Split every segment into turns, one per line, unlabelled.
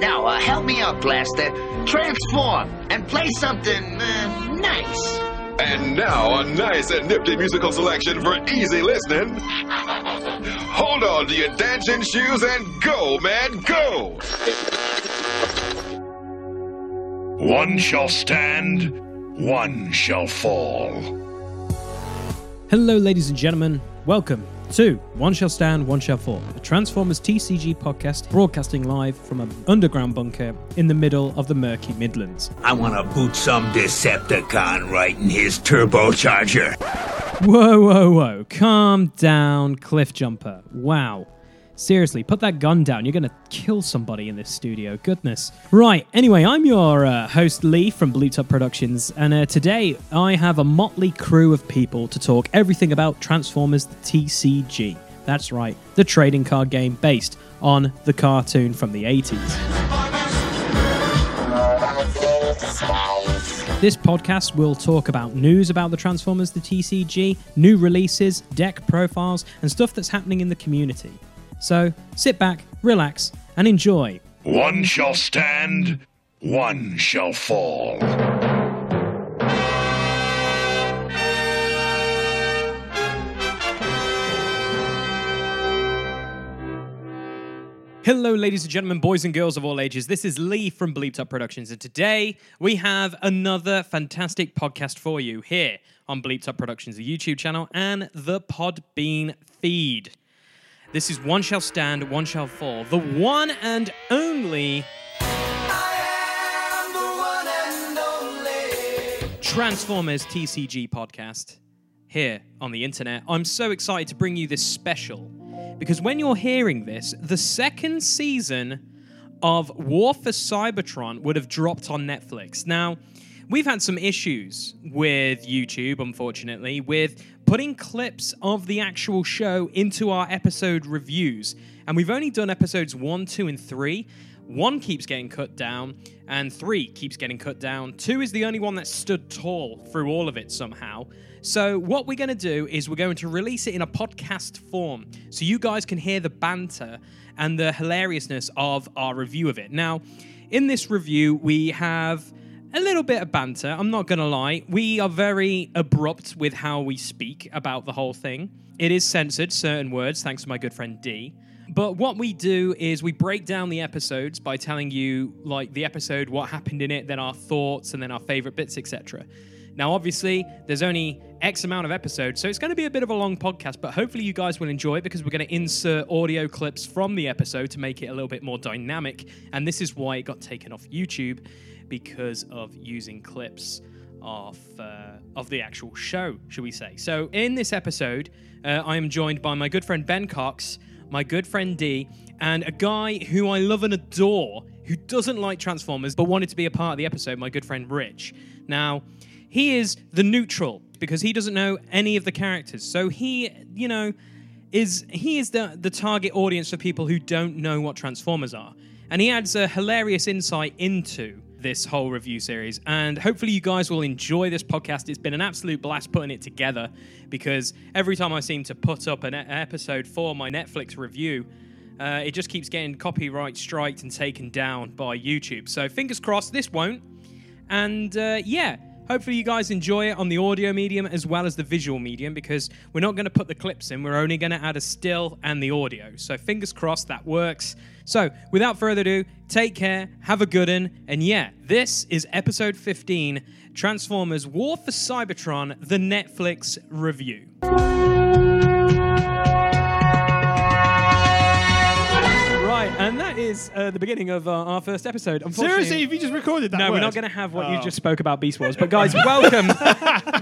Now, uh, help me out, Blaster. Transform and play something uh, nice.
And now, a nice and nifty musical selection for easy listening. Hold on to your dancing shoes and go, man, go!
One shall stand, one shall fall.
Hello, ladies and gentlemen. Welcome to One Shall Stand, One Shall Fall, a Transformers TCG podcast broadcasting live from an underground bunker in the middle of the murky Midlands.
I want to boot some Decepticon right in his turbocharger.
Whoa, whoa, whoa. Calm down, Cliffjumper. Wow. Seriously, put that gun down. You're going to kill somebody in this studio. Goodness. Right. Anyway, I'm your uh, host, Lee from Blue Top Productions. And uh, today I have a motley crew of people to talk everything about Transformers the TCG. That's right, the trading card game based on the cartoon from the 80s. This podcast will talk about news about the Transformers, the TCG, new releases, deck profiles, and stuff that's happening in the community. So sit back, relax, and enjoy.
One shall stand, one shall fall.
Hello, ladies and gentlemen, boys and girls of all ages. This is Lee from Bleeped Up Productions, and today we have another fantastic podcast for you here on Bleeped Up Productions, the YouTube channel, and the Podbean feed. This is One Shall Stand, One Shall Fall, the one and only Transformers TCG podcast here on the internet. I'm so excited to bring you this special because when you're hearing this, the second season of War for Cybertron would have dropped on Netflix. Now, we've had some issues with YouTube, unfortunately, with putting clips of the actual show into our episode reviews. And we've only done episodes one, two, and three. One keeps getting cut down, and three keeps getting cut down. Two is the only one that stood tall through all of it somehow. So, what we're going to do is we're going to release it in a podcast form so you guys can hear the banter and the hilariousness of our review of it. Now, in this review, we have a little bit of banter. I'm not going to lie. We are very abrupt with how we speak about the whole thing. It is censored, certain words, thanks to my good friend D. But what we do is we break down the episodes by telling you like the episode, what happened in it, then our thoughts, and then our favorite bits, etc. Now, obviously, there's only X amount of episodes, so it's going to be a bit of a long podcast, but hopefully you guys will enjoy it because we're going to insert audio clips from the episode to make it a little bit more dynamic. And this is why it got taken off YouTube because of using clips of uh, of the actual show, should we say? So, in this episode, uh, I am joined by my good friend Ben Cox, my good friend D, and a guy who I love and adore, who doesn't like Transformers but wanted to be a part of the episode, my good friend Rich. Now, he is the neutral because he doesn't know any of the characters, so he, you know, is he is the the target audience for people who don't know what Transformers are, and he adds a hilarious insight into this whole review series. And hopefully, you guys will enjoy this podcast. It's been an absolute blast putting it together because every time I seem to put up an e- episode for my Netflix review, uh, it just keeps getting copyright striked and taken down by YouTube. So fingers crossed, this won't. And uh, yeah, hopefully you guys enjoy it on the audio medium as well as the visual medium because we're not going to put the clips in. We're only going to add a still and the audio. So fingers crossed that works. So without further ado, take care, have a good one, and yeah, this is episode 15 Transformers War for Cybertron, the Netflix review. Right, and that is uh, the beginning of uh, our first episode. Unfortunately-
Seriously, if you just recorded that.
no, we're
word-
not going to have what you
Oh.
just spoke about Beast Wars. But guys, welcome,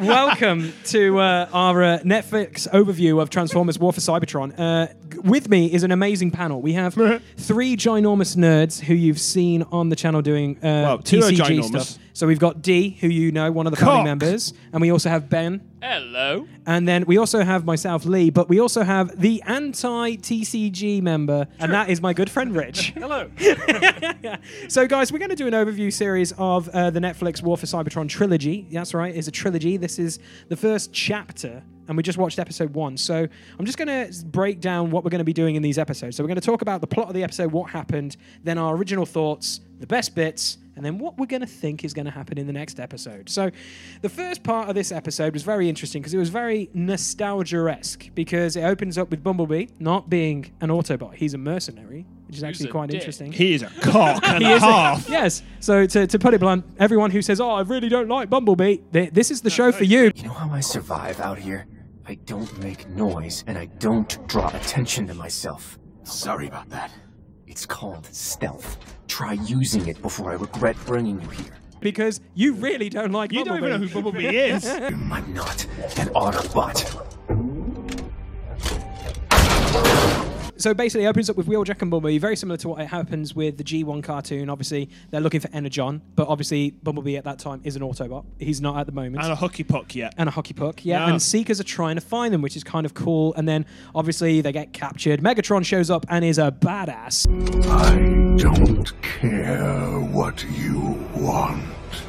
welcome to uh, our uh, Netflix overview of Transformers: War for Cybertron. Uh, g- with me is an amazing panel. We have three ginormous nerds who you've seen on the channel doing uh,
two are
TCG
ginormous.
stuff. So we've got D, who you know, one of the panel
Cock.
members, and we also have Ben,
Hello.
and then we also have myself, Lee, but we also have the anti TCG member, and that is my good friend Rich.
Hello.
so, guys, we're going to do an overview series of uh, the Netflix War for Cybertron trilogy. That's right, it's a trilogy. This is the first chapter, and we just watched episode one. So, I'm just going to break down what we're going to be doing in these episodes. So, we're going to talk about the plot of the episode, what happened, then our original thoughts, the best bits, and then what we're going to think is going to happen in the next episode. So, the first part of this episode was very interesting because it was very nostalgia esque because it opens up with Bumblebee not being an Autobot, he's a mercenary, which is actually
a
quite
dick.
interesting.
He is a cock and a
is a-
half.
Yes. So to, to put it blunt, everyone who says, "Oh, I really don't like Bumblebee," th- this is the show for you.
You know how I survive out here? I don't make noise and I don't draw attention to myself. Sorry about that. It's called stealth. Try using it before I regret bringing you here.
Because you really don't like
You don't
Bumblebee.
even know who Bumblebee is.
I'm not an Autobot.
So basically, it opens up with Wheeljack and Bumblebee, very similar to what it happens with the G1 cartoon. Obviously, they're looking for Energon, but obviously, Bumblebee at that time is an Autobot. He's not at the moment.
And a hooky puck yet.
and a hockey puck. Yeah,
Yeah.
and Seekers are trying to find them, which is kind of cool. And then obviously they get captured. Megatron shows up and is a badass.
I don't care what you want.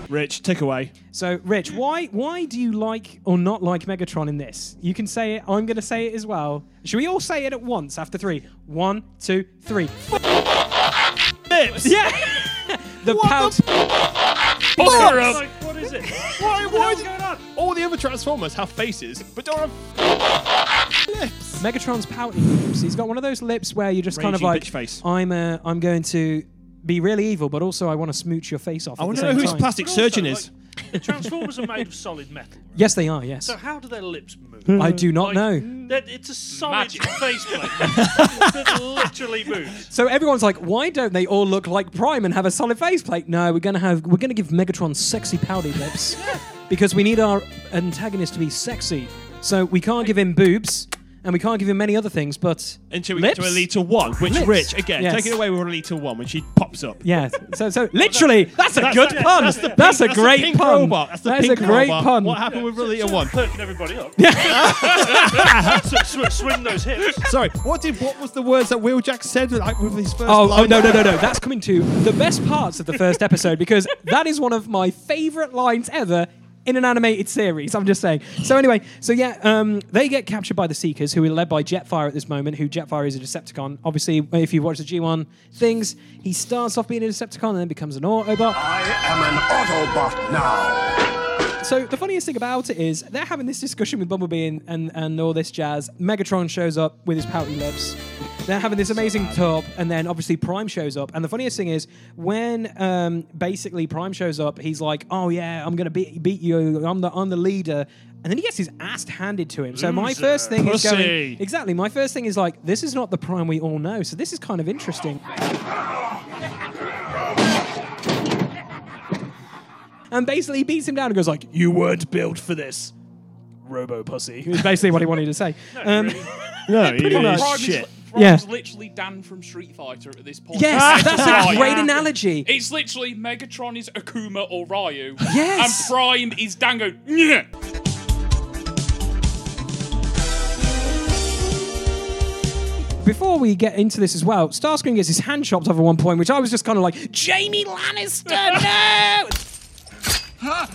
Rich, take away.
So, Rich,
Hmm.
why why do you like or not like Megatron in this? You can say it. I'm going to say it as well. Should we all say it at once after three? One, two, three.
Nips.
Yeah. The pout.
Dora. Like, what is it? Why, why is it going on? All the other Transformers have faces, but Dora lips.
Megatron's pouting lips. He's got one of those lips where you're just kind of
Raging
like,
bitch face.
I'm uh, I'm going to be really evil, but also I want to smooch your face off.
I
at
want
the
to know
same
who his
time."
plastic
But
surgeon
also,
is.
like, Transformers are made of solid metal. right?
Yes, they are. Yes.
So how do their lips move?
Mm,
hmm,
I do not
Like,
know.
that- it's a solid faceplate that literally moves.
So everyone's like, why don't they all look like Prime and have a solid faceplate? No, we're gonna have we're gonna give Megatron sexy pouty lips because we need our antagonist to be sexy. So we can't give him boobs and we can't give him many other things, but
Until we
lips?
get to Elita 1, which,
Lips.
Rich, again,
Yes.
take it away with Elita 1 when she pops up.
Yeah. So so literally, that's a good
the-
pun. That's,
that's the pink-
a
that's the
great
pink
pun.
robot. That's the
a
pink
great
robot.
pun.
What happened with Relita 1?
Perking everybody up. Yeah. swing those hips.
Sorry, what did what was the words that Wheeljack said like with his first?
Oh, oh
line?
no, no, no, no. That's coming to the best parts of the first episode because that is one of my favorite lines ever in an animated series. I'm just saying. So anyway, so yeah, um, they get captured by the Seekers, who are led by Jetfire at this moment. Who Jetfire is a Decepticon. Obviously, if you watch the G1 things, he starts off being a Decepticon and then becomes an Autobot.
I am an Autobot now.
So the funniest thing about it is they're having this discussion with Bumblebee and, and, and all this jazz. Megatron shows up with his pouty lips. They're having this amazing talk, and then obviously Prime shows up. And the funniest thing is when um, basically Prime shows up, he's like, "Oh yeah, I'm gonna beat beat you. I'm the I'm the leader." And then he gets his ass handed to him. So my first thing is
Pussy.
going exactly. My first thing is like, this is not the Prime we all know. So this is kind of interesting. and basically he beats him down and goes like, "You weren't built for this, Robo Pussy." Is basically what he wanted to say. um,
no, you
pretty much.
little
Prime is,
shit.
li- Prime's
Yeah.
literally Dan from Street Fighter at this point.
yes, that's
Oh,
a great analogy.
It's literally Megatron is Akuma or Ryu.
Yes.
And Prime is Dango. Yeah.
Before we get into this as well, Starscream gets his hand chopped off at one point, which I was just kind of like, Jamie Lannister, no!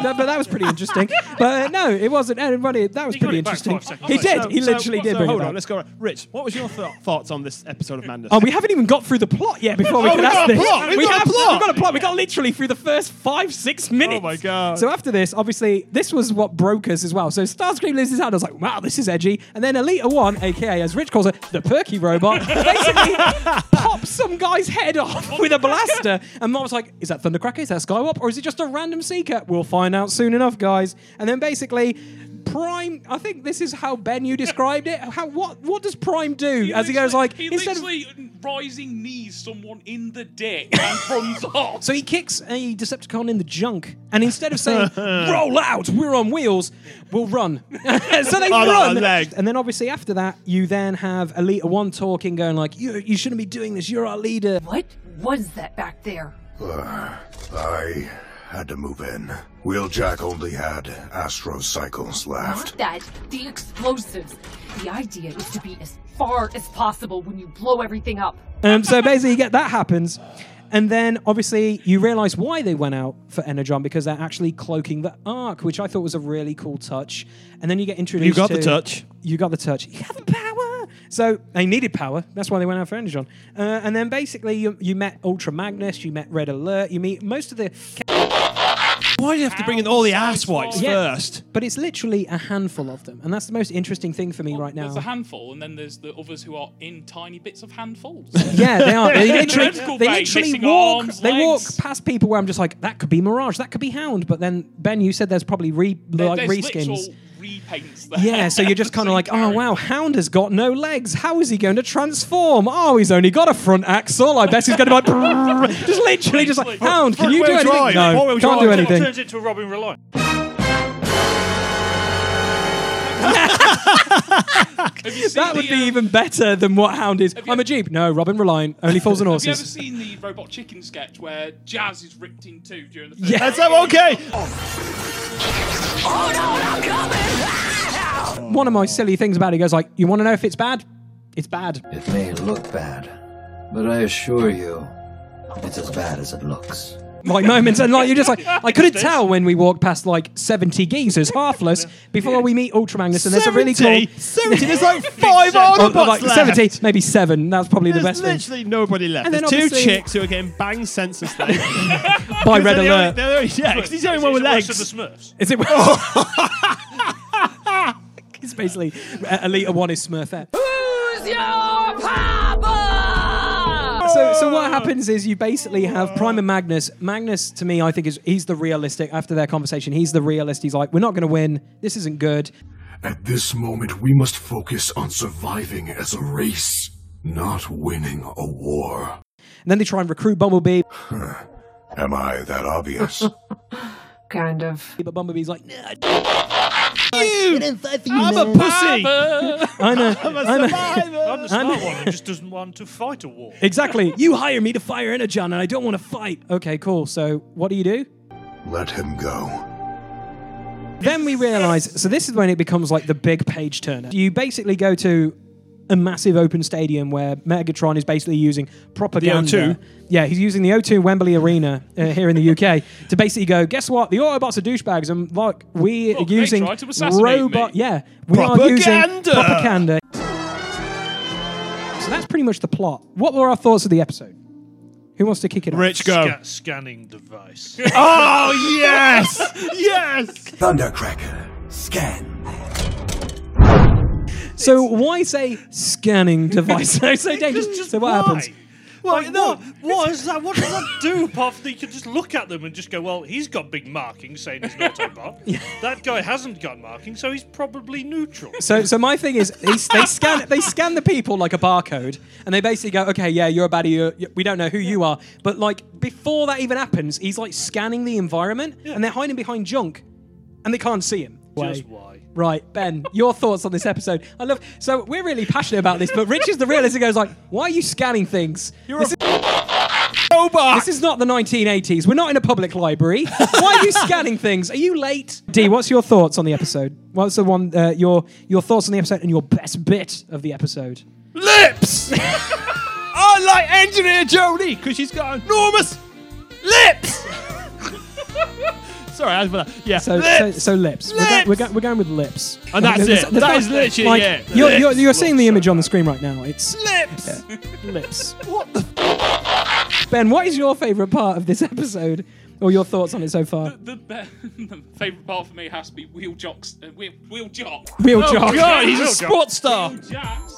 No, but that was pretty interesting. But uh, no, it wasn't. Everybody, that was
He got
pretty
it back
interesting.
five seconds
He
later.
did. he
So-
literally
so
did. bring
hold
it
on,
back.
let's go. around. Rich, what was your th- thoughts on this episode of Madness?
Oh, we haven't even got through the plot yet before we
Oh,
can
we've
ask
got a
this.
plot, we've
we
got a
have
plot. Oh
We've got a plot. We got literally through the first five, six minutes.
my God.
So after this, obviously, this was what broke us as well. So Starscream loses his hand. I was like, wow, this is edgy. And then Alita One, aka as Rich calls her, the perky robot, basically pops some guy's head off with a blaster. And Mom was like, is that Thundercracker? Is that Skywarp? Or is it just a random seeker? We'll find out soon enough, guys. And then basically. Prime. I think this is how Ben you described it. How what what does Prime do as he goes
literally-
like
he
instead of
literally rising knees someone in the dick and runs off.
so he kicks a Decepticon in the junk, and instead of saying "roll out, we're on wheels," we'll run. so they
On our
run,
legs.
and then obviously after that, you then have Elite One talking, going like, "You you shouldn't be doing this. You're our leader."
What was that back there?
Uh, I had to move in. Wheeljack only had Astro Cycles
Not
left.
that. The explosives. The idea is to be as far as possible when you blow everything up.
Um, so basically, you get that happens. And then obviously you realise why they went out for Energon because they're actually cloaking the Ark, which I thought was a really cool touch. And then you get introduced.
You got the
to-
touch.
You got the touch. You have the power. So they needed power. That's why they went out for Energon. Uh, and then basically you, you met Ultra Magnus, you met Red Alert, you meet most of the.
Why do you have to bring in all the ass wipes
Yeah,
first?
But it's literally a handful of them, and that's the most interesting thing for me right now.
There's a handful, and then there's the others who are in tiny bits of handfuls.
Yeah, they are. They literally,
Tentacle
they
bait,
literally
missing
walk.
arms,
they
legs.
walk past people where I'm just like, that could be Mirage, that could be Hound. But then Ben, you said there's probably re
There-
like
there's
reskins.
literal repaints there.
Yeah, so you're just kind of like, oh wow, Hound has got no legs. How is he going to transform? Oh, he's only got a front axle. I bet he's going to be like, just literally, just like, Hound, can you do
Front-wheel
anything?
drive,
No,
four-wheel
can't do
drive.
anything.
Turns into a Robin Reliant.
Have you seen
That would
the,
be
um,
even better than what Hound is. I'm a Jeep. No, Robin Reliant only falls on
Have you ever
horses.
seen the Robot Chicken sketch where Jazz is ripped in two during the first
Yeah.
That's that okay.
One
Oh.
of my silly things about it he goes like, you want to know if it's bad? It's bad.
It may look bad, but I assure you, it's as bad as it looks.
like moments and like you're just like I couldn't tell when we walked past like 70 geezers halfless before we meet Ultramagnus and there's a really cool
70? 70? There's like five Autobots
Or, like
left.
70 maybe 7 that's probably
There's
the best thing
literally nobody left.
And then
There's two
obviously-
chicks who are getting bang census there.
by red
they're the only-
alert
they're the only- yeah, 'cause he's the only one with
Worse
legs.
than the Smurfs.
is it it's basically uh, Alita 1 is Smurfette
Who's your papa?
so, so what happens is you basically have Prime and Magnus. Magnus, to me, I think is he's the realistic. After their conversation, he's the realist. He's like, "We're not going to win. This isn't good."
At this moment, we must focus on surviving as a race, not winning a war.
And then they try and recruit Bumblebee.
Am I that obvious?
Kind of.
But Bumblebee's like, "Nah,
I'm a pussy.
I know, I'm a-
I'm the smart
I'm-
one who just doesn't want to fight a war.
Exactly. You hire me to fire Energon and I don't want to fight. Okay, cool. So what do you do?
Let him go.
Then we realize so this is when it becomes like the big page turner. You basically go to a massive open stadium where Megatron is basically using propaganda.
The O2.
Yeah, he's using the O2 Wembley Arena uh, here in the UK to basically go, guess what? The Autobots are douchebags and look, we are
Look, they
using
tried to assassinate
robot.
me.
Yeah, we are using
Propaganda!
propaganda. So that's pretty much the plot. What were our thoughts of the episode? Who wants to kick it off?
Rich go.
Sca- scanning device.
Oh yes, yes.
Thundercracker, scan.
So why say scanning device? so, so, James,
Just- just
so what
why?
happens?
Well, no. What, what is that? What does that do? Apart from that you can just look at them and just go, "Well, he's got big markings saying he's an Autobot. That guy hasn't got markings, so he's probably neutral."
So, so my thing is, they, they scan they scan the people like a barcode, and they basically go, okay, yeah, you're a baddie. You're, you- we don't know who you are, but like before that even happens, he's like scanning the environment, and they're hiding behind junk, and they can't see him.
Just
Way.
why?
Right, Ben, your thoughts on this episode? I love. So we're really passionate about this, but Rich is the realist. He goes like, "Why are you scanning things? this, is,
Robot.
this is not the 1980s. We're not in a public library. Why are you scanning things? Are you late?" D, what's your thoughts on the episode? What's the one uh, your your thoughts on the episode and your best bit of the episode?
lips. I like Engineer Jody because she's got enormous lips. Sorry, I was yeah.
So, so,
lips.
so lips. We're, go-
Lips!
we're, go- we're going with lips.
And that's
There's-
it.
there's
That
not-
is literally
like,
it.
You're,
Lips.
you're, you're seeing the image on the screen right now. It's
lips. Oh,
lips.
What the?
Ben, what is your favourite part of this episode, or your thoughts on it so far?
The, be- the favourite part for me has to be Wheel Jock's. Uh, wheel, wheel Jock.
Wheel
Oh
job.
God, he's a
Real job.
sports star.
Wheel Jack's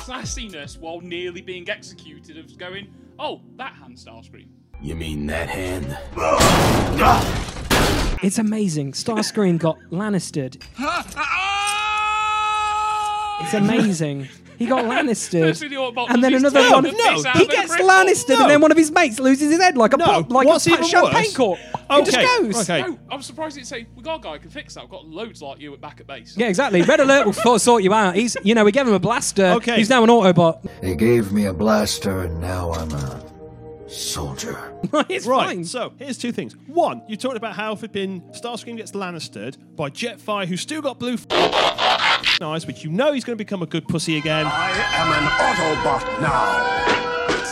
sassiness while nearly being executed of going, oh, that hand star screen.
You mean that hand?
It's amazing. Starscream got Lannistered. It's amazing. He got Lannistered,
Especially the Autobots
and then
used
another
to
one.
have the piss out
he
of their
gets
friends.
Lannistered,
No.
and then one of his mates loses his head like a pop, like
what's
a
even
champagne
worse-
cork. It just goes.
No, I'm surprised it's say we got a guy who can fix that. I've got loads like you at back at base.
Yeah, exactly. Red Alert will sort- sort you out. He's, you know, we gave him a blaster.
Okay.
He's now an Autobot.
They gave me a blaster, and now I'm a soldier.
right, so here's two things. One, you talked about how if it'd been Starscream gets Lannistered by Jetfire, who's still got blue f- eyes, which you know he's going to become a good pussy again. I am an Autobot now.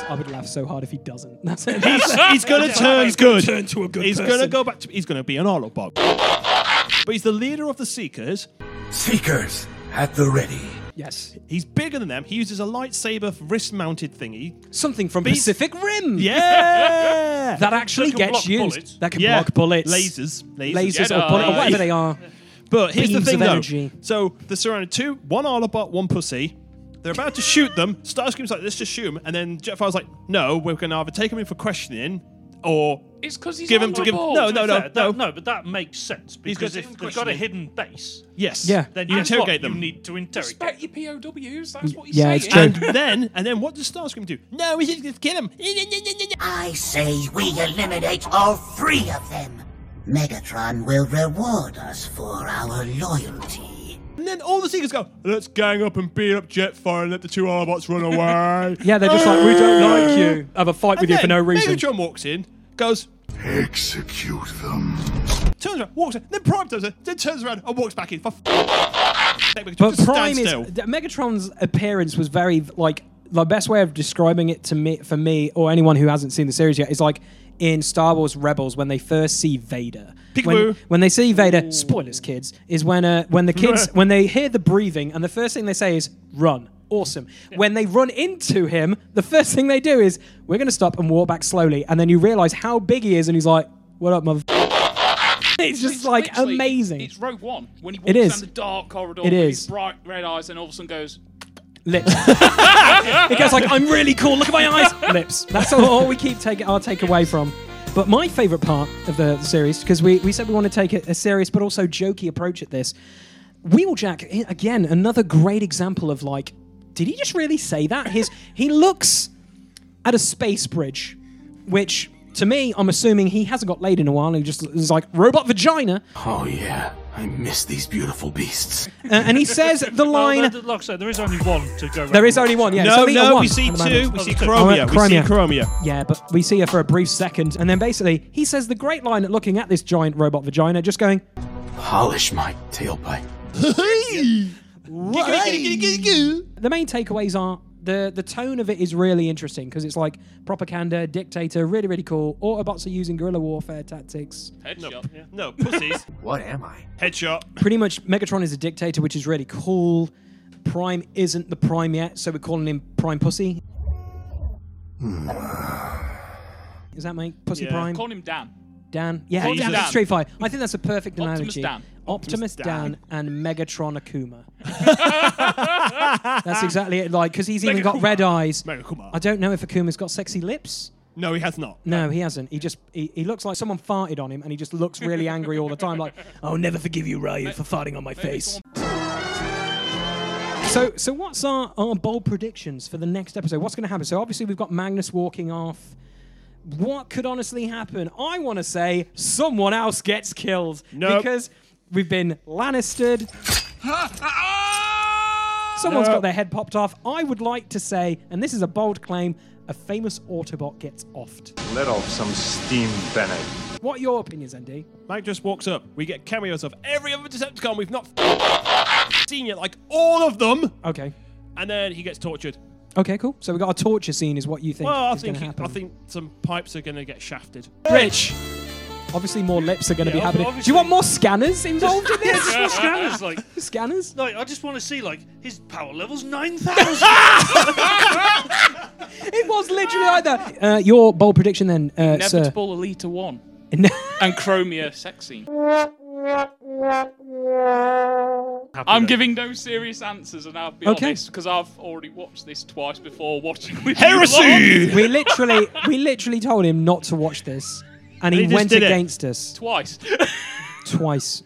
I would laugh so hard if he doesn't. That's it.
He's, he's going to turn
He's gonna
good.
turn to a good
He's
person.
to go back to. He's going to be an Autobot. but he's the leader of the Seekers.
Seekers at the ready.
Yes.
He's bigger than them. He uses a lightsaber wrist-mounted thingy.
Something from Pacific Rim.
Yeah.
That actually
That can
gets
block
used.
bullets.
That can
Yeah.
block bullets.
Lasers. Lasers.
Lasers or bullet- or whatever they are.
But here's
Beams
the
of
thing, though.
energy.
So they're surrounded two, one Autobot, one pussy. They're about to shoot them. Starscream's like, let's just shoot him. And then Jetfire's like, no, we're going to either take him in for questioning or
It's because he's
give
on
him
the
to give.
ball,
no,
to
no,
be
no,
fair.
no,
That- no. But that makes sense
He's
because
got
if
hidden
they've got a
questioning.
hidden base,
Yes.
Yeah.
then
You
guess
interrogate
what?
them.
You need to interrogate.
Respect your POWs. That's what he's saying.
Yeah, it's true. And then, and then, what does Starscream do? No, we should just kill him.
I say we eliminate all three of them. Megatron will reward us for our loyalty.
And then all the Seekers go, let's gang up and beat up Jetfire and let the two Autobots run away.
Yeah, they're just like, we don't like you. Have a fight with
And
you for no
then
reason.
Megatron walks in, goes, execute them. Turns around, walks in, then Prime turns around, then turns around and walks back in. For f- Megatron
But
just
Prime
stands
is
still.
th- Megatron's appearance was very like the best way of describing it to me for me or anyone who hasn't seen the series yet is like in Star Wars Rebels when they first see Vader. When,
Peekaboo.
when they see Vader, spoilers, kids, is when uh, when the kids when they hear the breathing and the first thing they say is run. Awesome. When they run into him, the first thing they do is we're going to stop and walk back slowly, and then you realize how big he is, and he's like, "What up, mother?" it's just like
Literally,
amazing.
It's Rogue One when he walks
It
down
is.
the dark corridor
It
with
is.
his bright red eyes and all of a sudden goes.
lips. it goes like, I'm really cool. Look at my eyes. Lips. That's all, all we keep taking. I'll take away from. But my favourite part of the, the series, because we, we said we want to take a, a serious but also jokey approach at this, Wheeljack i- again another great example of like, did he just really say that? His he looks at a space bridge, which to me I'm assuming he hasn't got laid in a while. And he just is like robot vagina,
Oh, yeah. I miss these beautiful beasts.
uh, and he says the
Well,
line.
there- like I said, there is only one to go.
There is only one, yeah. it's
Oh, No,
only a
no,
one
we see
at the moment.
two, we
Oh,
see
there's two.
Chromia,
Oh,
we see Chromia.
Yeah, but we see her for a brief second, and then basically he says the great line at looking at this giant robot vagina, just going,
Polish my tailpipe.
The main takeaways are the the tone of it is really interesting because it's like propaganda, dictator, really really cool. Autobots are using guerrilla warfare tactics.
No, no, pussies.
what am I?
Headshot.
Pretty much, Megatron is a dictator, which is really cool. Prime isn't the prime yet, so we're calling him Prime Pussy. Does that make Pussy Prime?
Calling him Dan.
Dan. Yeah,
Optimus
Dan.
Dan.
Street Fighter. I think that's a perfect
Optimus
analogy.
Dan.
Optimus
Optimus
Dan and Megatron Akuma. that's exactly it. Like, because he's even got
Megakuma.
red eyes.
Megakuma.
I don't know if Akuma's got sexy lips.
No, he has not.
No, he hasn't. He just he, he looks like someone farted on him, and he just looks really angry all the time. Like, I'll never forgive you, Ryu, for farting on my face. So, so what's our, our bold predictions for the next episode? What's going to happen? So, obviously, we've got Magnus walking off. What could honestly happen? I want to say someone else gets killed
Nope.
because we've been Lannistered. Someone's
Nope.
got their head popped off. I would like to say, and this is a bold claim, a famous Autobot gets offed.
Let off some steam, Bennett.
What are your opinions, ND?
Mike just walks up. We get cameos of every other Decepticon we've not seen yet, like all of them.
Okay.
And then he gets tortured.
Okay, cool. So we got a torture scene, is what you think
well, I
is going
think
to
he-
happen.
I think some pipes are going to get shafted.
Rich. Obviously, more lips are going to
Yeah,
be happening. Do
obviously-
you want more scanners involved in
Yeah,
this?
just more scanners, like
scanners.
Like I just want to see, like his power level's nine thousand.
It was literally like that. Uh, your bold prediction then, uh, sir.
Inevitable Elite One.
No.
and Chromia sex scene.
Happy
I'm
then.
giving no serious answers, and I'll be
Okay.
honest because I've already watched this twice before watching with You lot.
we literally, we literally told him not to watch this, and
And
he,
he just
went
did it.
against us.
twice.
twice.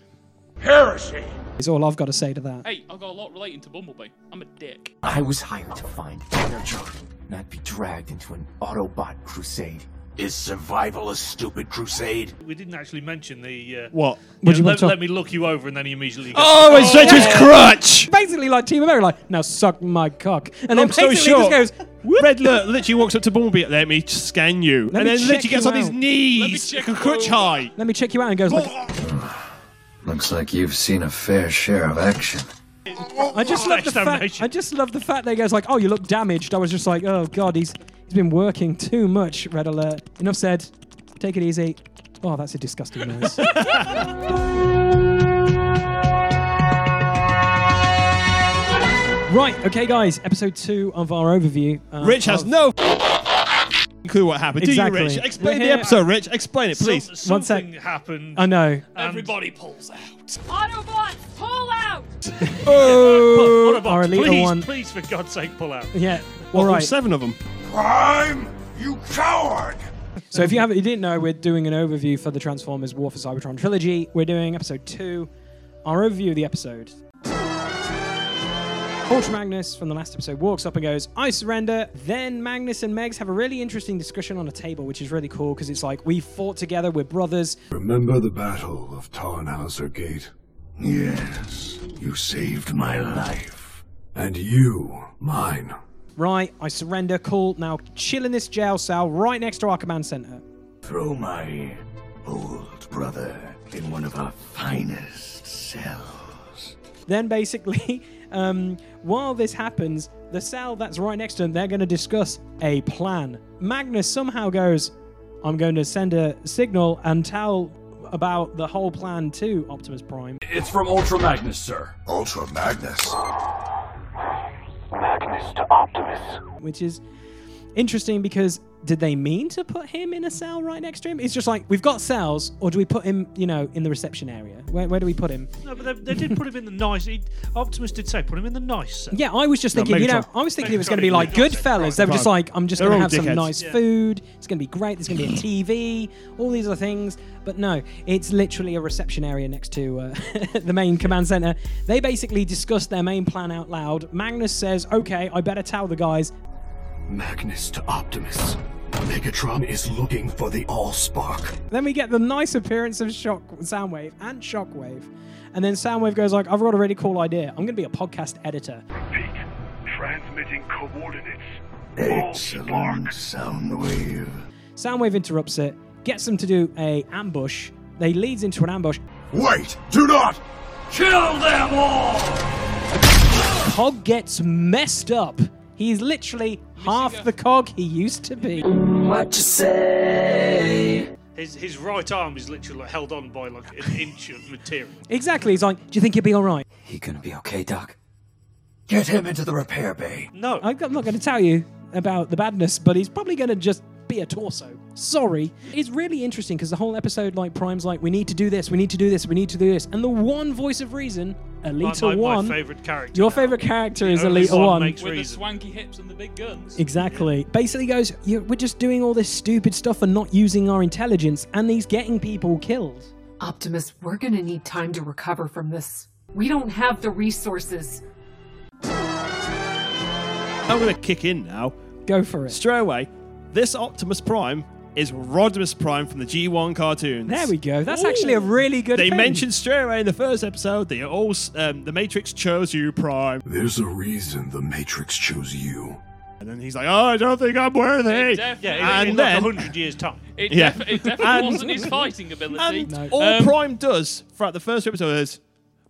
Heresy!
Is all I've got to say to that.
Hey, I've got a lot relating to Bumblebee. I'm a dick.
I was hired to find Energon, not be dragged into an Autobot crusade. Is survival a stupid crusade?
We didn't actually mention the. Uh,
What?
Yeah,
Would you want to-
let, let me look you over, and then he immediately. Goes,
Oh, it's such his
yeah."
crutch. Basically, like Team America, like now suck my cock, and then
Long story
basically just
short,
goes.
Red Lur literally walks up to Bumblebee. Let me scan you,
Let me
and then
check
literally gets
you
on his
out.
knees, like a crutch high.
Let me check you out, and goes like,
Looks like you've seen a fair share of action.
I just love the fact. I just love the fact that he goes like, "Oh, you look damaged." I was just like, "Oh God, he's he's been working too much." Red alert. Enough said. Take it easy. Oh, that's a disgusting noise. right, okay, guys. Episode two of our overview. uh,
Rich has
of-
no clue what happened.
Exactly.
Do you, Rich? Explain
We're
the
here-
episode, Rich. Explain it, please.
Some- One sec. something happened I know.
Everybody pulls out.
Autobots, pull out!
Oh,
Autobots,
our elite
please,
one.
please, for God's sake, pull out.
Yeah. All right.
Seven of them.
Crime, you coward!
So if you haven't, you didn't know, we're doing an overview for the Transformers War for Cybertron trilogy. We're doing episode two, our overview of the episode. Ultra Magnus from the last episode walks up and goes, "I surrender." Then Magnus and Megs have a really interesting discussion on a table, which is really cool because it's like we fought together, we're brothers.
Remember the Battle of Tarnhauser Gate? Yes, you saved my life. And you, mine.
Right, I surrender. Cool. Now chill in this jail cell right next to our command center.
Throw my old brother in one of our finest cells.
Then basically, um, while this happens, the cell that's right next to them, they're going to discuss a plan. Magnus somehow goes, I'm going to send a signal and tell about the whole plan to Optimus Prime.
It's from Ultra Magnus, sir.
Ultra Magnus?
Magnus to Optimus.
Which is interesting because did they mean to put him in a cell right next to him? It's just like, we've got cells, or do we put him, you know, in the reception area? Where, where do we put him?
No, but they, they did put him in the nice. He, Optimus did say, put him in the nice. Cell.
Yeah, I was just thinking, you know, I was thinking it was going to be like good fellas. They were just like, I'm just
They're
going to
all
have some
dickheads.
nice
Yeah.
food. It's going to be great. There's going to be a TV, all these other things. But no, it's literally a reception area next to uh, the main command center. They basically discuss their main plan out loud. Magnus says, okay, I better tell the guys.
Magnus to Optimus. Megatron is looking for the Allspark.
Then we get the nice appearance of Shock Soundwave and Shockwave. And then Soundwave goes like, I've got a really cool idea. I'm going to be a podcast editor.
Transmitting coordinates.
Excellent soundwave.
Soundwave interrupts it, gets them to do a ambush. They leads into an ambush.
Wait! Do not!
Kill them all!
Cog gets messed up. He's literally half the cog he used to be. What you say?
His, his right arm is literally like, held on by like an inch of material.
Exactly. He's like, do you think you'll be all right?
He gonna be okay, Doc? Get him into the repair bay.
No. I'm not going to tell you about the badness, but he's probably going to just be a torso. Sorry. It's really interesting because the whole episode, like, Prime's like, we need to do this, we need to do this, we need to do this. And the one voice of reason, Alita
my, my,
1.
My favourite character.
your favorite character
The
is
only
Alita
one
1.
makes
With the
reason.
swanky hips and the big guns.
Exactly. Basically goes, "You- we're just doing all this stupid stuff and not using our intelligence, and he's getting people killed.
Optimus, we're gonna need time to recover from this. We don't have the resources.
I'm going to kick in now.
Go for it.
Straight away, this Optimus Prime is Rodimus Prime from the G1 cartoons.
There we go. That's actually a really good
They
thing.
mentioned straight away in the first episode that all s- um, the Matrix chose you, Prime.
There's a reason the Matrix chose you.
And then he's like, "Oh, I don't think I'm worthy."
Yeah, in,
and
in
then
like hundred years time.
It,
Yeah.
def- it definitely
And-
wasn't his fighting ability.
And all Prime does throughout the first episode is,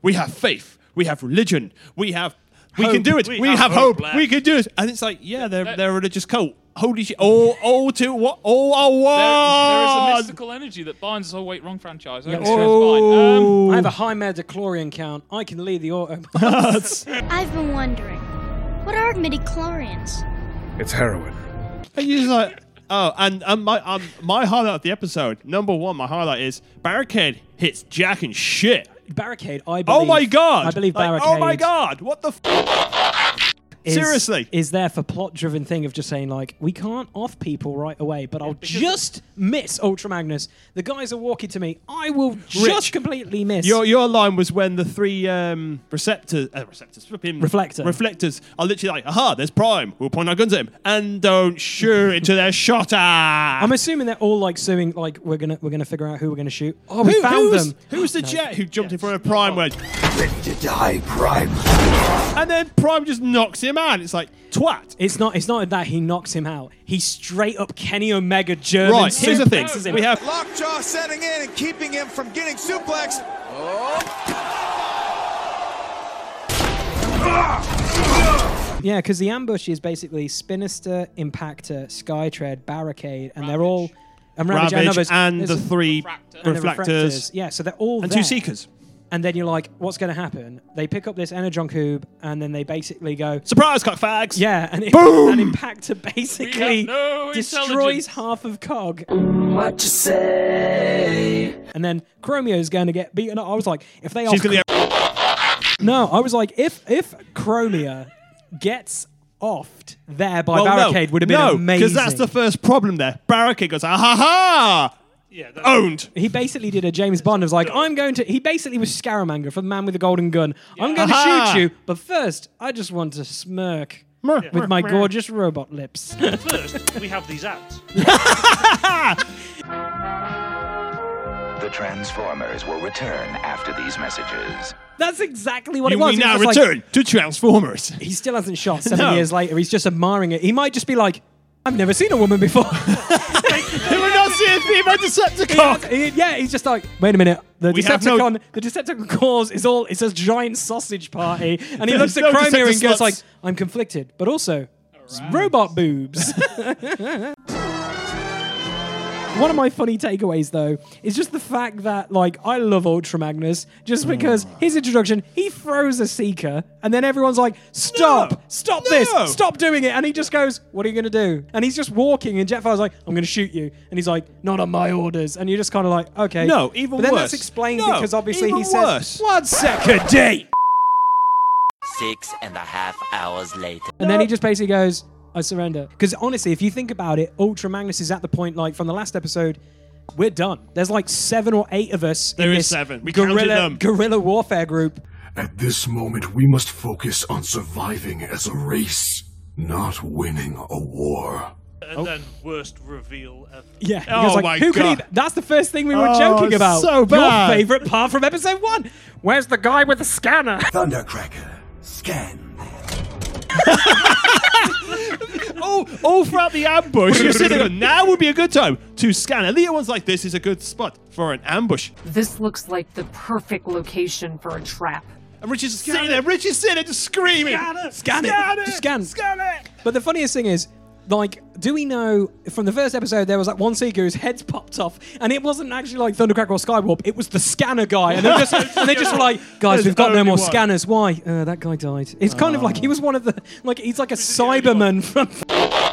we have faith, we have religion, we have, we
Hope.
can do it,
We
we,
have
have,
hope
hope,
left.
we can do it. And it's like, yeah, they're they're a religious cult. Holy shit! All all to what? All are
There, there is a
one.
mystical energy that binds us. Oh wait, wrong franchise. Okay,
Yeah, Oh.
that's
that's right.
fine. Um,
I have a high medichlorian count. I can lead the Autobots.
I've been wondering, what are midichlorians?
It's heroin. And you're just like, oh, and, and my um, my highlight of the episode, number one, my highlight is Barricade hits Jack and shit.
Barricade, I
Oh my
believe-
god!
I believe
Like, oh my god! What the? F-
is,
Seriously.
is there for plot-driven thing of just saying like we can't off people right away, but I'll just miss Ultra Magnus. The guys are walking to me. I will just completely miss.
Your your line was when the three um, receptors, uh, receptors, flipping
Reflector.
reflectors are literally like, aha, there's Prime. We'll point our guns at him and don't shoot into their shotter.
I'm assuming they're all like suing. Like we're gonna we're gonna figure out who we're gonna shoot. Oh, we found
who's,
them.
Who's the
No.
jet who jumped in front of Prime? Went
ready to die, Prime.
and then Prime just knocks him out. It's like twat.
It's not. It's not that he knocks him out. He straight up Kenny Omega German.
Right, here's the thing.
suplexes Him.
We have-
Lockjaw setting in and keeping him from getting suplexed.
Yeah, because the ambush is basically Spinister, Impactor, Skytread, Barricade, and they're all and Ravage, and,
Ravage
others.
and
There's
the
a-
three
and the
reflectors.
Yeah, so they're all
And two
there.
Seekers.
And then you're like, what's going to happen? They pick up this Energon cube, and then they basically go
surprise cockfags.
Yeah, and it,
Boom!
and Impactor basically
no
destroys
intelligence.
half of Cog.
What you say?
And then Chromio's going to get beaten up. I was like, if they
She's
are
gonna
no, I was like, if if Chromia gets offed there by
Well, no,
Barricade would have been
no,
amazing.
because that's the first problem there. Barricade goes, ah ha ha.
Yeah,
owned.
He basically did a James Bond. Was like, I'm going to. He basically was Scaramanga from Man with the Golden Gun. I'm going to
Aha!
shoot you, but first, I just want to smirk
Murk.
with my
Murk.
gorgeous robot lips.
First, we have these ads.
The Transformers will return after these messages.
That's exactly what
You
it was.
will
It
now
was just
return
Like,
to Transformers.
he still hasn't shot seven
No.
years later. He's just admiring it. He might just be like, I've never seen a woman before.
We're not seeing people Decepticon.
He- yeah, he's just like, wait a minute. The
We have no-
Decepticon, the Decepticon cause is all. It's a giant sausage party, and he looks
There's
at
no
Chromia and
Decepticons.
goes like, I'm conflicted, but also s- robot boobs. One of my funny takeaways, though, is just the fact that, like, I love Ultra Magnus just
Mm.
because his introduction, he throws a seeker, and then everyone's like, stop, stop this,
No.
stop doing it. And he just goes, what are you going to do? And he's just walking, and Jetfire's like, I'm going to shoot you. And he's like, not on my orders. And you're just kind of like, okay.
No, even
But then
worse.
that's explained
No,
because obviously
even
he
worse.
says, one second, D.
Six and a half hours later.
And then he just basically goes, I surrender. Because honestly, if you think about it, Ultra Magnus is at the point, like from the last episode, we're done. There's like seven or eight of us.
There
in
is
this
seven. We counted
guerrilla,
them.
guerrilla warfare group.
At this moment, we must focus on surviving as a race, not winning a war.
And then worst reveal ever.
Yeah. He
Oh
goes like,
my
Who
God.
Could he, that's the first thing we were
Oh,
joking about.
so bad.
Your favorite part from episode one. Where's the guy with the scanner?
Thundercracker, scan.
all, all throughout the ambush, you're sitting there going, now would be a good time to scan. And the other one's like, this is a good spot for an ambush.
This looks like the perfect location for a trap.
And Rich is sitting there, Rich is sitting there just screaming.
Scan it. Just scan.
Scan it.
But the funniest thing is, like, do we know from the first episode there was like one seeker whose head's popped off, and it wasn't actually like Thundercracker or Skywarp, it was the scanner guy, and they just and they just were like, guys,
There's
we've got no
only
more
one."
scanners. Why? Uh, that guy died. It's kind of like he was one of the like he's like a Cyberman from.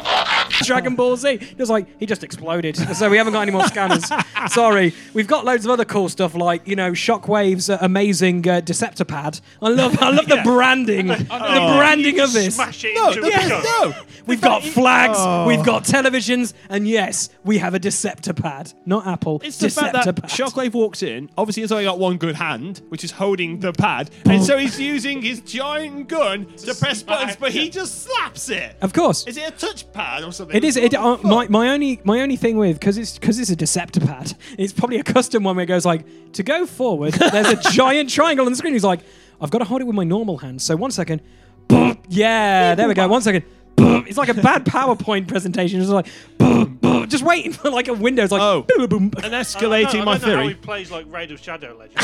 Dragon Ball Z. It was like, he just exploded. So we haven't got any more scanners. Sorry. We've got loads of other cool stuff like, you know, Shockwave's uh, amazing uh, Deceptipad. I love I love the branding. the branding of this.
Smash it
No,
into a
yes,
gun.
no.
We've got flags,
Oh.
we've got televisions, and yes, we have a Deceptipad. Not Apple.
It's the fact that
Deceptipad.
Shockwave walks in. Obviously, he's only got one good hand, which is holding the pad. And so he's using his giant gun to press buttons, but he just slaps it.
Of course.
Is it a touchpad or something?
It is. It, uh, my, my only my only thing with because it's because it's a Deceptipad. It's probably a custom one where it goes like to go forward. There's a giant triangle on the screen. He's like, I've got to hold it with my normal hand. So one second. Boom. Yeah, there we go. One second. Boom. It's like a bad PowerPoint presentation. It's like boom, boom. just waiting for like a window. It's like oh, boom, boom, boom.
And
I don't know-
escalating my
I don't know How he
theory.
plays like Raid of Shadow Legends.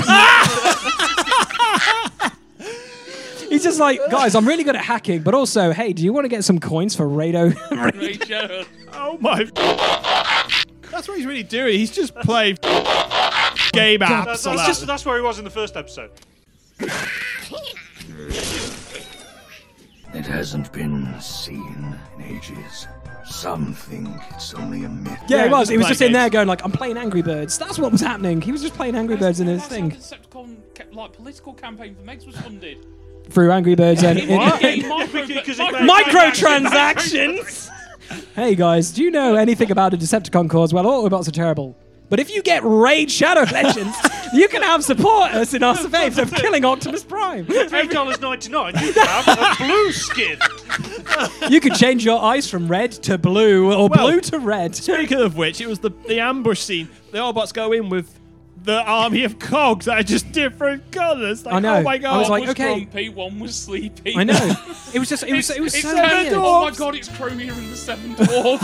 He's just like, guys, I'm really good at hacking, but also, hey, do you want to get some coins for Rado?
Um,
Oh my. That's what he's really doing. He's just playing game
That-
apps.
that's,
on that.
just, that's where he was in the first episode.
It hasn't been seen in ages. Some think it's only a myth.
yeah, it was. He was just in there going like, I'm playing Angry Birds. That's what was happening. He was just playing Angry Birds in his thing.
Decepticon ca- like political campaign for Megs was funded.
through Angry Birds and.
Microtransactions!
hey guys, do you know anything about the Decepticon cause? Well, Autobots are terrible. But if you get Raid Shadow Legends, you can have support us in our faith of killing Optimus Prime.
Three dollars ninety nine. You can have a blue skin.
You can change your eyes from red to blue or
Well,
blue to red.
Speaking of which, it was the, the ambush scene. The Autobots go in with the army of cogs that are just different colours. Like,
I know.
Oh my god.
I was like,
was
okay.
grumpy, one was sleepy.
I know. It was just- it was-
It's-
it was
it's
so
seven
weird.
Oh my god, it's Chromia and the Seven Dwarfs.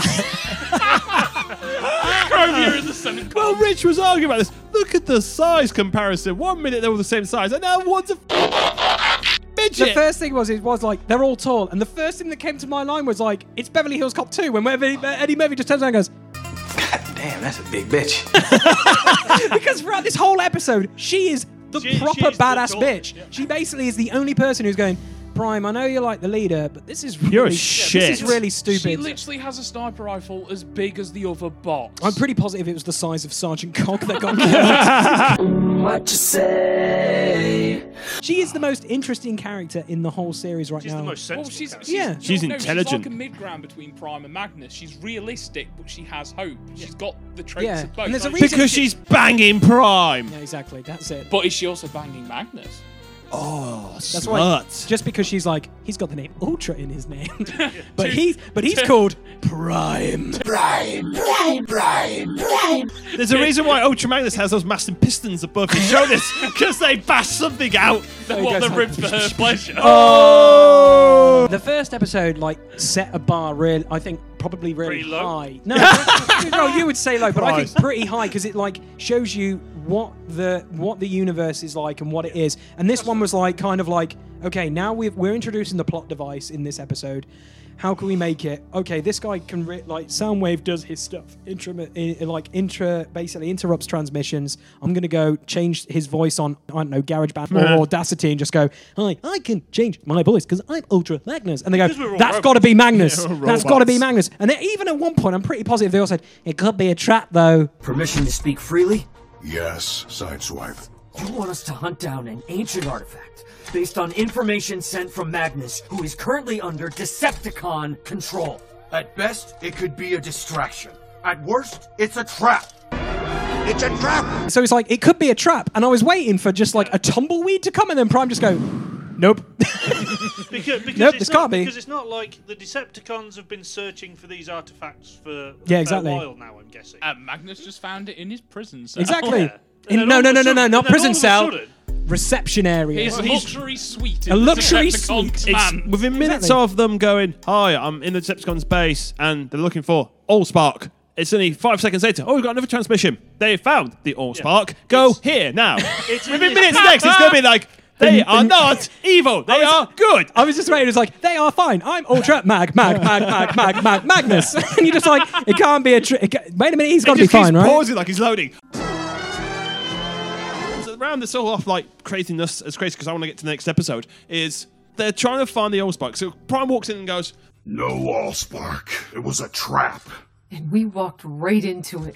Chromia and the Seven Dwarfs.
Well, Rich was arguing about this. Look at the size comparison. One minute they're all the same size, and now one's a f-
The
midget.
first thing was it was like they're all tall, and the first thing that came to my line was like it's Beverly Hills Cop 2 when Eddie Eddie Murphy just turns around and goes,
Damn, that's a big bitch.
because throughout this whole episode, she is the proper badass bitch. She basically is the only person who's going, Prime, I know you're like the leader, but this is really,
You're a
yeah, This
shit."
is really
She
stupid.
literally has a sniper rifle as big as the other box.
I'm pretty positive it was the size of Sergeant Cog that got killed.
what you say?
She is the most interesting character in the whole series right
She's
now.
the most
Well, Oh, she's, she's,
Yeah.
no,
She's
no,
intelligent.
She's like a mid ground between Prime and Magnus. She's realistic, but she has hope. She's got the traits
Yeah.
of both.
And there's a
Like,
reason-
because she's banging prime.
Yeah, exactly. That's it.
But is she also banging Magnus?
Oh, that's why.
slut.
Just because she's like, he's got the name Ultra in his name, but
Two-
he's but he's
two-
called Prime.
Prime, prime, prime, prime. There's a reason why Ultra Magnus has those massive pistons above his shoulders because they bash something out.
They want the rib for her pleasure.
Oh! The first episode like set a bar real I think probably really high. No, no, you would say low, but I think pretty high because it like shows you what the what the universe is like and what it is. And this one was like kind of like okay, now we've, we're introducing the plot device in this episode. How can we make it? Okay, this guy can re- like Soundwave does his stuff. Intra i- like intra basically interrupts transmissions. I'm gonna go change his voice on I don't know GarageBand
Meh.
or Audacity and just go, hi, I can change my voice because I'm Ultra Magnus. And they go,
Because we're all
that's
robots.
got to be Magnus.
Yeah, we're
that's got to be
robots.
Magnus. And then even at one point, I'm pretty positive they all said, it could be a trap though.
Permission to speak freely?
Yes, Sideswipe.
You want us to hunt down an ancient artifact based on information sent from Magnus, who is currently under Decepticon control.
At best, it could be a distraction. At worst, it's a trap. It's a trap!
So it's like, it could be a trap. And I was waiting for just like a tumbleweed to come and then Prime just go, nope.
Because, because
Nope,
it's
this
not,
can't be.
Because it's not like the Decepticons have been searching for these artifacts for
Yeah, exactly.
a while now. I'm guessing.
And Uh, Magnus just found it in his prison cell.
exactly.
Yeah.
In-
then
no,
all
no,
of
no,
a
no, no,
sudden-
not
and then
prison
all of a
cell.
sudden-
Reception area.
His luxury suite. in
a
the
luxury
Decepticon
suite.
command.
It's-
Within minutes
Exactly.
of them going, Hi, I'm in the Decepticon's base, and they're looking for Allspark. It's only five seconds later. Oh, we've got another transmission. They found the Allspark. Go here now. Within minutes next, it's going to be like, They
Then-
are
then-
not evil. They are good.
I was just waiting. It was like, they are fine. I'm Ultra Mag, Mag, Mag, Mag, Mag, Mag, Magnus. and you're just like, it can't be a trick. Wait a minute, he's got to
He
be
just keeps
fine, right?
pausing like he's loading. So round this all off like craziness as crazy because I want to get to the next episode is they're trying to find the Allspark. So Prime walks in and goes,
No Allspark. It was a trap.
And we walked right into it.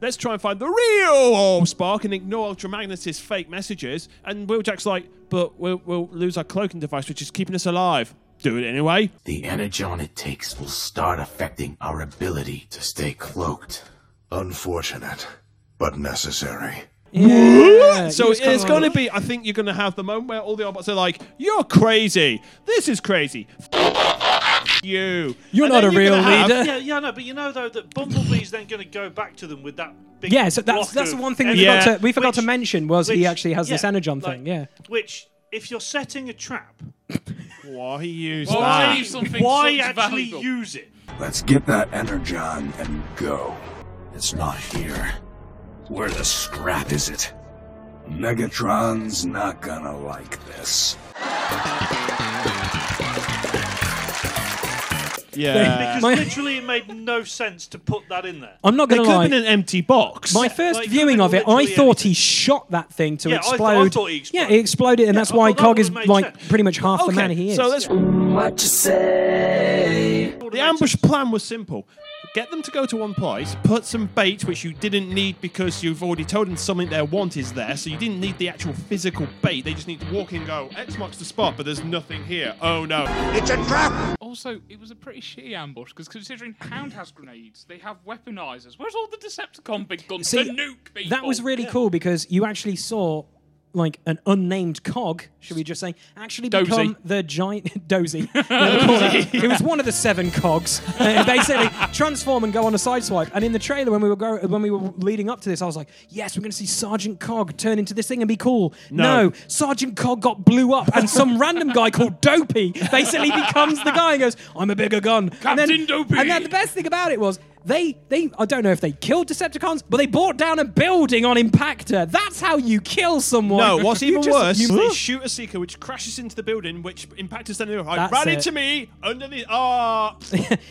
let's try and find the real Allspark and ignore Ultra Magnus' fake messages. And Wheeljack's like, but we'll, we'll lose our cloaking device, which is keeping us alive. Do it anyway.
The energon it takes will start affecting our ability to stay cloaked.
Unfortunate, but necessary.
Yeah.
so
He was kinda
it's going to
like-
be, I think you're going to have the moment where all the Allbots are like, you're crazy. This is crazy. F- you.
You're
And
not
then
a real
gonna have-
leader.
Yeah, yeah, no, but you know though that Bumblebee's then going to go back to them with that. big
Yeah, so that's
block
that's the
of
one thing we
energy.
forgot to we forgot to mention was he
which-
actually has this
yeah,
energon
like-
thing. Yeah.
Which, if you're setting a trap,
Why use
why,
that?
something
why
so
actually
valuable?
use it?
Let's get that energon and go. It's not here. Where the scrap is it? Megatron's not gonna like this.
Yeah.
Because
Uh, My-
literally, it made no sense to put that in there.
I'm not
It
gonna
could
lie.
have been an empty box.
my first
like,
viewing of it, I
literally
thought he shot that thing to
Yeah, I th- I
explode.
thought he
yeah, it exploded, and that's
I
why
thought that
Cog is
would've made
like
sense.
pretty much half the man he is.
So let's.
What you say?
The ambush plan was simple. Get them to go to one place, put some bait which you didn't need because you've already told them something their want is there, so you didn't need the actual physical bait. They just need to walk in and go, X marks the spot, but there's nothing here. Oh no. It's a trap!
Also, it was a pretty shitty ambush because considering Hound has grenades, they have weaponizers. Where's all the Decepticon big guns
See,
to nuke people?
That was really cool because you actually saw like an unnamed cog, should we just say, actually
Dozy.
become the giant dozy. No, it was one of the seven cogs. And basically transform and go on a sideswipe. And in the trailer when we were go- when we were leading up to this, I was like, yes, we're gonna see Sergeant Cog turn into this thing and be cool.
No.
No, Sergeant Cog got blew up and some random guy called Dopey basically becomes the guy and goes, I'm a bigger gun. and then, Dopey. And then the best thing about it was they, they, I don't know if they killed Decepticons, but they brought down a building on Impactor. That's how you kill someone.
No, what's
You
even
just-
worse,
you-
they shoot a seeker which crashes into the building, which impacts them. I
That's
ran
it.
into me under the. Ah!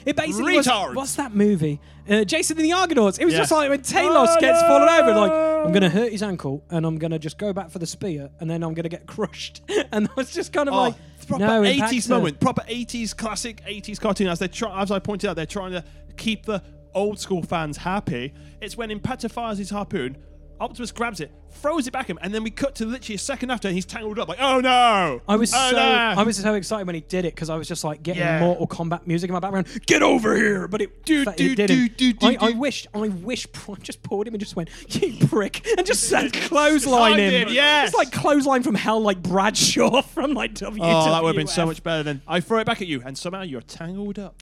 it basically was-
Retards.
what's that movie? Uh, Jason and the Argonauts. It was
Yeah.
just like when Talos
Oh,
gets fallen over, like
no.
I'm gonna hurt his ankle, and I'm gonna just go back for the spear, and then I'm gonna get crushed. and I was just kind of
Oh,
like,
proper
no,
80s
Impactor.
moment, proper 80s classic 80s cartoon. As they try, as I pointed out, they're trying to keep the old school fans happy. It's when Impactor fires his harpoon, Optimus grabs it, throws it back at him, and then we cut to literally a second after, and he's tangled up. Like, oh no!
I was
oh,
so
no!"
I was so excited when he did it because I was just like getting
Yeah.
Mortal Kombat music in my background. Get over here! But it,
Do,
but
do,
it didn't.
do, do, do,
I, I
do.
wished I wish Prime just pulled him and just went you prick and just said clothesline
I
him.
did, yes.
it's like clothesline from hell, like Bradshaw from like E. WWE.
Oh, that would have been so much better than I throw it back at you, and somehow you're tangled up.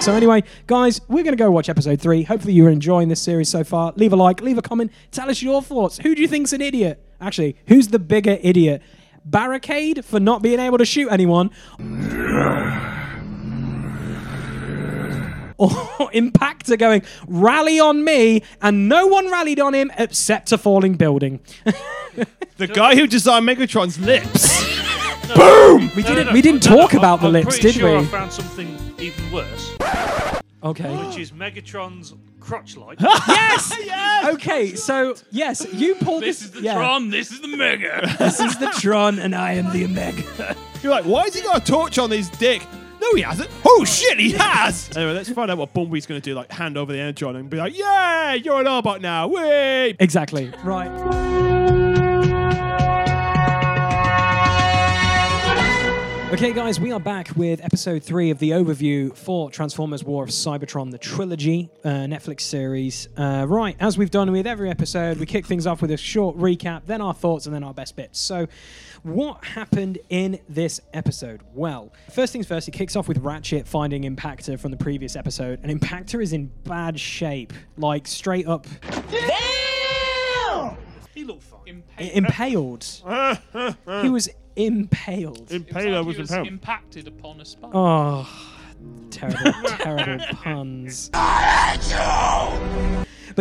So anyway, guys, we're going to go watch episode three. Hopefully, you're enjoying this series so far. Leave a like, leave a comment, tell us your thoughts. Who do you think's an idiot? Actually, who's the bigger idiot? Barricade for not being able to shoot anyone, or Impactor going rally on me, and no one rallied on him except a falling building.
The guy who designed Megatron's lips.
Boom! We
No,
didn't.
no, no,
we didn't
no, no,
talk
I'm-
about the
I'm
lips,
pretty
did
sure I
we?
found something even worse.
Okay.
Which is Megatron's crotch light.
yes! Okay, so yes, you pulled this.
This is the
yeah.
Tron, this is the Mega.
This is the Tron, and I am the Omega.
You're like, why has he got a torch on his dick? No, he hasn't. Oh shit, he has. anyway, let's find out what Bumblebee's going to do. Like, hand over the energon and be like, "Yeah, you're an Arbot now." Whee!
Exactly. Right. Okay, guys, we are back with episode three of the overview for Transformers War of Cybertron, the trilogy uh, Netflix series. Uh, right, as we've done with every episode, we kick things off with a short recap, then our thoughts, and then our best bits. So, what happened in this episode? Well, first things first, it kicks off with Ratchet finding Impactor from the previous episode, and Impactor is in bad shape, like straight up
He looked fine.
impaled. he was impaled.
Impaler was
he was
impaled.
impacted upon a spike.
Oh, terrible, terrible puns. But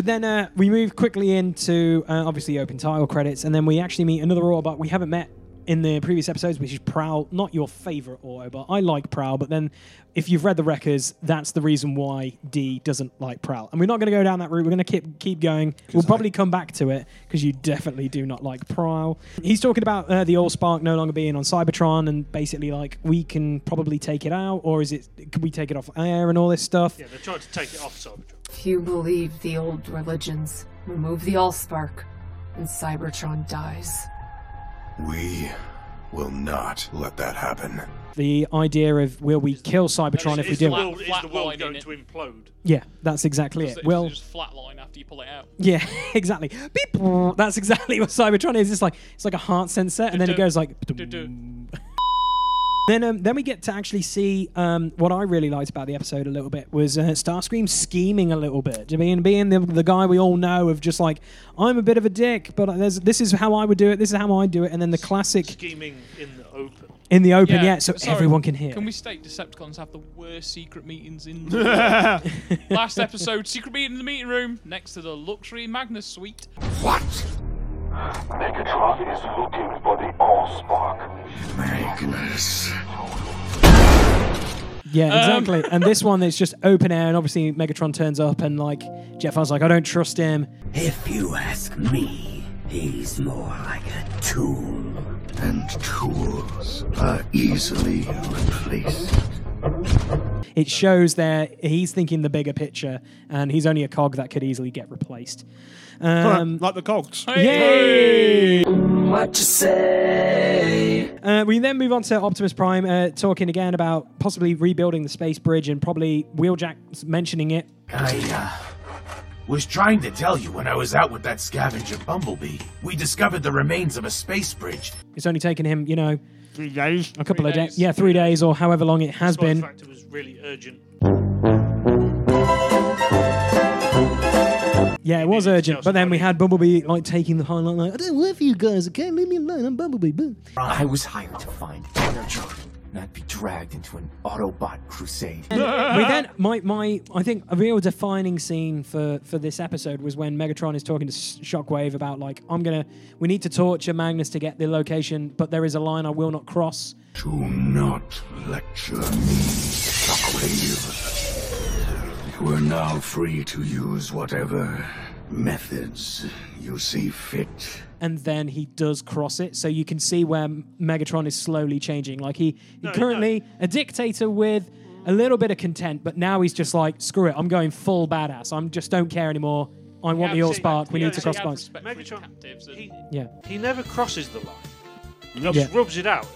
then uh, we move quickly into uh, obviously open title credits, and then we actually meet another Autobot we haven't met in the previous episodes, which is Prowl. Not your favorite Autobot. I like Prowl, but then if you've read the records, that's the reason why D doesn't like Prowl. And we're not going to go down that route. We're going to keep keep going. We'll probably come back to it because you definitely do not like Prowl. He's talking about uh, the Allspark no longer being on Cybertron, and basically like we can probably take it out, or is it? Can we take it off air and all this stuff?
Yeah, they tried to take it off Cybertron.
Few believe the old religions. Remove the Allspark, and Cybertron dies.
We will not let that happen.
The idea of will we kill Cybertron if we
Is
do
the
it?
world, is the world going to implode?
Yeah, that's exactly
Does
it.
it-
Well,
does it just flatline after you pull it out.
yeah, exactly. Beep. That's exactly what Cybertron is. It's like it's like a heart sensor, and then it goes like. Then, um, then we get to actually see um, what I really liked about the episode a little bit was uh, Starscream scheming a little bit. I mean, being the, the guy we all know of just like, I'm a bit of a dick, but there's, this is how I would do it, this is how I do it. And then the classic
Scheming in the open.
in the open, yeah, so
sorry,
everyone can hear.
Can we state Decepticons have the worst secret meetings in the world? Last episode, secret meeting in the meeting room next to the luxury Magnus suite.
What? Megatron is looking for the Allspark.
Magnus.
Yeah,
Um,
exactly. and this one is just open air, and obviously Megatron turns up, and like Jetfire's like, I don't trust him.
If you ask me,
He's more like a tool. And tools are easily replaced.
It shows there he's thinking the bigger picture, and he's only a cog that could easily get replaced. Um,
like the cogs.
Yay!
What
to say? Uh, we then move on to Optimus Prime uh, talking again about possibly rebuilding the space bridge and probably Wheeljack mentioning it.
I uh, was trying to tell you when I was out with that scavenger Bumblebee, we discovered the remains of a space bridge.
It's only taken him, you know,
three days,
a couple of days, yeah, three days or however long it has been.
It was really urgent.
Yeah, it was urgent, but then we had Bumblebee like taking the highlight, like, I don't work for you guys, okay? Leave me alone, I'm Bumblebee. Boo.
I was hired to find Energon, not be dragged into an Autobot crusade.
And we then my my I think a real defining scene for for this episode was when Megatron is talking to S- Shockwave about like I'm gonna we need to torture Magnus to get the location, but there is a line I will not cross.
Do not lecture me, Shockwave. You are now free to use whatever methods you see fit.
And then he does cross it, so you can see where Megatron is slowly changing. Like he, he
No,
currently a dictator with a little bit of content, but now he's just like, screw it, I'm going full badass. I'm just don't care anymore. I want the all spark. We need to cross lines.
Megatron, he,
Yeah.
he never crosses the line. He just
Yeah.
rubs it out.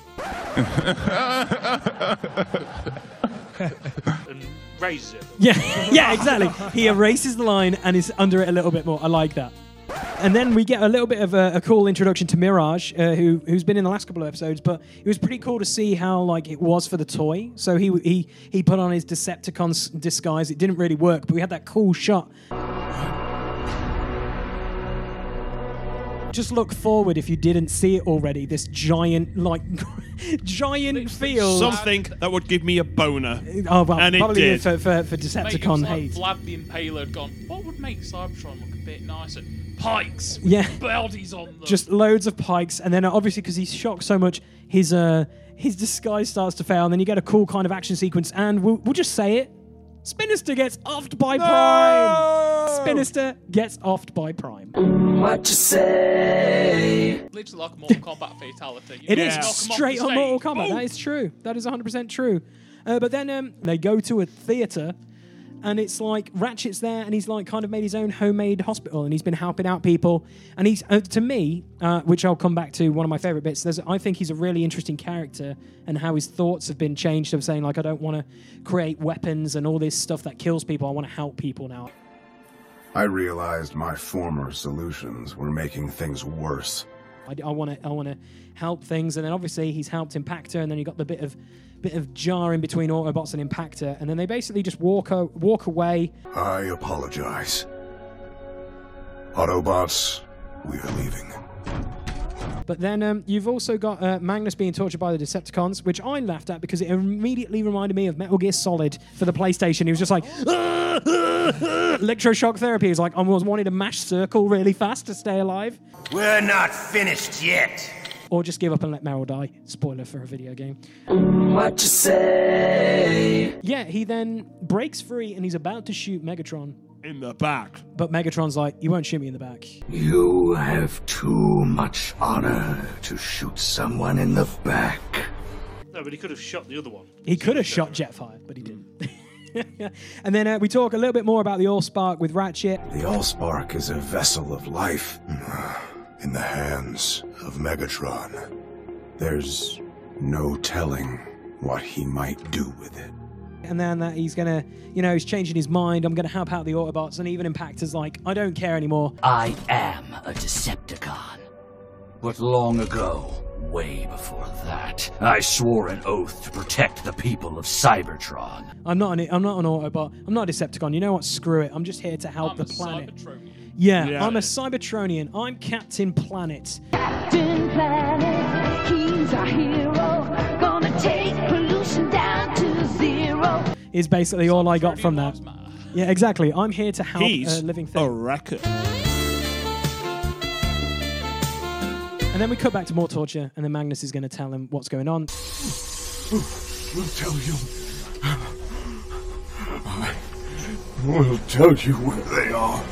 and raises it.
Yeah, yeah, exactly. He erases the line and is under it a little bit more. I like that. And then we get a little bit of a, a cool introduction to Mirage, uh, who who's been in the last couple of episodes. But it was pretty cool to see how like it was for the toy. So he he he put on his Decepticon disguise. It didn't really work, but we had that cool shot. Just look forward if you didn't see it already. This giant like giant field.
Something that would give me a boner.
Oh well,
and it
probably
did.
for for, for
Mate, it
Decepticon
was like
hate.
Vlad the Impaler had gone, what would make Cybertron look a bit nicer? Pikes! With
Yeah.
Belties on them.
just loads of pikes, and then uh, obviously because he's shocked so much, his uh his disguise starts to fail, and then you get a cool kind of action sequence, and we'll, we'll just say it: Spinister gets offed by Prime. Spinister gets offed by Prime. What you say?
Literally like a Mortal Kombat fatality.
It is straight on Mortal Kombat.
Oh.
eh? That is true. That is 100% true. Uh, but then um, they go to a theater, and it's like Ratchet's there, and he's like kind of made his own homemade hospital, and he's been helping out people. And he's uh, to me, uh, which I'll come back to, one of my favorite bits. There's, I think he's a really interesting character, and how his thoughts have been changed of saying like, I don't want to create weapons and all this stuff that kills people. I want to help people now.
I realized my former solutions were making things worse.
I, want to I want to help things, and then obviously he's helped Impactor, and then you got the bit of bit of jar in between Autobots and Impactor, and then they basically just walk o- walk away.
I apologize. Autobots, we are leaving.
But then um, you've also got uh, Magnus being tortured by the Decepticons, which I laughed at because it immediately reminded me of Metal Gear Solid for the PlayStation. He was just like electroshock therapy. He's like I was wanting to mash circle really fast to stay alive,
We're not finished yet.
or just give up and let Meryl die. Spoiler for a video game.
What you say?
Yeah, he then breaks free and he's about to shoot Megatron.
In the back.
But Megatron's like, you won't shoot me in the back.
You have too much honor to shoot someone in the back.
No, but he could have shot the other one.
He could have shot Jetfire, but he
Mm.
didn't. and then uh, we talk a little bit more about the Allspark with Ratchet.
The Allspark is a vessel of life. In the hands of Megatron, there's no telling what he might do with it.
And then that he's gonna, you know, he's changing his mind. I'm gonna help out the Autobots, and even Impactor's like, I don't care anymore.
I am a Decepticon. But long ago, way before that, I swore an oath to protect the people of Cybertron.
I'm not an, I'm not an Autobot. I'm not a Decepticon. You know what? Screw it. I'm just here to help
I'm
the
a
planet.
Oh, Cybertronian.
Yeah,
Yeah.
I'm a Cybertronian. I'm Captain Planet.
Captain Planet, he's our hero. Gonna take pollution down to zero.
Is basically all I got from that. Um, Yeah, exactly. I'm here to help
He's
uh, living
a record.
And then we cut back to more torture, and then Magnus is going to tell him what's going on.
We'll tell you. We'll tell you where they are.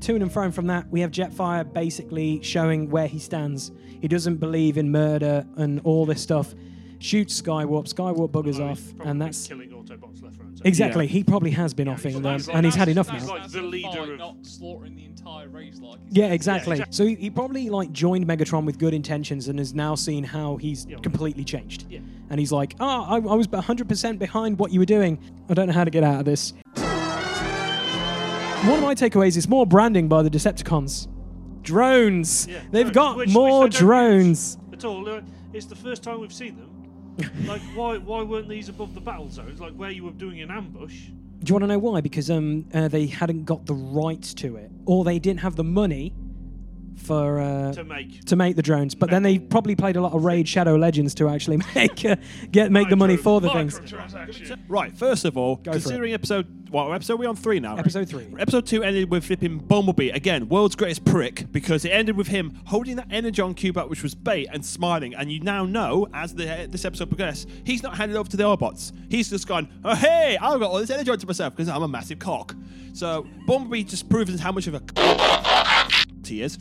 to and fro from that, we have Jetfire basically showing where he stands. He doesn't believe in murder and all this stuff. Shoots Skywarp, Skywarp buggers off, and that's
killing Autobots left, right, and centre.
exactly. He probably has been offing them, and he's had enough
that's,
now.
That's the leader of not slaughtering the entire race like he's
Yeah, exactly. So he, he probably like joined Megatron with good intentions and has now seen how he's completely changed.
Yeah.
And he's like, "Ah, I, I was 100% behind what you were doing. I don't know how to get out of this." One of my takeaways is more branding by the Decepticons. Drones.
Yeah,
They've
drones,
got
which- which
more
they don't
drones.
At all, uh, it's the first time we've seen them. like, why why weren't these above the battle zones? Like where you were doing an ambush?
Do you want to know why? Because um, uh, they hadn't got the rights to it, or they didn't have the money for uh,
To make.
to make the drones. But then they probably played a lot of Raid Shadow Legends to actually make uh, get make the money for the things.
Right, first of all,
for it.
considering episode what episode are we on three now?
Episode three.
Episode two ended with flipping Bumblebee again, world's greatest prick, because it ended with him holding that energon cube up, which was bait, and smiling. And you now know, as the, this episode progressed, he's not handed over to the Autobots. He's just gone, oh hey, I've got all this energon to myself because I'm a massive cock. So Bumblebee just proves how much of a he is.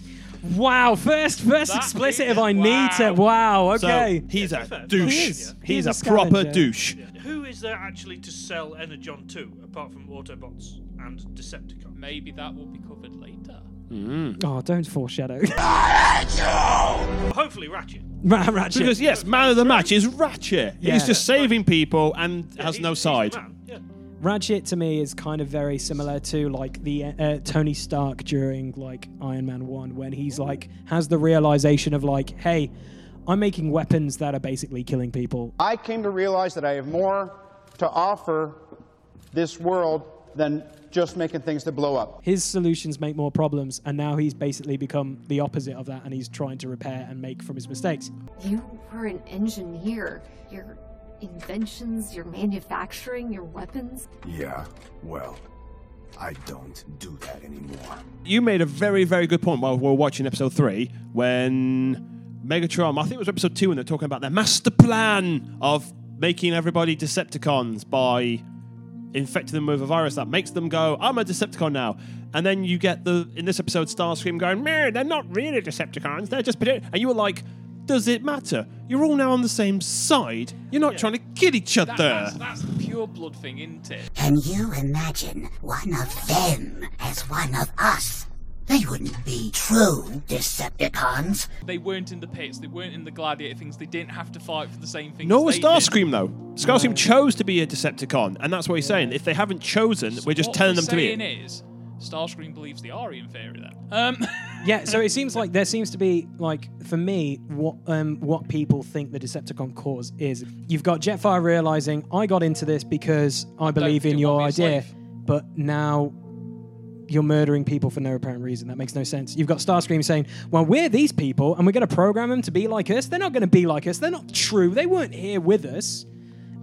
Wow, first first explicit if I need to. Wow,
So,
okay.
he's a
He
douche.
is. He's
He's a,
a
proper
scavenger.
douche.
Who is there actually to sell Energon to apart from Autobots and Decepticons?
Maybe that will be covered later.
Oh, don't foreshadow.
Hopefully, Ratchet.
Ra- Ratchet.
Because yes, man of the match is Ratchet.
Yeah.
He's just saving people and has no side.
Ratchet to me is kind of very similar to like the uh, Tony Stark during like Iron Man 1 when he's like has the realization of like, hey, I'm making weapons that are basically killing people.
I came to realize that I have more to offer this world than just making things to blow up.
His solutions make more problems and now he's basically become the opposite of that and he's trying to repair and make from his mistakes.
You were an engineer. Your inventions, your manufacturing, your weapons.
Yeah, well, I don't do that anymore.
You made a very, very good point while we were watching episode three when Megatron, I think it was episode two, when they're talking about their master plan of making everybody Decepticons by infecting them with a virus that makes them go, I'm a Decepticon now. And then you get the, in this episode, Starscream going, no, they're not really Decepticons, they're just, pretend-" and you were like, does it matter? You're all now on the same side. You're not trying to kill each
That-
other.
that's, that's the pure blood thing, isn't it?
Can you imagine one of them as one of us? They wouldn't be true Decepticons.
They weren't in the pits. They weren't in the gladiator things. They didn't have to fight for the same things.
Nor was
they did.
Starscream though. Starscream chose to be a Decepticon, and that's what he's saying. If they haven't chosen, we're just
What
telling
we're
them to be.
saying
It.
is, Starscream believes the Aryan theory. Then. Um,
yeah, so it seems like there seems to be like for me what um what people think the Decepticon cause is. You've got Jetfire realizing I got into this because I believe in your idea, but now you're murdering people for no apparent reason. That makes no sense. You've got Starscream saying, "Well, we're these people, and we're going to program them to be like us. They're not going to be like us. They're not true. They weren't here with us."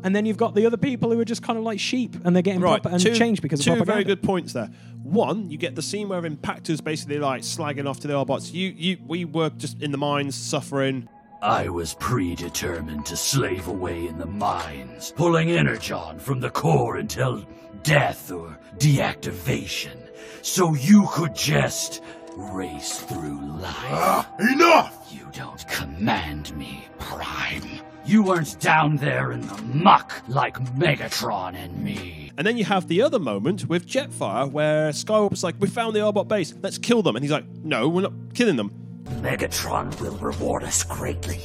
And then you've got the other people who are just kind of like sheep, and they're getting
Right,
proper and
two,
changed because
two
of propaganda.
very good points there. One, you get the scene where Impactor's basically like slagging off to the Autobots. You, you, we were just in the mines suffering.
I was predetermined to slave away in the mines, pulling energon from the core until death or deactivation, so you could just race through life.
enough!
You don't command me, Prime. You weren't down there in the muck like Megatron and me.
And then you have the other moment with Jetfire where Skywarp's like, "We found the Autobot base. Let's kill them." And he's like, "No, we're not killing them."
Megatron will reward us greatly.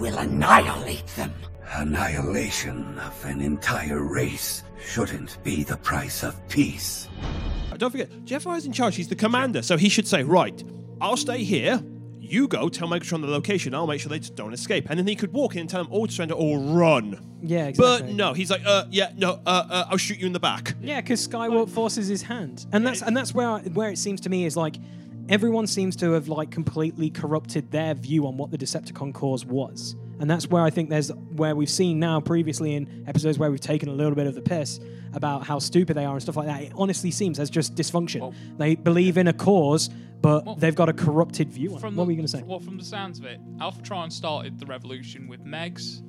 We'll annihilate them.
Annihilation of an entire race shouldn't be the price of peace.
Uh, Don't forget, Jetfire's in charge. He's the commander, so he should say, "Right, I'll stay here. You go tell Megatron the location. I'll make sure they just don't escape." And then he could walk in and tell them all to surrender or run.
yeah, exactly.
But no, he's like, "Uh, yeah, no, uh, uh, I'll shoot you in the back."
Yeah, because Skywarp forces his hand, and that's and that's where I, where it seems to me is like everyone seems to have like completely corrupted their view on what the Decepticon cause was, and that's where I think there's where we've seen now previously in episodes where we've taken a little bit of the piss about how stupid they are and stuff like that. It honestly seems there's just dysfunction. they believe in a cause, but they've got a corrupted view on it.
From
What
the-
were you going to say?
Well, from the sounds of it, Alphatron started the revolution with Megs,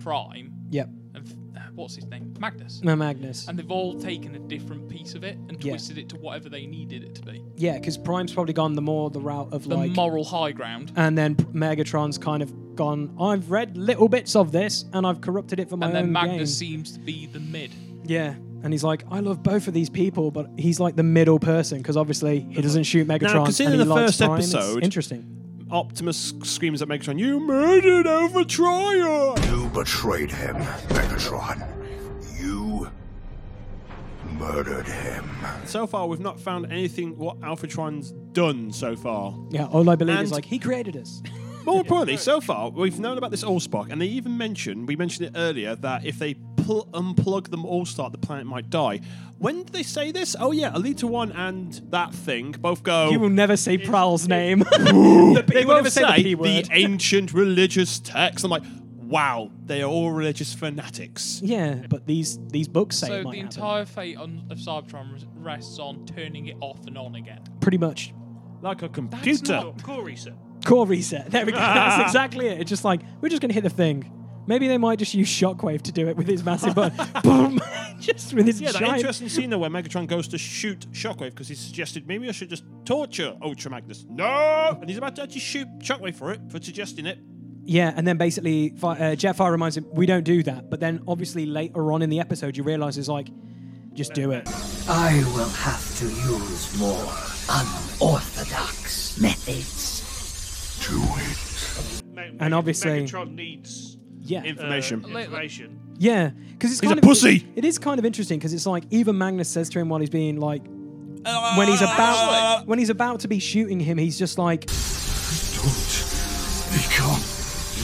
Prime,
Yep.
and th- what's his name? Magnus.
No, Magnus.
And they've all taken a different piece of it and
Yeah.
twisted it to whatever they needed it to be.
Yeah, because Prime's probably gone the more the route of
The
like
moral high ground.
and then P- Megatron's kind of gone. I've read little bits of this, and I've corrupted it for my
and
own
then Magnus
gain."
seems to be the mid.
Yeah, and he's like, I love both of these people, but he's like the middle person because obviously he doesn't shoot Megatron.
now, consider
and he
the
likes
first
Prime. It's
episode.
Interesting.
Optimus screams at Megatron, "You murdered over Troyer!"
You betrayed him, Megatron. You murdered him.
So far, we've not found anything what Alphatron's done so far.
Yeah, all I believe
And-
is like he created us.
More importantly, so far we've known about this Allspark, and they even mentioned we mentioned it earlier that if they pl- unplug them all start, the planet might die. When did they say this? Oh yeah, Alita One and that thing both go.
You will never say Prowl's name. The P-
they
you will
both
never
say
say the P
the
word.
ancient religious text. I'm like, wow, they are all religious fanatics.
Yeah, but these these books say it
So
might
the
happen.
entire fate on, of Cybertron res- rests on turning it off and on again.
Pretty much.
Like a
That's
Oh,
not what Corey said.
Core reset. There we go. That's exactly it. It's just like we're just gonna hit the thing. Maybe they might just use Shockwave to do it with his massive button. Boom! just with his
yeah, that
giant
interesting scene though where Megatron goes to shoot Shockwave because he suggested maybe I should just torture Ultra Magnus. No, and he's about to actually shoot Shockwave for it for suggesting it.
Yeah, and then basically Fi- uh, Jetfire reminds him, we don't do that. But then obviously later on in the episode, you realise it's like, just do it.
I will have to use more unorthodox methods.
And obviously-
Megatron needs uh,
yeah.
information.
information.
Yeah, because it's
He's
kind
a
of,
pussy!
it is kind of interesting because it's like even Magnus says to him while he's being like,
Ah.
when he's about when he's about to be shooting him, he's just like,
Become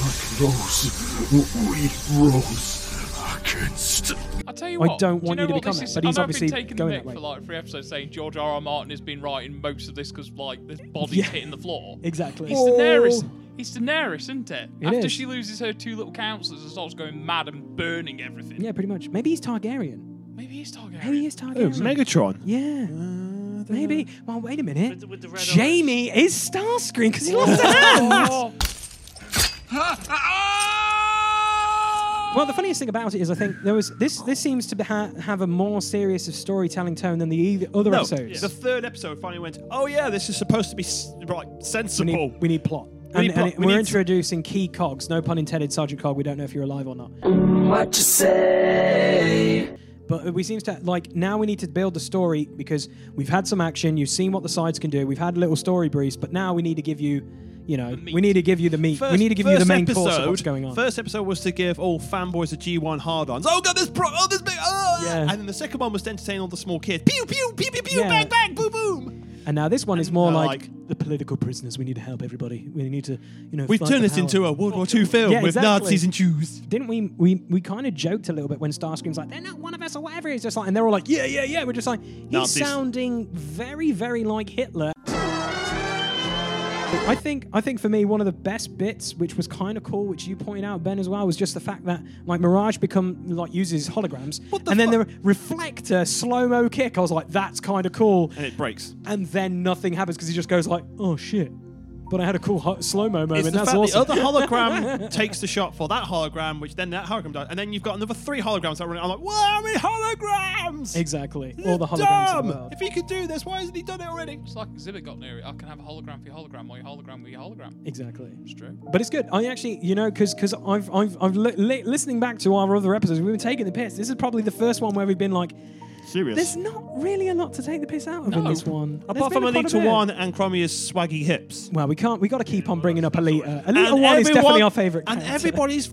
like those we rose against.
I tell you
I
what,
don't
do
want
you,
you
know
to
what
become
this
it,
is?
but
I
he's
know
obviously
I've been taking
going
the
that
mick
way.
for like three episodes saying George R. R. Martin has been writing most of this because like the body
Yeah.
hitting the floor.
Exactly. Oh.
He's Daenerys. He's Daenerys, isn't it?
It
After
is.
she loses her two little counselors and starts going mad and burning everything.
yeah, pretty much. Maybe he's Targaryen.
Maybe he's
Maybe
Targaryen.
Oh,
he's Targaryen.
Megatron.
Yeah. Maybe. Well, wait a minute.
with the red
Jamie is Starscream because he lost a
Oh,
hand. Well, the funniest thing about it is, I think there was this. This seems to be ha- have a more serious of storytelling tone than the e- other
no,
episodes.
the third episode finally went. Oh yeah, this is supposed to be s- right
we,
sensible.
need, we need plot.
We need
and, and
plot, we
we're
need-
introducing key cogs. No pun intended, Sergeant Cog. We don't know if you're alive or not.
What you say?
But we seems to like now we need to build the story because we've had some action. You've seen what the sides can do. We've had little story briefs, but now we need to give you, you know, we need to give you the meat. we need to give you the
first
main
episode,
course of what's going on.
First episode was to give all fanboys a G1 hard-ons. Oh god, this pro, oh this big, oh. And then the second one was to entertain all the small kids. Pew pew pew pew pew,
Yeah.
bang bang, boom boom.
And now this one is more
they're
like, the political prisoners. We need to help everybody. We need to, you know.
We've
fight
turned
the
this into
power.
a World War II film
Yeah,
with
exactly.
Nazis and Jews.
Didn't we? We we kind of joked a little bit when Starscream's like, "They're not one of us" or whatever. He's just like, and they're all like, "Yeah, yeah, yeah." We're just like, he's
Nazis.
sounding very, very like Hitler. I think I think for me one of the best bits, which was kind of cool, which you pointed out Ben as well, was just the fact that like Mirage become like uses holograms, and then the reflector slow mo kick. I was like, that's kind of cool.
And it breaks.
And then nothing happens because he just goes like, oh shit. But I had a cool ho- slow mo moment.
It's the
that's
fact
awesome.
the other hologram takes the shot for that hologram, which then that hologram dies, and then you've got another three holograms that run. I'm like, what? How many holograms?
Exactly. All the holograms. in the
Dumb.
world.
If he could do this, why hasn't he done it already?
It's like Exhibit got near it. I can have a hologram for your hologram or your hologram with your hologram.
Exactly.
It's true.
But it's good. I actually, you know, because because I've I've, I've li- li- listening back to our other episodes, we've been taking the piss. This is probably the first one where we've been like,
Serious.
there's not really a lot to take the piss out of in this one. There's
Apart
been
from
quite a
Elite
bit.
One and Chromia's swaggy hips.
Well, we can't. We got to keep on bringing up Alita. Alita One is definitely our favorite.
And
character.
everybody's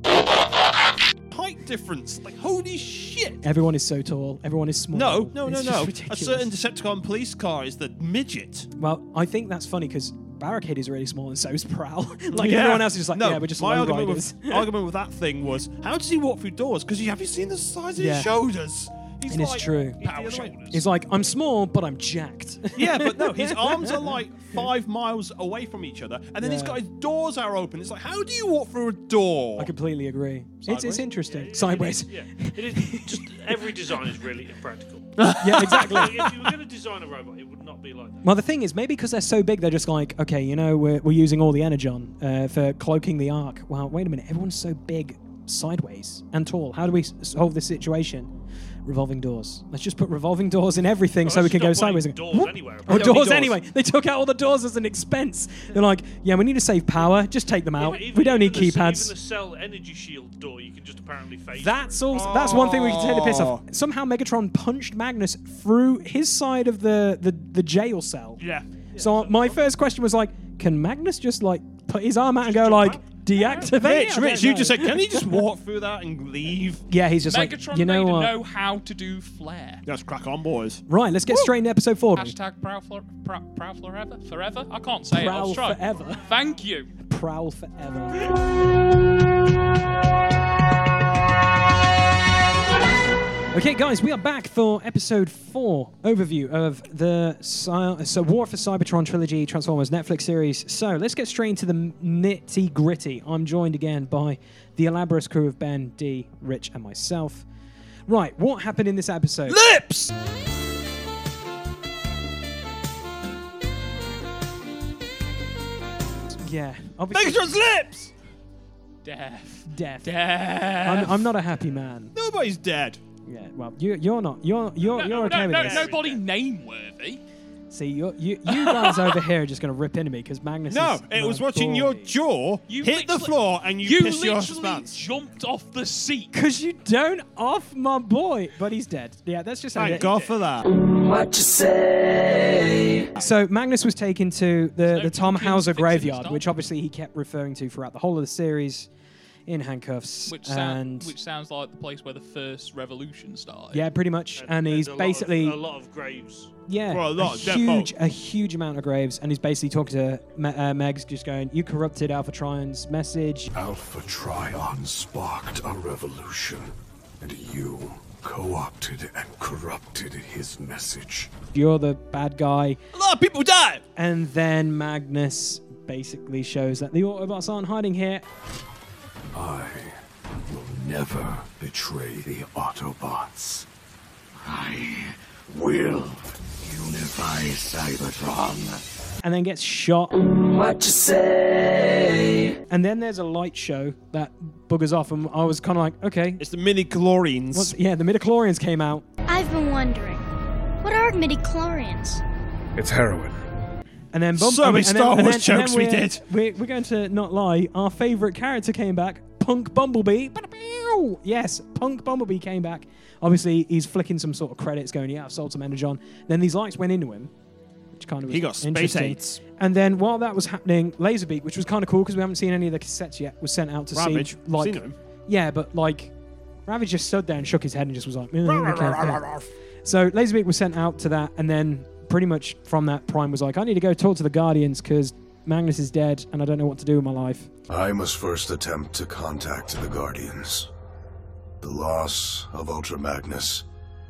height difference. Like, holy shit.
Everyone is so tall. Everyone is small.
No, no, no,
It's
no.
just
A
ridiculous.
certain Decepticon police car is the midget.
Well, I think that's funny because Barricade is really small and so is Prowl. like
Yeah.
everyone else is just like,
no,
yeah, we're just
my
low
argument
riders.
with, argument with that thing was how does he walk through doors? Because have you seen the size of
Yeah.
his shoulders? He's
and
like-
it's true.
Power shoulders.
It's like I'm small, but I'm jacked.
yeah, but no, his arms are like five miles away from each other, and then he's
Yeah.
got his doors are open. It's like, how do you walk through a door?
I completely agree. It's, it's
Sideways?
interesting. Sideways.
Yeah, it is. Just every design is really impractical.
Yeah, exactly.
Like, if you were going to design a robot, it would not be like that.
Well, the thing is, maybe because they're so big, they're just like, okay, you know, we're, we're using all the energon uh, for cloaking the arc. Wow, wait a minute, everyone's so big. sideways and tall. How do we s- solve this situation? Revolving doors. Let's just put revolving doors in everything so we can go sideways. and-
Doors anywhere.
Or doors, anyway. They took out all the doors as an expense. They're like, yeah, we need to save power. Just take them out. we don't need keypads.
Even the cell energy shield door, you can just apparently phase.
That's all. That's one thing we can take the piss off. Somehow Megatron punched Magnus through his side of the the, the jail cell.
Yeah.
So my first question was like, can Magnus just like put his arm out and go like deactivate? it? I
Rich,
don't
Rich, you
know.
just said, can he just walk through that and leave?
Yeah, he's just
Megatron
like, you know
made
what?
know how to do flare.
Let's crack on, boys.
Right, let's get straight into episode four.
Hashtag prowl, for, prow, prowl forever. Forever? I can't say it. I
Prowl
was trying.
forever.
Thank you.
Prowl forever. Okay, guys, we are back for episode four overview of the Cy- so War for Cybertron trilogy Transformers Netflix series. So let's get straight into the nitty gritty. I'm joined again by the elaborate crew of Ben, D, Rich, and myself. Right, what happened in this episode?
Lips.
Yeah, obviously.
Megatron's lips!
Death.
Death.
Death.
I'm, I'm not a happy man.
Nobody's dead.
Yeah. Well, you, you're not. You're you're
No,
you're okay
no,
with
no,
this.
nobody name worthy.
See, you're, you you guys over here are just gonna rip into me because Magnus.
No,
is
it
my
was watching
boy.
your jaw hit the floor and you,
you
pissed your
literally
pants.
jumped off the seat.
Cause you don't off my boy, but he's dead. Yeah, that's just. how
Thank
it-
God for that.
What you say? So Magnus was taken to the, the Tom Hauser graveyard, which obviously he kept referring to throughout the whole of the series, in handcuffs.
Which,
and
sound, which sounds like the place where the first revolution started.
yeah, pretty much. And, he's basically
a lot of graves.
yeah, huge a huge amount of graves, and he's basically talking to Me- uh, Megs, just going, "You corrupted Alpha Trion's message."
Alpha Trion sparked a revolution, and you co opted and corrupted his message.
You're the bad guy.
A lot of people died.
And then Magnus basically shows that the Autobots aren't hiding here.
I will never betray the Autobots. I will unify Cybertron.
and then gets shot.
What you say?
And then there's a light show that buggers off, and I was kind of like, okay.
It's the mini chlorines.
Yeah, the midichlorians came out.
I've been wondering, what are midichlorians?
It's heroin.
And then bump,
So
and
many
then-
Star
and then-
Wars
and then
jokes we
we're-
did.
We're, we're going to not lie. Our favourite character came back, Punk Bumblebee. Ba-da-pew! Yes, Punk Bumblebee came back. Obviously, he's flicking some sort of credits, going, "Yeah, I've sold some energon." Then these lights went into him, which kind of
He got space
interesting.
aids.
And then while that was happening, Laserbeak, which was kind of cool because we haven't seen any of the cassettes yet, was sent out to
Ravage,
see like,
seen him.
yeah, but like, Ravage just stood there and shook his head and just was like, "Eh, okay." so Laserbeak was sent out to that, and then pretty much from that, Prime was like, I need to go talk to the Guardians because Magnus is dead and I don't know what to do with my life.
I must first attempt to contact the Guardians. The loss of Ultra Magnus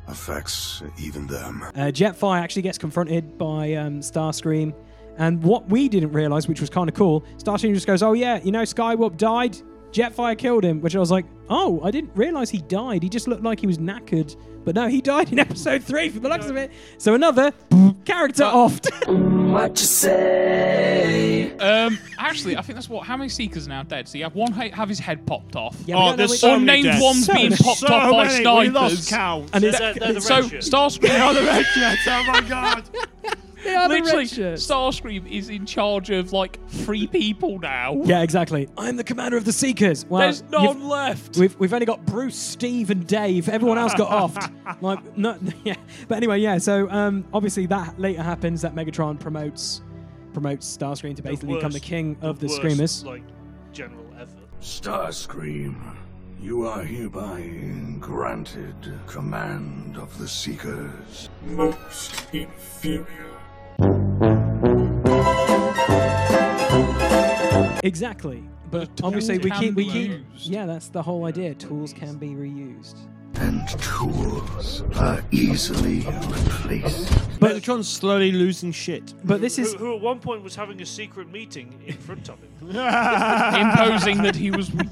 affects even them.
Uh, Jetfire actually gets confronted by um, Starscream. And what we didn't realize, which was kind of cool, Starscream just goes, Oh, yeah, you know, Skywarp died. Jetfire killed him, which I was like, Oh, I didn't realize he died. He just looked like he was knackered. But no, he died in episode three for the looks of it. So another character offed. what you say?
Um, actually, I think that's what. How many seekers are now dead? So you have one ha- have his head popped off.
Yeah, we Oh, don't know there's which- so many
unnamed
deaths.
one's
So
being
many.
popped
So
off by
many, we
snipers.
lost count. And it's- They're- they're the
so
red shirts.
Starscream.
They are the red
shirts, Oh my god!
They are
the red
Literally,
shirts.
Starscream is in charge of like three people now.
Yeah, exactly. I'm the commander of the Seekers. Well,
There's no
you've-
one left.
We've, we've only got Bruce, Steve, and Dave. Everyone else got offed. Like, no, yeah. But anyway, yeah. So um, obviously that later happens that Megatron promotes promotes Starscream to basically become the
worst-
king of the,
worst,
Screamers.
Like general ever.
Starscream, you are hereby granted command of the Seekers. Most inferior.
Exactly. But
tools
obviously we
can
keep we
be
keep yeah. That's the whole idea. Tools can be reused.
And tools are easily replaced.
But Megatron's slowly losing shit.
But this
Who, who at one point was having a secret meeting in front of him,
imposing that he was weak.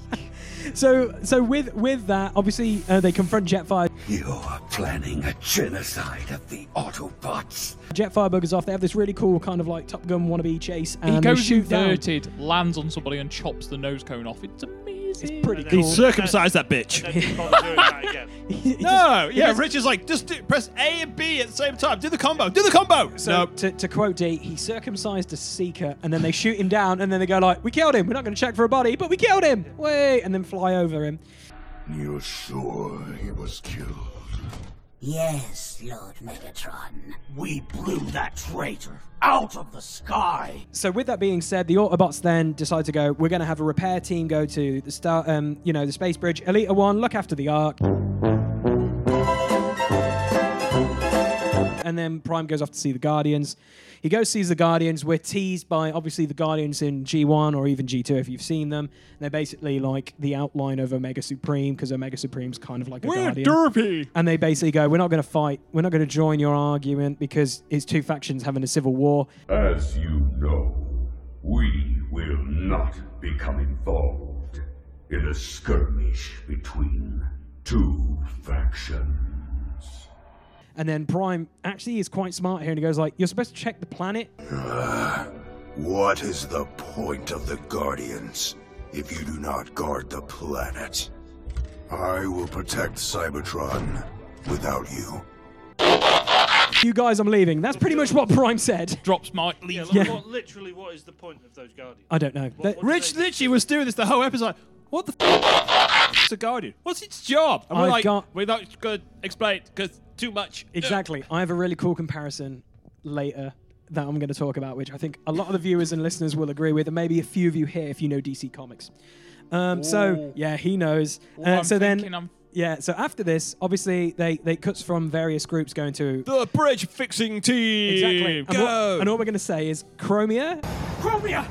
So so with with that, obviously uh, they confront Jetfire.
You are planning a genocide of the Autobots.
Jetfire buggers off. They have this really cool kind of like Top Gun wannabe chase, and
he
they
goes
shoot down.
inverted, lands on somebody, and chops the nose cone off. It's amazing.
It's pretty
He
cool.
circumcised that bitch. no, yeah, Rich is like, just do, press A and B at the same time. Do the combo. Do the combo.
So to, to quote D, he circumcised a seeker, and then they shoot him down, and then they go like, "We killed him. We're not going to check for a body, but we killed him." Way, and then fly over him.
You're sure he was killed?
Yes, Lord Megatron.
We blew that traitor out of the sky.
So with that being said, the Autobots then decide to go. We're going to have a repair team go to the star, um, you know, the space bridge. Elita One, look after the Ark. And then Prime goes off to see the Guardians. He goes sees the Guardians. We're teased by obviously the Guardians in G1 or even G2 if you've seen them. They're basically like the outline of Omega Supreme because Omega Supreme's kind of like a
We're
Guardian.
derpy.
And they basically go, "We're not going to fight. We're not going to join your argument because it's two factions having a civil war."
As you know, we will not become involved in a skirmish between two factions.
And then Prime actually is quite smart here, and he goes like, "You're supposed to check the planet."
Ah, what is the point of the Guardians if you do not guard the planet? I will protect Cybertron without you.
You guys, I'm leaving. That's pretty much what Prime said.
Drops mic.
Yeah.
leaves.
Yeah.
What, literally, what is the point of those guardians?
I don't know. That-
Rich literally was doing this the whole episode. What the f- is a guardian? What's its job? And we're
I've
like,
got-
we're not going to explain because too much.
Exactly. I have a really cool comparison later that I'm going to talk about, which I think a lot of the viewers and listeners will agree with, and maybe a few of you here if you know DC Comics. Um, so
Ooh.
yeah, he knows.
Ooh,
Uh,
I'm
so then,
thinking I'm-
yeah. So after this, obviously they they cuts from various groups going to
The bridge fixing team.
exactly. And,
Go.
What, and all we're going to say is Chromia.
Chromia.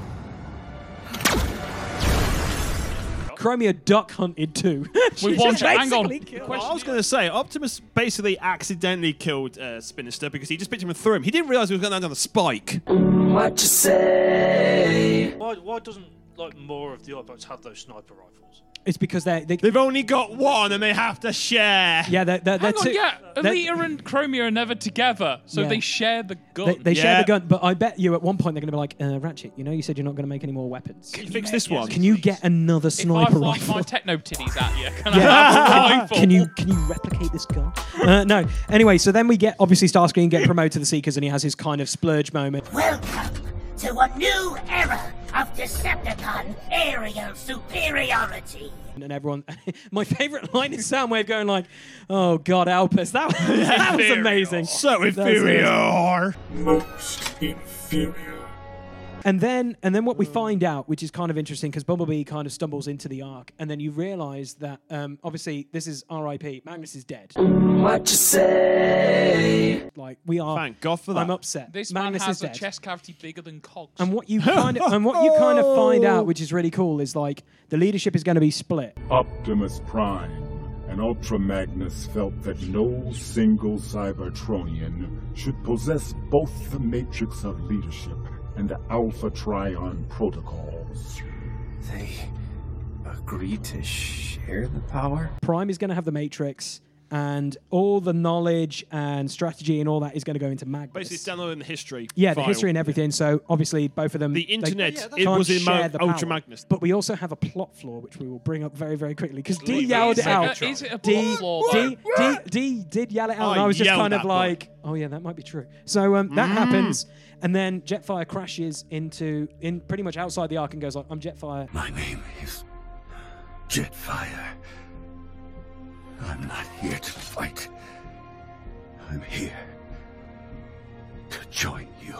Chromia duck hunted too. She basically killed-
Well, I was going to say, Optimus basically accidentally killed uh, Spinister because he just picked him and threw him. He didn't realize he was going down on the spike. What you say?
Why, why doesn't like more of the Autobots have those sniper rifles?
It's because they, they
they've only got one and they have to share.
Yeah, they're, they're, they're
Hang on,
two.
yeah,
they're-
Alita and Chromia are never together, so
Yeah.
they share the gun.
They, they share the gun, but I bet you at one point they're going to be like, uh, Ratchet, you know, you said you're not going to make any more weapons. Can
you fix this one?
Can you get another
I
sniper
fly
rifle?
my techno titties at you. Can I
Yeah.
have a
Can-
rifle?
can you can you replicate this gun? Uh, no. Anyway, so then we get obviously Starscream get promoted to the Seekers, and he has his kind of splurge moment.
Welcome to a new era of Decepticon aerial superiority.
and everyone. My favourite line is Soundwave going like, "Oh God, help us!" That was, that was amazing.
So
That was
inferior.
Most inferior.
And then, and then what
Hmm.
we find out, which is kind of interesting, because Bumblebee kind of stumbles into the Ark, and then you realise that um, obviously this is R.I.P. Magnus is dead.
What you say?
Like we are.
Thank God for that.
I'm upset.
This man
Magnus
has
is
a
dead.
chest cavity bigger than Cogs.
and what you kind of, and what you kind of find out, which is really cool, is like the leadership is going to be split.
Optimus Prime and Ultra Magnus felt that no single Cybertronian should possess both the Matrix of Leadership and the Alpha Trion protocols.
They agreed to share the power?
Prime is going to have the Matrix, and all the knowledge and strategy and all that is going to go into Magnus.
Basically, it's downloaded in the history.
Yeah,
file.
the history and everything. So obviously, both of them.
The
they
internet,
can't
it was in
share
Mag-
the
Ultra
power.
Magnus.
But we also have a plot flaw, which we will bring up very, very quickly because D
Wait,
yelled
is
it
it a-
out.
is it a
D,
plot flaw?
D, D, D did yell it out, and
I
I was just
yelled
kind of
that, boy. Mm.
like, "Oh yeah, that might be true." So um, that happens, and then Jetfire crashes into in pretty much outside the arc and goes like, "I'm Jetfire."
My name is Jetfire. I'm not here to fight. I'm here to join you.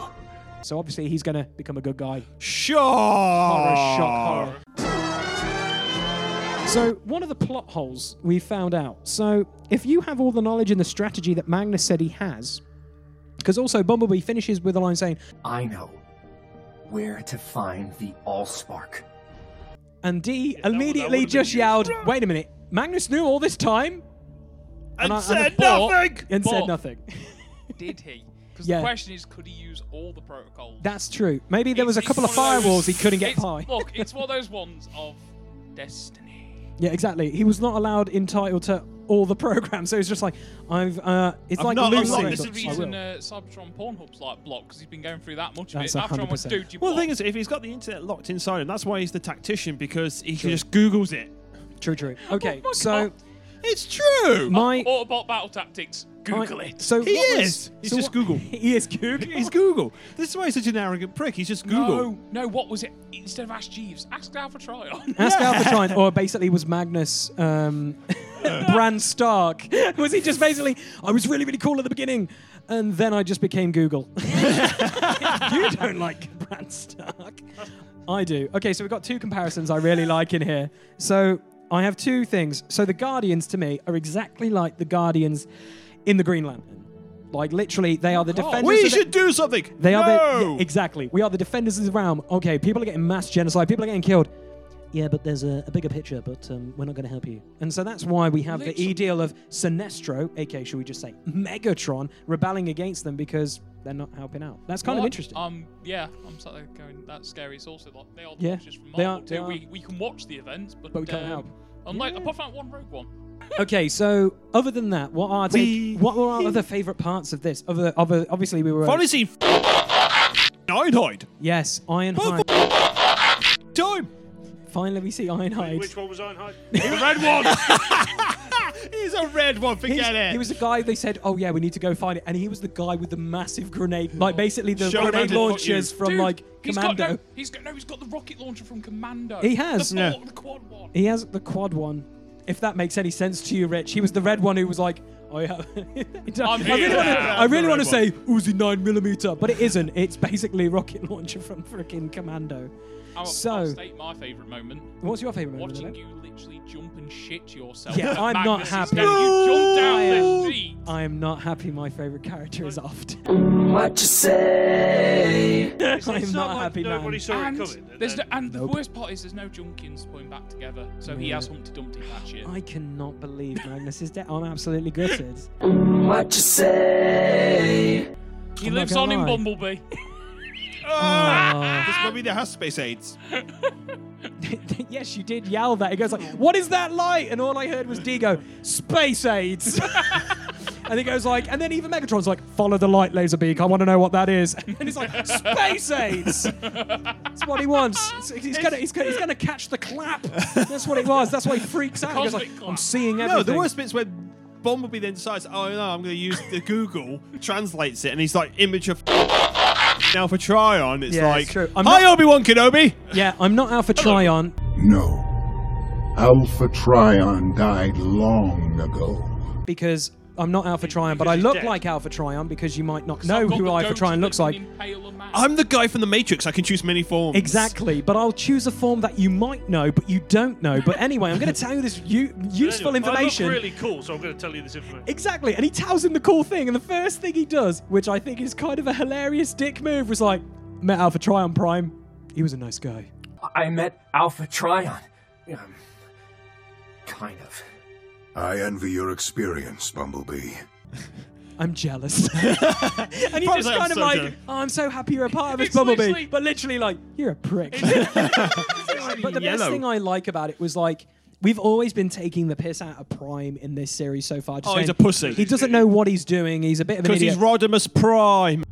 So obviously, he's going to become a good guy.
Sure.
Horror shock horror. So, one of the plot holes we found out. So, if you have all the knowledge and the strategy that Magnus said he has, because also Bumblebee finishes with a line saying,
I know where to find the Allspark.
and D immediately just yelled, wait a minute, Magnus knew all this time?
And
I- I
said
thought-
nothing!
And said
But-
nothing.
Did he? Because
Yeah.
the question is, could he use all the protocols?
That's true. Maybe there was a
It's
couple of firewalls
one those-
he couldn't get
it's-
by.
Look, it's one of those ones of destiny.
Yeah, exactly. He was not allowed entitled to all the programs. So it's just like I've. Uh, it's
I've
like
not
losing.
unlocked this
I will.
reason uh, Cybertron Pornhub's like blocked because he's been going through that much of
That's
it. And After I went,
100%.
dude, you
well, the
blocked
thing is, if he's got the internet locked inside him, that's why he's the tactician because he
True.
just Google's it.
True, true. Okay,
my
so
it's true.
My
Autobot battle tactics. Google
I-
it.
So
Oh, He
what was-
is. He's
so
just
what-
Google.
He is Google.
He's Google. This is why he's such an arrogant prick. He's just Google.
No, no. What was it? Instead of Ask Jeeves, ask Alpha Trion.
Ask Alphatron, or basically was Magnus um, Bran Stark? Was he just basically? I was really, really cool at the beginning, and then I just became Google. you don't like Bran Stark. I do. Okay, so we've got two comparisons I really like in here. So I have two things. So the Guardians to me are exactly like the Guardians in the Green Lantern. Like literally, they are the defenders.
Oh, we
of the-
should do something.
they
no!
are the yeah, exactly. We are the defenders of the realm. Okay, people are getting mass genocide. People are getting killed. Yeah, but there's a, a bigger picture. But um, we're not going to help you. And so that's why we have the Literally. ideal of Sinestro, aka should we just say Megatron, rebelling against them because they're not helping out. That's kind of
What?
interesting.
Um, yeah, I'm sat there going, that's scary. It's also like they are the
Yeah,
watchers from
they
Marvel
are-
too.
they are.
We, we can watch the events, but,
But we can't
um,
help.
Unlike apart from that one Rogue One.
okay, so other than that, what are take, what were our other favourite parts of this? Other, other, obviously we were.
Finally seen Ironhide.
Yes, Ironhide.
Time.
Finally, we see Ironhide.
Which one was Ironhide? the red one.
He's a red one. Forget
He's-
it.
He was the guy they said, "Oh yeah, we need to go find it," and he was the guy with the massive grenade, like basically the
Show him how
grenade
to fuck
launchers
you.
from
Dude,
like
he's
Commando.
Got, no, he's got no. He's got the rocket launcher from Commando.
He has.
The,
Yeah.
full- the quad one.
He has the quad one. If that makes any sense to you, Rich, he was the red one who was like, "Oh yeah." I
here.
really want to.
Yeah,
I really
the
want to say
red
Uzi nine millimeter, but it isn't. It's basically a rocket launcher from freaking Commando.
I'll, I'll
so,
state my favourite moment.
what's your favorite moment?
Watching
Lilo?
you literally jump and shit yourself.
Yeah,
at
I'm not
Magnus's
happy.
death. You jump down
No.
the street.
I am not happy. My favorite character is Oft.
What
you say?
It's-
I am
it's
not
like
happy. man.
nobody saw it
and
coming, and
There's no,
then-
and
Nope.
the worst part is there's no Junkins putting back together, so he
Yeah.
has Humpty Dumpty that shit.
I cannot believe Magnus is dead. I'm absolutely gutted.
What you say? He
I'm not
lives
gonna
on in
lie.
Bumblebee.
Oh, Uh,
This might be the house space aids.
yes, you did yell that. It goes like, "What is that light?" And all I heard was D go, "Space AIDS." and he goes like, and then even Megatron's like, "Follow the light, laser beak. I want to know what that is." And he's like, "Space AIDS." That's what he wants. It's- He's gonna, he's gonna, he's gonna catch the clap. That's what it was. That's why he freaks out. He goes like,
Cosmic
"I'm seeing everything."
No, the worst bit's when Bumblebee then decides, oh no, I'm going to use the Google, translates it, and he's like, image of now for Tryon. It's
Yeah,
like,
it's true. I'm
hi
not-
Obi Wan Kenobi.
Yeah, I'm not Alpha Tryon.
No. Alpha Trion died long ago.
because I'm not Alpha Trion, but I look like Alpha Trion because you might not know who Alpha Trion looks like.
I'm the guy from the Matrix. I can choose many forms.
Exactly, but I'll choose a form that you might know, but you don't know. But anyway, I'm going to tell you this u- useful
Anyway,
information.
I look really cool, so I'm going to tell you this information.
Exactly, and he tells him the cool thing, and the first thing he does, which I think is kind of a hilarious dick move, was like, met Alpha Trion Prime. He was a nice guy.
I met Alpha Trion. Um, kind of.
I envy your experience, Bumblebee.
I'm jealous. and he's just
like,
kind of
"I'm so
like,
jealous."
oh, I'm so happy you're a part of us,
It's
Bumblebee.
literally-
But literally, like, you're a prick. but the best
yellow.
thing I like about it was like, we've always been taking the piss out of Prime in this series so far. just
Oh, he's
saying,
a pussy.
He doesn't know what he's doing. He's a bit of an
Because
idiot.
he's Rodimus Prime.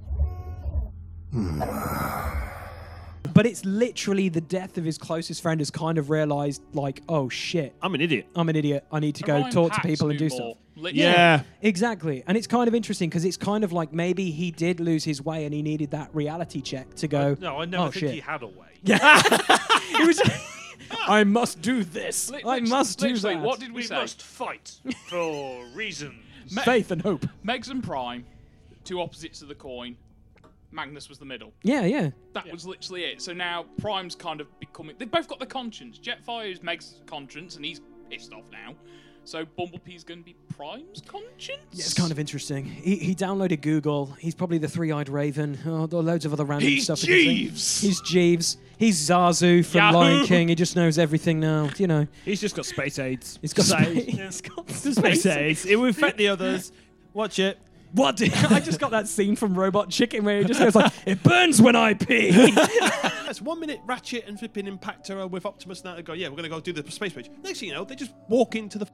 But it's literally the death of his closest friend has kind of realized, like, oh shit,
I'm an idiot.
I'm an idiot. I need to go
Orion
talk to
Pax
people and
knew
do
more,
stuff.
literally.
Yeah.
exactly. And it's kind of interesting because it's kind of like maybe he did lose his way and he needed that reality check to go.
No, I never
oh,
think
shit.
he had a way.
Yeah. It was. I must do this. I must do
literally,
that.
What did we,
We
say?
must fight for reasons.
Faith and hope.
Megs and Prime, two opposites of the coin. Magnus was the middle.
Yeah, yeah.
That was literally it. So now Prime's kind of becoming. They've both got the conscience. Jetfire is Meg's conscience, and he's pissed off now. So Bumblebee's going to be Prime's conscience.
Yeah, it's kind of interesting. He, he downloaded Google. He's probably the three-eyed raven. Oh, there are loads of other random
He's
stuff. he can think.
Jeeves!
He's Jeeves. He's Zazu from
Yahoo!
Lion King. He just knows everything now. You know.
He's just got space aids.
He's got
Space-
space-
yeah.
he's got
space aids. It will affect the others. Watch it.
What? did- I just got that scene from Robot Chicken where he just goes like, "It burns when I pee."
That's one minute Ratchet and flipping Impactor are with Optimus and that. They go, yeah, we're going to go do the space bridge. Next thing you know, they just walk into the.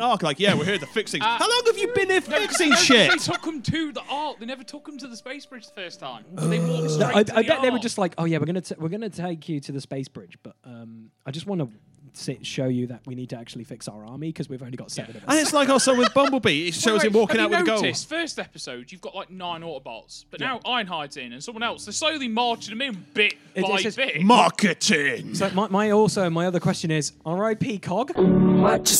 Ark, like, yeah, we're here to fix things. How long have you been here fixing
Ah. no, They
shit?
took them to the ark. They never took them to the space bridge the first time. They walked
No,
straight
Uh, I,
to
I
the
bet they were
ark.
just like, "Oh yeah, we're gonna t- we're gonna take you to the space bridge, but um, I just want to show you that we need to actually fix our army because we've only got seven of us."
And it's like also with Bumblebee, it shows him walking
Have
out with a
you
goal.
noticed, first episode, you've got like nine Autobots, but now Ironhide's in and someone else. They're slowly marching them in bit
It-
by
it's just-
bit.
Marketing.
So my, my also my other question is, R.I.P. Cog.
What you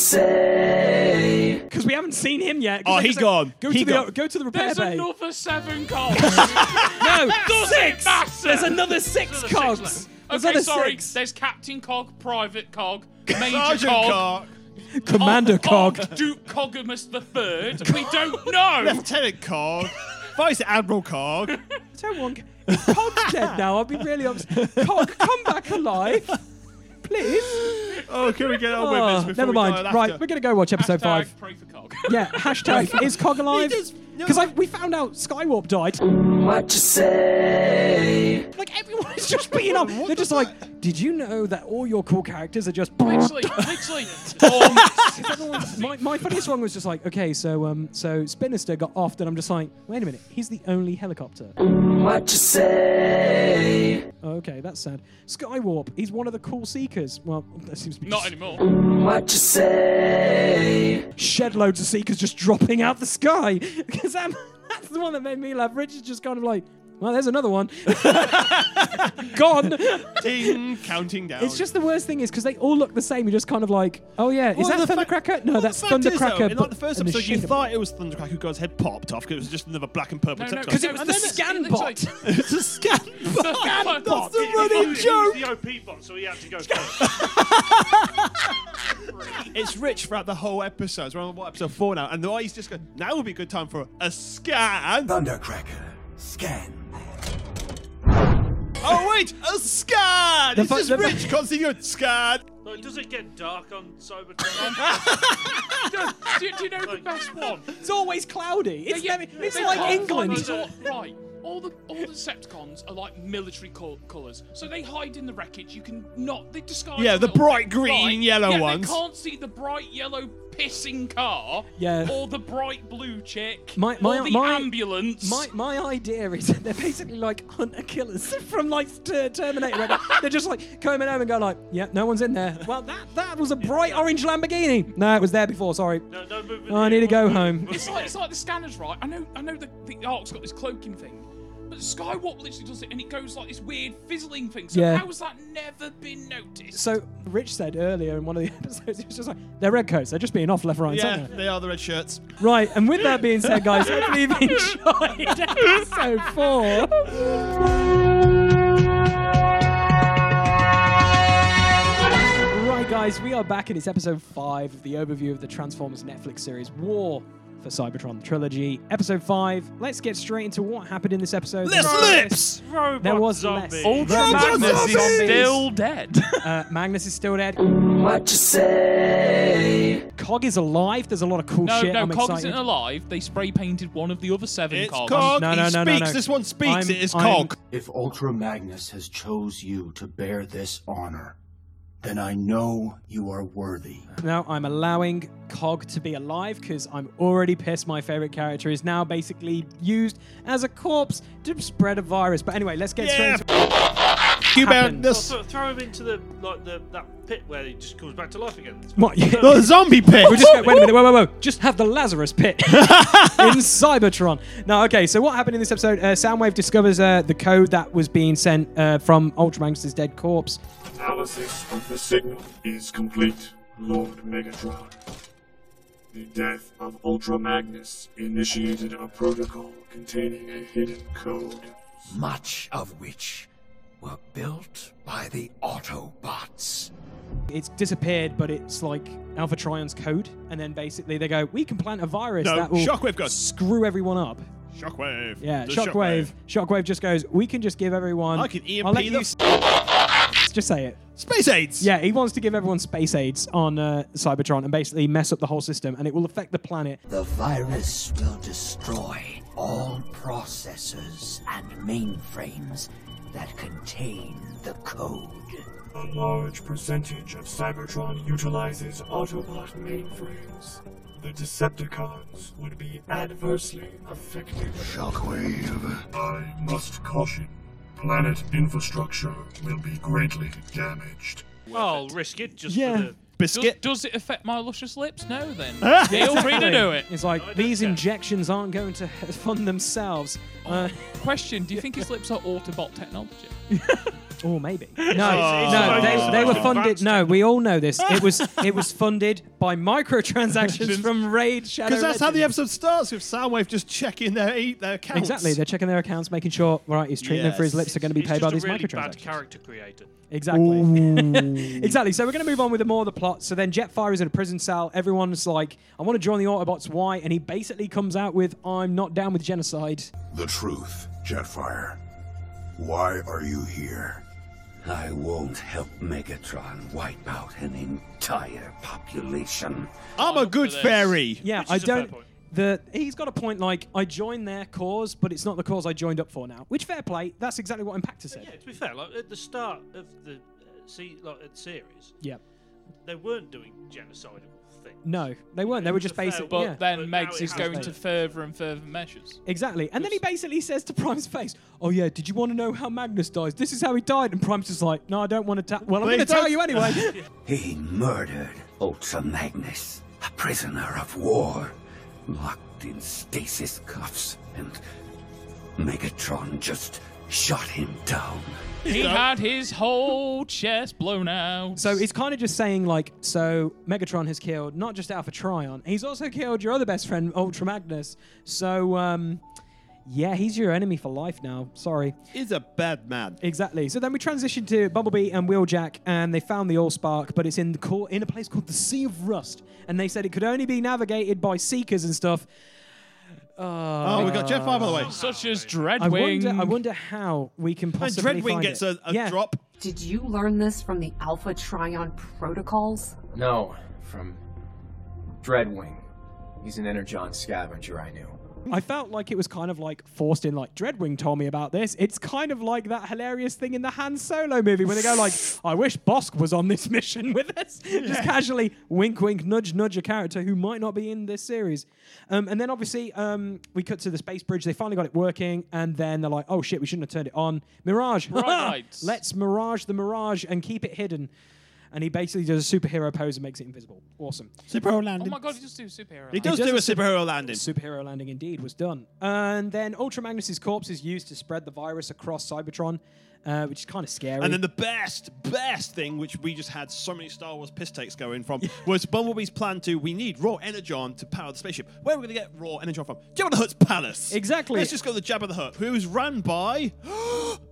say?
Because we haven't seen him yet.
Oh, he
he's
gone.
Go
He
to the
gone.
go to the repair
There's
bay.
another seven cars.
no,
Does
six.
It matter?
There's another six
There's
cogs.
left.
There's
okay,
another
sorry.
six.
There's Captain Cog, Private Cog, Major
Sergeant
Cog,
Commander Cog.
Duke Cogimus the Third. We don't know.
Lieutenant Cog. Vice Admiral Cog.
So one. if Cog's dead now. I'd be really upset. Cog, come back alive, please.
Oh, can we get on with
Oh,
this before
never
we die
mind.
of
Right,
laughter?
we're gonna go watch episode
Hashtag
five.
Pray for Cog.
Yeah, hashtag is Cog alive?
He does- no,
Because we found out Skywarp died.
What you say?
Like everyone's just beating up. They're just like, did you know that all your cool characters are just?
Literally, literally.
Oh,
Um,
my, my funniest one was just like, okay, so um, so Spinister got off, and I'm just like, wait a minute, he's the only helicopter.
What you say?
Okay, that's sad. Skywarp, he's one of the cool seekers. Well, that seems to be
Not
just-
anymore.
What you say? Shed loads of seekers just dropping out the sky. Because that's the one that made me laugh. Richard's just kind of like, well, there's another one. Gone.
Ding, counting down.
It's just the worst thing is because they all look the same. You're just kind of like, oh yeah, is
Well,
that
the fact-
Thundercracker? no,
well,
that's
the fact is, though,
Thundercracker.
in like
but
the first
a
episode, you
machine gun.
thought it was Thundercracker who got his head popped off because it was just another black and purple
No, no,
Tecton.
Because it was the scan bot.
It's a scan
bot.
That's the
He
running
was
joke.
the OP bot, so he had to go first.
It's rich throughout the whole episode. We're on what, episode four now, and the he's just going. Now would be a good time for a scan.
Thundercracker, scan.
Oh wait, a scan.
The
it's
fu-
just
the fu-
rich constantly going scan.
Like, does it get dark on Cybertron?
do, do you know the best one?
It's always cloudy. It's,
Yeah,
never- it's
they
like
can't
England.
find us all- right. All the all the Decepticons are like military col- colours, so they hide in the wreckage. You can not they disguise.
Yeah,
a
the
little
bright
bit.
green
Right.
and yellow
yeah,
ones.
They can't see the bright yellow pissing car.
Yeah.
Or the bright blue chick.
My- my-
or the
my-
ambulance.
My, my idea is that they're basically like hunter killers from like Ter- Terminator. right? they're just like coming home and go like, yeah, no one's in there. Well, that that was a bright orange Lamborghini. No, it was there before. Sorry. Oh, I need to go home.
it's like it's like the scanners, right? I know I know the the Ark's got this cloaking thing, but Skywarp literally does it, and it goes like this weird fizzling thing. So
Yeah.
how has that never been noticed?
So Rich said earlier in one of the episodes, he was just like, they're red coats. They're just being off left, right, and
Yeah,
centre.
they are the red shirts.
Right, and with that being said, guys, hopefully you've enjoyed episode four. Right, guys, we are back, and it's episode five of the overview of the Transformers Netflix series War for Cybertron trilogy. Episode five. Let's get straight into what happened in this episode.
Less
There was-
lips!
Robot
There was
zombies.
less.
Ultra Robot Magnus is zombies! still
dead. uh, Magnus is still dead. What you say? Cog is alive. There's a lot of cool
No,
shit.
no,
I'm
Cog
excited.
isn't alive. They spray painted one of the other seven
It's
Cogs.
Cog.
No,
he
no, no, no,
speaks.
no.
This one speaks.
I'm-
it is
I'm-
Cog.
If Ultra Magnus has chose you to bear this honor, then I know you are worthy.
Now I'm allowing Cog to be alive because I'm already pissed. My favorite character is now basically used as a corpse to spread a virus. But anyway, let's get
Yeah.
straight into
You
happened.
about this?
Throw, throw him into the like the that pit where he just comes back to life again.
What? Yeah.
The zombie pit.
We'll just go, wait a minute, whoa, whoa, whoa. Just have the Lazarus pit in Cybertron. No, okay, so what happened in this episode? Uh, Soundwave discovers uh, the code that was being sent uh, from Ultramagnus' dead corpse.
Analysis of the signal is complete, Lord Megatron. The death of Ultra Magnus initiated a protocol containing a hidden code.
Much of which were built by the Autobots.
It's disappeared, but it's like Alpha Trion's code. And then basically they go, we can plant a virus
No,
that will
Shockwave goes.
screw everyone up.
Shockwave.
Yeah,
The
Shockwave. Shockwave. just goes, we can just give everyone.
I can EMP
I'll let you
the-
s- just say it.
Space AIDS.
Yeah, he wants to give everyone space aids on uh, Cybertron and basically mess up the whole system, and it will affect the planet.
The virus will destroy all processors and mainframes that contain the code.
A large percentage of Cybertron utilizes Autobot mainframes. The Decepticons would be adversely affected. Shockwave. I must caution. Planet infrastructure will be greatly damaged.
I'll risk it just
Yeah.
for the
Biscuit.
Does, it affect my luscious lips? No, then. Feel free
Exactly.
to do it.
It's like these injections aren't going to fund themselves. Uh,
Question Do you think his lips are Autobot technology?
Oh,
or maybe no,
it's
no.
supposed-
They,
it's
they were
supposed to
funded. No, we all know this. It was it was funded by microtransactions from Raid Shadow.
Because that's how the
Legends.
episode starts with Soundwave just checking their eat their accounts.
Exactly, they're checking their accounts, making sure right his treatment for his
Yes.
lips are going to be
He's
paid by
just a
these
really
microtransactions.
bad character creator.
Exactly. exactly. So we're going to move on with the more of the plot. So then Jetfire is in a prison cell. Everyone's like, I want to join the Autobots. Why? And he basically comes out with, I'm not down with genocide.
The truth, Jetfire. Why are you here?
I won't help Megatron wipe out an entire population.
I'm a good fairy.
Yeah, I don't. The, he's got a point. Like I joined their cause, but it's not the cause I joined up for now. Which fair play. That's exactly what Impactor said.
To be fair, like at the start of the uh, see, like at the series,
Yeah.
they weren't doing genocidal things.
No, they weren't. They were just basic.
But
yeah.
then Megs
it has
is going
been.
to further and further measures.
Exactly. And then he basically says to Prime's face, Oh, yeah, did you want to know how Magnus dies? This is how he died. And Prime's just like, No, I don't want to tell. Well, I'm
Please
going to tell
don't."
you anyway.
He murdered Ultra Magnus, a prisoner of war, locked in stasis cuffs, and Megatron just shot him down.
He had his whole chest blown out.
So it's kind of just saying like, so Megatron has killed not just Alpha Trion, he's also killed your other best friend Ultra Magnus. So um, yeah, he's your enemy for life now. Sorry.
He's a bad man.
Exactly. So then we transitioned to Bumblebee and Wheeljack, and they found the Allspark, but it's in the core, in a place called the Sea of Rust, and they said it could only be navigated by Seekers and stuff. Uh,
Oh, we got Jeff Fire, by the way.
Such as
I wonder, I wonder how we can possibly find it. Yeah.
drop.
Did you learn this from the Alpha Trion protocols?
No, from Dreadwing. He's an Energon scavenger I knew.
I felt like it was kind of like forced in. Like Dreadwing told me about this. It's kind of like that hilarious thing in the Han Solo movie where they go like, "I wish Bosk was on this mission with us," just casually wink, wink, nudge, nudge a character who might not be in this series. Um, and then obviously um, we cut to the space bridge. They finally got it working, and then they're like, "Oh shit, we shouldn't have turned it on." Mirage,
Bright lights.
let's mirage the mirage and keep it hidden. And he basically does a superhero pose and makes it invisible. Awesome.
Superhero
Oh my god, he just do superhero.
He
land.
does He does do a a super-
Superhero landing.
Superhero landing indeed was done. And then Ultra Magnus' corpse is used to spread the virus across Cybertron, uh, which is kind of scary.
And then the best, best thing, which we just had so many Star Wars piss takes going from, was Bumblebee's plan to we need raw energon to power the spaceship. Where are we going to get raw energon from? Jabba the Hutt's palace.
Exactly.
Let's just go to Jabba the Hutt, who is run by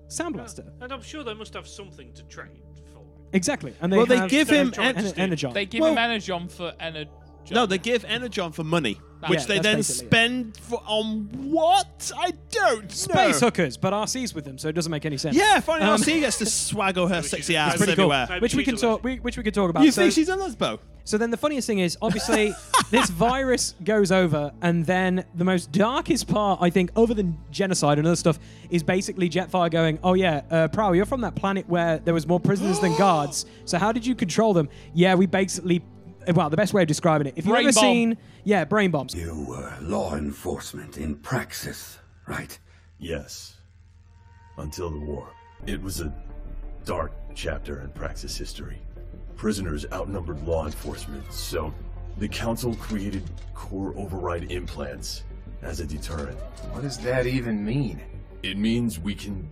Sound Blaster.
And I'm sure they must have something to trade for.
Exactly. And they
Well, they
have-
give him
Energon.
en-
Energon.
They give him energon for energy.
No, they give energon for money,
Nah.
which
Yeah,
they
that's
then
Ah, basically it.
spend for, on what? I don't know.
Space hookers, but RC's with them, so it doesn't make any sense.
Yeah, finally,
Um,
um, RC gets to swaggle her sexy ass
It's pretty cool,
everywhere.
which we can talk. We, which we could talk about.
You
So-
think she's a lesbo?
So then the funniest thing is, obviously, this virus goes over, and then the most darkest part, I think, other than genocide and other stuff, is basically Jetfire going, "Oh yeah, uh, Prow, you're from that planet where there was more prisoners than guards. So how did you control them? Yeah, we basically." Well, the best way of describing it. If you've
Brain
ever
bomb.
seen, yeah, brain bombs.
You were law enforcement in Praxis, right?
Yes. Until the war. It was a dark chapter in Praxis history. Prisoners outnumbered law enforcement, so the Council created core override implants as a deterrent.
What does that even mean?
It means we can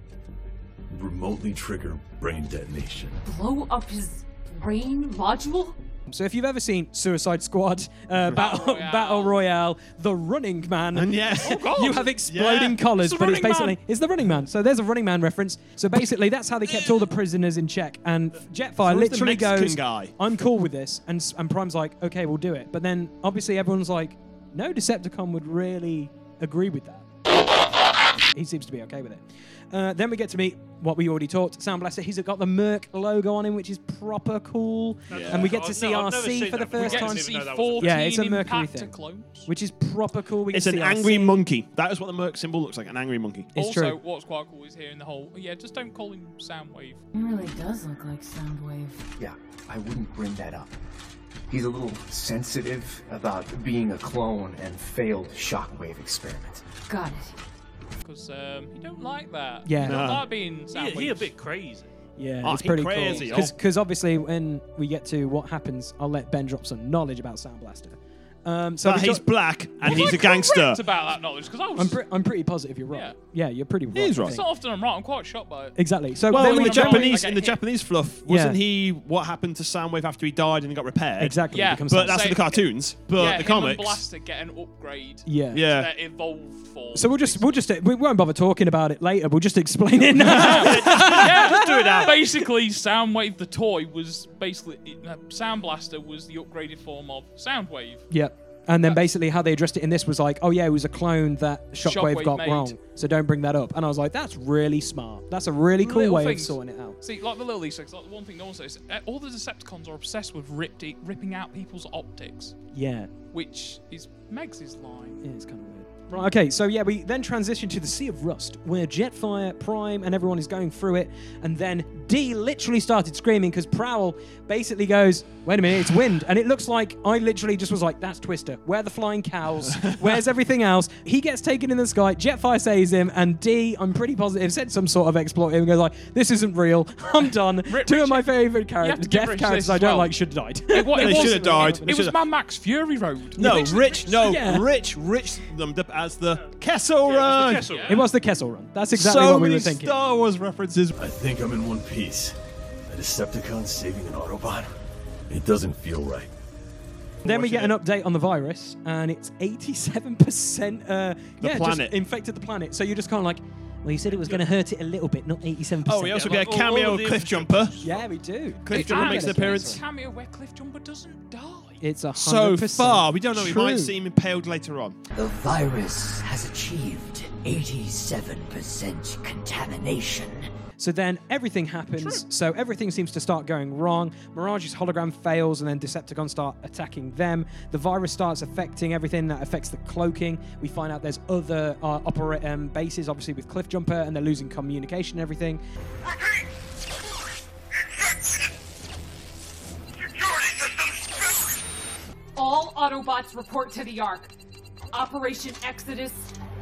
remotely trigger brain detonation.
Blow up his brain module?
So if you've ever seen Suicide Squad, uh, Battle, Battle Royale, The Running Man,
And yes. Oh, God.
you have exploding
Yeah.
collars,
It's The
but it's
Running Man.
basically it's The Running Man. So there's a Running Man reference. So basically that's how they kept all the prisoners in check. And Jetfire
So who's the
literally
Mexican
goes,
guy?
"I'm cool with this," and s- and Prime's like, "Okay, we'll do it." But then obviously everyone's like, "No Decepticon would really agree with that." he seems to be okay with it. Uh, then we get to meet what we already talked, Sound Blaster. He's got the Merc logo on him, which is proper cool.
That's
And we
cool.
get to
I've
see
no- I've never
RC
seen
for the
that before.
first
We get
time.
to see C14
yeah, it's a Mercury
impactor
thing,
clones.
which is proper cool. We
It's
get to
an
see
angry
RC.
monkey. That is what the Merc symbol looks like, an angry monkey.
also, what's quite cool is hearing the whole, yeah, just don't call him Soundwave.
He really does look like Soundwave.
Yeah, I wouldn't bring that up. He's a little sensitive about being a clone and failed shockwave experiment.
Got it.
Because um, you don't like that.
Yeah.
You don't
No.
like being Soundwave.
He a bit crazy.
Yeah,
Oh,
it's
he
pretty
crazy,
cool.
oh.
Because obviously, when we get to what happens, I'll let Ben drop some knowledge about Sound Blaster. Um, so
But
we
he's
talk-
black and he's a gangster.
about that knowledge because I was.
I'm, pre- I'm pretty positive you're right. Yeah, you're pretty right. I
It's
think.
not often I'm right. I'm quite shocked by it.
Exactly. So
well,
then
in
we
the
get-
Japanese,
I
in
get
the
hit.
Japanese fluff,
Yeah.
wasn't he what happened to Soundwave after he died and he got repaired?
Exactly,
Yeah. becomes
but that's
Soundwave.
in the cartoons. But
yeah,
uh, the
him and
comics,
Blaster get an upgrade.
Yeah.
to
Yeah.
Their evolved form.
So we'll just we'll just we won't bother talking about it later. We'll just explain it now.
yeah, just do it now. Basically, Soundwave the toy was basically it, uh, Sound Blaster was the upgraded form of Soundwave.
yep. And then basically how they addressed it in this was like, oh yeah, it was a clone that Shockwave,
Shockwave
got
made.
wrong, so don't bring that up. And I was like, that's really smart. That's a really cool
Little
way
things.
of sorting it out.
See, like the little Easter eggs, like the one thing also is uh, all the Decepticons are obsessed with ripped, ripping out people's optics,
Yeah.
which is Megs' line.
Yeah, it's kind of weird. Right, okay, so yeah, we then transition to the Sea of Rust, where Jetfire, Prime, and everyone is going through it, and then D literally started screaming because Prowl basically goes, Wait a minute, it's wind. And it looks like I literally just was like, That's Twister. Where are the flying cows? Where's everything else? He gets taken in the sky, Jetfire saves him, and D, I'm pretty positive, said some sort of exploit and goes like, This isn't real. I'm done. Two of my favourite characters,
to give
death
Rich
characters
this
I
as
don't
well.
like, should have died.
It, wa- it
They
wasn't-
should have died.
It,
They
it was
should've-
Mad Max Fury Road.
no,
Rich-
Rich, no,
Yeah.
Rich, Rich them up as the Kessel Run.
It was the Kessel Run. That's exactly
so
what we
many
were thinking.
Star Wars references.
I think I'm in one piece. A Decepticon saving an Autobot? It doesn't feel right.
Then we get an update on the virus, and it's 87% uh,
The
yeah,
planet.
Just infected the planet. So you're just kind of like, well, you said it was going to hurt it a little bit, not 87%.
Oh, we also get a cameo Cliffjumper.
Yeah, we do.
Cliff Jumper makes an appearance.
Cameo where Cliffjumper doesn't die.
It's a
So far, we don't know. He
true.
might seem impaled later on.
The virus has achieved 87% contamination.
So then everything happens. So everything seems to start going wrong. Mirage's hologram fails, and then Decepticons start attacking them. The virus starts affecting everything that affects the cloaking. We find out there's other uh, opera- um, bases, obviously, with Cliffjumper, and they're losing communication and everything.
All Autobots report to the Ark. Operation Exodus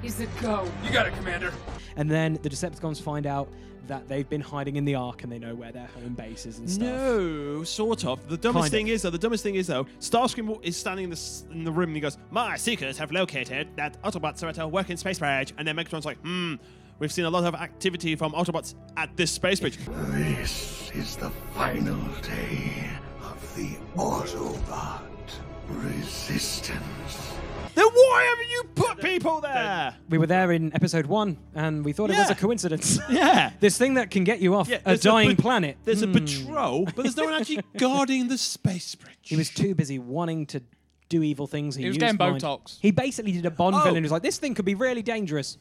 is a go.
You got it, Commander.
And then the Decepticons find out that they've been hiding in the Ark and they know where their home base is and stuff.
No, sort of. The dumbest
Kind
thing is though. The dumbest thing is though. Starscream wa- is standing in the, s- in the room and he goes, "My seekers have located that Autobots are at a working space bridge." And then Megatron's like, "Hmm, we've seen a lot of activity from Autobots at this space bridge."
This is the final day of the Autobot Resistance.
Then why haven't you put people there?
We were there in episode one and we thought it was
Yeah.
a coincidence.
Yeah.
this thing that can get you off
Yeah,
a
there's a
dying
pat-
planet.
There's
Hmm.
a patrol, but there's no one actually guarding the space bridge. He
was too busy wanting to do evil things. He,
He was
used
getting
mind.
Botox.
He basically did a Bond
Oh.
villain. He was like, this thing could be really dangerous.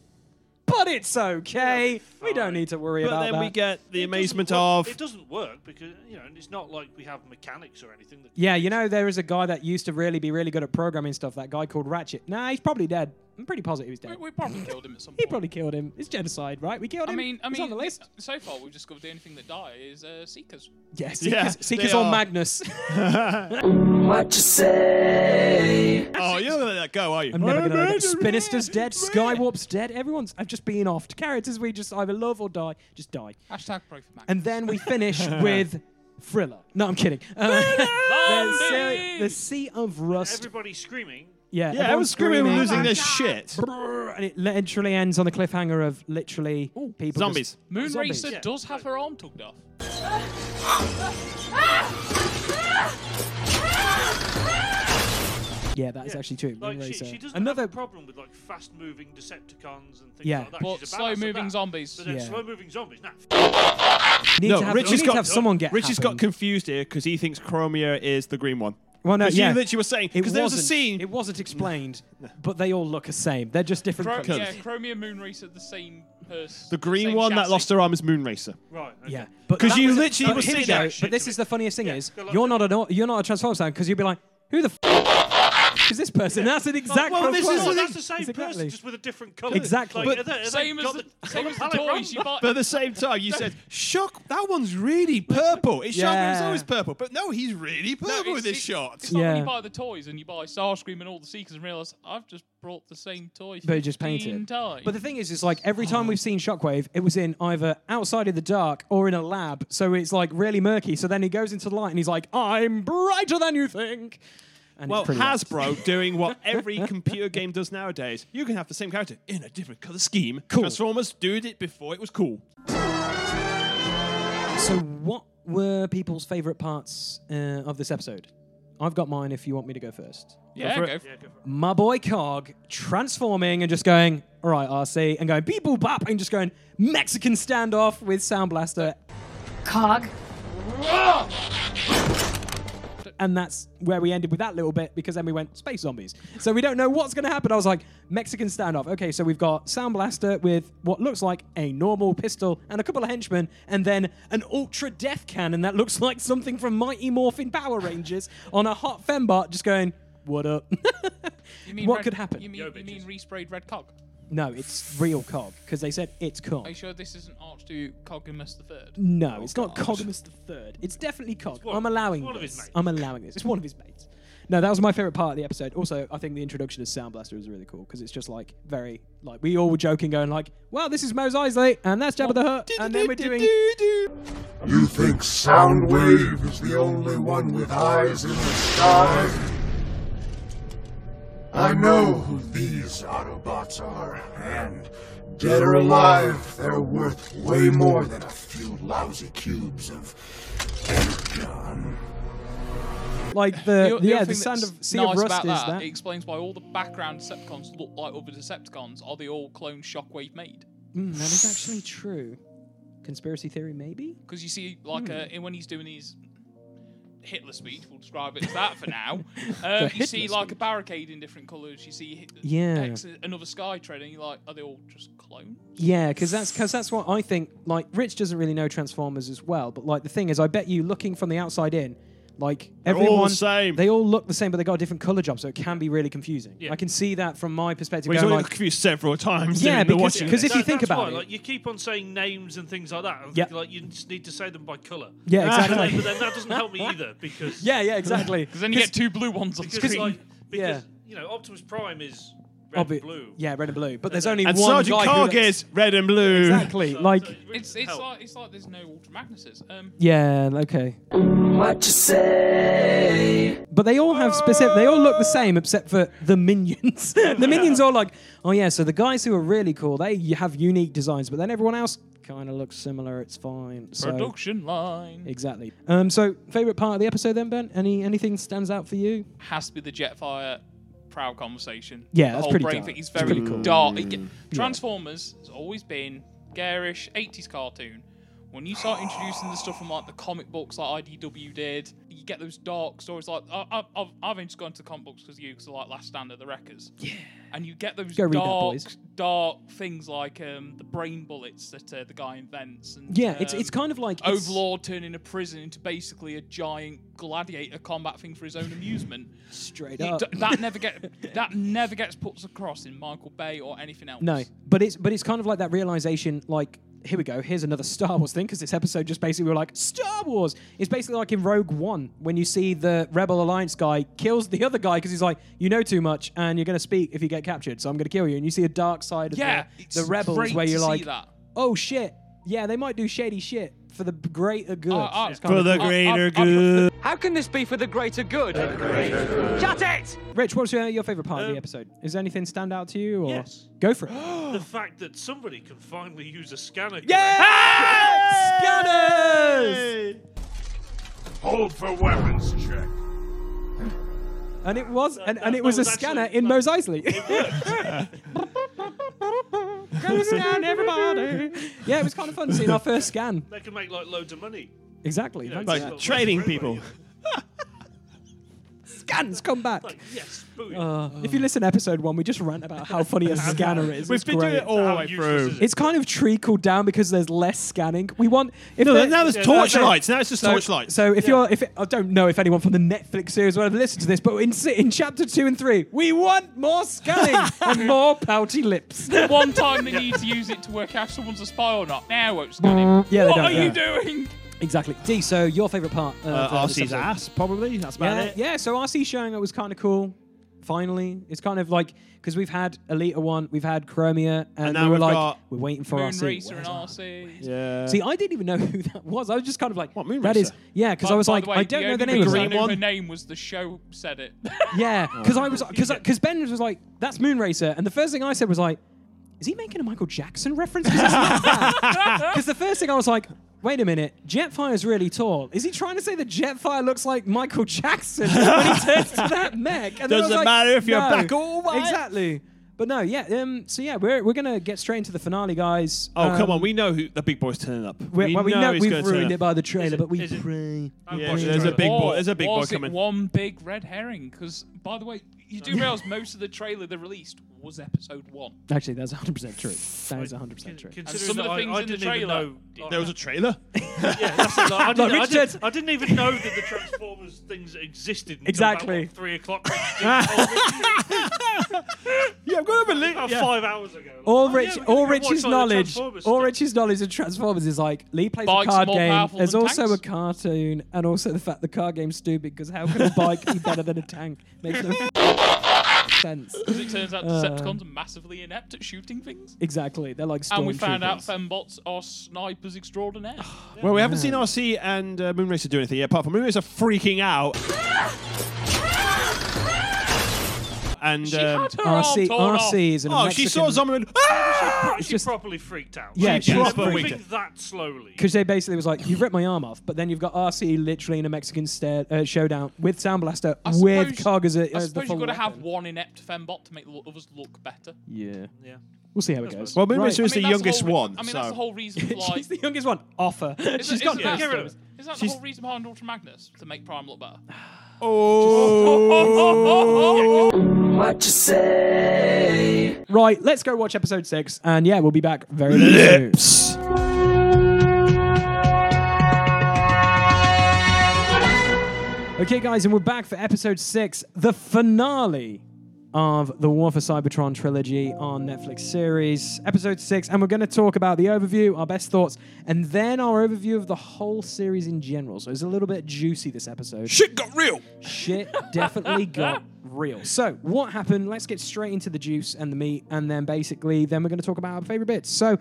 But it's okay. we don't need to worry
But
about
then
that.
we get the amazement
of-
It doesn't work because you know it's not like we have mechanics or anything. That
Yeah, you know, there is a guy that used to really be really good at programming stuff, that guy called Ratchet. Nah, he's probably dead. I'm pretty positive he's dead.
We probably killed him at some
He probably killed him. It's genocide, right? We killed
I
him.
mean, I
He's
mean,
on the list.
so far we've discovered the only thing that die is uh, Seekers.
Yeah, Seekers, Seekers or Magnus.
what
to
say? Oh, you're not gonna let that go, are you?
I'm never going to let it. Spinister's dead. Skywarp's dead. Everyone's. I've just been offed. Characters we just either love or die, just die.
Hashtag pray for Max.
And then we finish with Thriller. No, I'm kidding. Uh, the, sea, the Sea of Rust.
Everybody screaming.
Yeah,
Yeah, I was
everyone's
screaming,
screaming.
losing
Oh
their
my
shit.
And it literally ends on the cliffhanger of literally people.
Zombies.
just- Zombies.
Moonracer does have her arm tugged off.
Yeah, that is actually true.
Like she,
Moonracer.
she doesn't
Another
have a problem with like fast-moving Decepticons and things
Yeah.
like that.
But
She's a badass at
slow-moving
that.
zombies.
But then
Yeah.
slow-moving zombies. Nah.
Need
no,
to have-
Rich
we
has
need to
got
have someone get
Rich has got
happened.
confused here because he thinks Chromia is the green one.
Well, no,
'Cause
yeah.
you literally were saying
It
because there was a
wasn't-
scene.
It wasn't explained, but they all look the same. They're just different
Chro-
colours.
yeah, Chromia Moonracer, the same person.
The green
same
one that
chassis.
lost her arm is Moonracer.
Right. okay.
Yeah,
Because
that
you
was-
literally
but
were
here we
sitting there.
go, But this is the funniest thing is you're not an au- you're not a Transformers fan because you'd be like, who the f- is this person? That's an exact.
well, this
Transformer.
is that's the same
Exactly.
person, just with a different colour.
Exactly.
Like,
But
are they- are they
same as
got
the-
the
same
colour
as the
palette
toys
wrong?
you buy-
But at the same time, you said, "Shock, that one's really purple. It's shocking. It was
Yeah.
always purple, but no, he's really
No,
purple with
it's-
his
it's-
shot."
It's like when
Yeah.
you buy the toys and you buy Starscream and all the Seekers and realise I've just brought the same toy.
But it just
15
painted.
Times.
But the thing is, it's like every time we've seen Shockwave, it was in either outside in the dark or in a lab. So it's like really murky. So then he goes into the light and he's like, I'm brighter than you think. And
well,
it's pretty wet.
Hasbro doing what every computer game does nowadays. You can have the same character in a different color scheme. Transformers did it before it was cool.
So, what were people's favourite parts uh, of this episode? I've got mine if you want me to go first.
Yeah,
for
go
it.
for it.
My boy Cog transforming and just going, all right, RC, and going beep boop bop, and just going Mexican standoff with Sound Blaster.
Cog.
And that's where we ended with that little bit because then we went space zombies. So we don't know what's going to happen. I was like, Mexican standoff. Okay, so we've got Sound Blaster with what looks like a normal pistol and a couple of henchmen, and then an ultra death cannon that looks like something from Mighty Morphin Power Rangers on a hot fembot just going, what up?
You mean
what
red-
could happen?
You mean, you mean resprayed red cog?
No, it's real Cog because they said it's Cog.
Are you sure this isn't Archduke Cogimus the Third?
No, it's not Cogmus the Third. It's definitely Cog. I'm allowing
Oh, one of
this.
his mates.
I'm allowing this. It's one of his mates. No, that was my favorite part of the episode. Also, I think the introduction to Sound Blaster was really cool because it's just like very like we all were joking, going like, "Wow, this is Mos Eisley, and that's Jabba the Hutt," and then we're doing.
You think Soundwave is the only one with eyes in the sky? I know who these Autobots are, and dead or alive, they're worth way more than a few lousy cubes of energon.
Like the,
other
yeah, the
thing
sound
that's
of Sea
nice
of Rust
about
is
that,
that.
It explains why all the background Decepticons look like other Decepticons. Are they all clone Shockwave made?
Mm, that is actually true. Conspiracy theory, maybe.
Because you see, like, uh, in- when he's doing his Hitler speech, we'll describe it as that for now. Uh,
The
you see,
Hitler
like, a barricade in different colours. You see, Hit-
Yeah.
Hex- another Sky Tread, and you're like, are they all just clones?
Yeah, because that's because that's what I think. Like Rich doesn't really know Transformers as well, but like the thing is, I bet you looking from the outside in, like
They're all the
everyone,
same.
they all look the same, but they got a different color job, so it can be really confusing. I can see that from my perspective.
We've
going,
only
like,
confused several times.
Yeah,
during the
because-
watching
because
this.
if you think
That's
about
why,
it-
like you keep on saying names and things like that. I think,
Yep.
Like you just need to say them by colour.
Yeah,
But then-
exactly.
But then that doesn't help me either because
yeah, yeah, exactly.
'Cause then you get two blue ones on
because,
screen.
like, because
Yeah.
you know Optimus Prime is red
Obvi-
and blue.
Yeah, red and blue. But there's only
and
one
Sergeant
guy who
Cog
looks-
is red and blue.
Exactly. like,
It's it's like it's like there's no Ultra Magnuses. Um,
yeah, okay.
what to say?
But they all have specific. They all look the same except for the minions. the minions are like, oh yeah. So the guys who are really cool, they have unique designs, but then everyone else kind of looks similar. It's fine. So,
Production line
Exactly. Um, so favorite part of the episode then, Ben? Any anything stands out for you?
has to be the Jetfire proud conversation.
Yeah,
the
that's
whole
pretty
brain
dark.
thing. It's
It's
very
pretty cool. Mm.
dark. It get- Transformers has always been garish '80s cartoon. When you start introducing the stuff from like the comic books, like IDW did, you get those dark stories. Like I, I, I've, I've only just gone to the comic books because you, because like Last Stand of the Wreckers. Yeah. And you get those
Go read that,
dark,
boys.
dark things like um, the brain bullets that uh, the guy invents. And,
Yeah, it's- it's
um,
kind of like it's-
Overlord turning a prison into basically a giant gladiator combat thing for his own amusement.
Straight
He
up.
d- that never get that never gets put across in Michael Bay or anything else.
No, but it's but it's kind of like that realization. Like here we go. Here's another Star Wars thing because this episode just basically we were like Star Wars. It's basically like in Rogue One when you see the Rebel Alliance guy kills the other guy because he's like, you know too much and you're gonna speak if you get captured, so I'm gonna kill you. And you see a dark side of
Yeah,
the,
it's
the rebels
great
where
to
you're
see
like,
that.
oh shit, yeah, they might do shady shit for the greater good.
I- I-
It's kind of cool.
good.
How can this be for the greater good? Shut it!
Rich, what's your, your favorite part of the
Um,
episode? Is there anything stand out to you? Or
Yes.
Go for it.
the fact that somebody can finally use a scanner.
Scanners!
Hold for weapons check.
And it was, and, and it was a scanner in Mos Eisley. Go scan everybody. Yeah, it was kind of fun seeing our first scan.
They can make like loads of money.
Exactly.
You know,
thanks.
it's
Yeah.
like trading people.
scans come back.
yes,
Uh, if you listen to episode one, we just rant about how funny a scanner is.
We've
It's
been doing
great.
it all the way through.
It's kind of trickled down because there's less scanning. We want if
No,
there-
now there's Yeah, that's torchlights. it. Now it's just
so,
torchlights.
So if you're if it, I don't know if anyone from the Netflix series will have listened to this, but in se- in chapter two and three, we want more scanning and more pouty lips.
The one time they need to use it to work out if someone's a spy or not. Now won't scan him.
Yeah, they
what
don't,
are you
yeah.
doing?
Exactly. D. So your favourite part? Uh,
Uh,
of this
RC's
episode?
ass, probably. That's about
yeah,
it.
Yeah, so RC showing up was kind of cool. Finally, it's kind of like because we've had Elita one, we've had Chromia, and,
now
we were
we've
like,
got
we're waiting for
Moon
RC.
Racer and RC.
Yeah.
See, I didn't even know who that was. I was just kind of like, what Moon That
Racer?
is, yeah, because
By-
I was
by
like,
the way,
I don't know the
only
name of
reason
that.
I knew her name was the show said it.
Yeah, because I was because because Ben was like, "That's Moonracer," and the first thing I said was like, "Is he making a Michael Jackson reference?" Because the first thing I was like, "Wait a minute, Jetfire's really tall. Is he trying to say that Jetfire looks like Michael Jackson when he turns to that mech?" And then I was
Doesn't
like,
matter if you're
"No."
black or white.
Exactly. But no, yeah. Um, so yeah, we're, we're gonna get straight into the finale, guys.
Oh, come
Um,
on. We know who the big boy's turning up.
we well, we know
he's
we've
gonna turn
ruined
up.
it by the trailer, but we
is it-
pray.
I'm Yeah, watching there's a big
Or
boy- there's a big boy
was it
coming.
one big red herring? Because, by the way, you do realise most of the trailer they released was episode one.
Actually, that's 100 percent true. That is 100 percent true.
And some of the
that I-
things
I
in the
didn't even
trailer.
know-
There was a trailer.
yeah, that's it. Like, I, didn't,
Like
I,
Richard
didn't,
said-
I didn't even know that the Transformers things existed. Until
Exactly.
About, what, three o'clock. yeah,
I've got to believe.
Oh,
About
yeah.
five hours ago. Like,
All
oh,
Rich,
yeah, we're
all
gonna watch
Rich's
all the
knowledge,
Transformers
all
stuff.
Rich's knowledge of Transformers is like Lee plays a
Bikes
card
more
game.
powerful
There's
than
also
tanks.
a cartoon, and also the fact the car game's stupid because how can a bike be better than a tank? Makes no sense.
Because it turns out
Uh,
Decepticons are massively inept at shooting things.
Exactly, they're like
And we found out
stormtroopers. Ah,
Fembots are snipers extraordinaire.
Well, we haven't seen RC and uh, Moonracer do anything yet, apart from Moonracer freaking out. And
She
um,
had her arm RC torn off.
is an
oh, she saw Ah!
Mexican-
Zombie. and-
She, pro-
It's
she
just-
properly freaked out.
Yeah,
she
she's
was
properly
moving
freaked
that slowly.
Because they basically was like, you've ripped my arm off, but then you've got RC literally in a Mexican stare, uh, showdown with Sound Blaster,
I
with
suppose-
Cog as, a,
I
as the
suppose
full
you've got to
weapon.
have one inept Fembot to make the others look better.
Yeah.
Yeah.
We'll see how it goes.
Well, Moonracer is
I mean, that's
the youngest
whole re-
one.
I mean,
so.
that's the whole reason why.
She's the youngest one. Offer.
Isn't-
She's got
isn't that-
nothing.
Isn't that the
She's-
whole reason behind Ultra Magnus? To make Prime look better.
Oh.
What to say?
Right, let's go watch episode six, and yeah, we'll be back very, very Lips. soon. Okay, guys, and we're back for episode six, the finale of the War for Cybertron trilogy on Netflix series, episode six, and we're going to talk about the overview, our best thoughts, and then our overview of the whole series in general. So it's a little bit juicy this episode.
Shit got real.
Shit definitely got real. So, what happened? Let's get straight into the juice and the meat, and then basically, then we're going to talk about our favorite bits. So,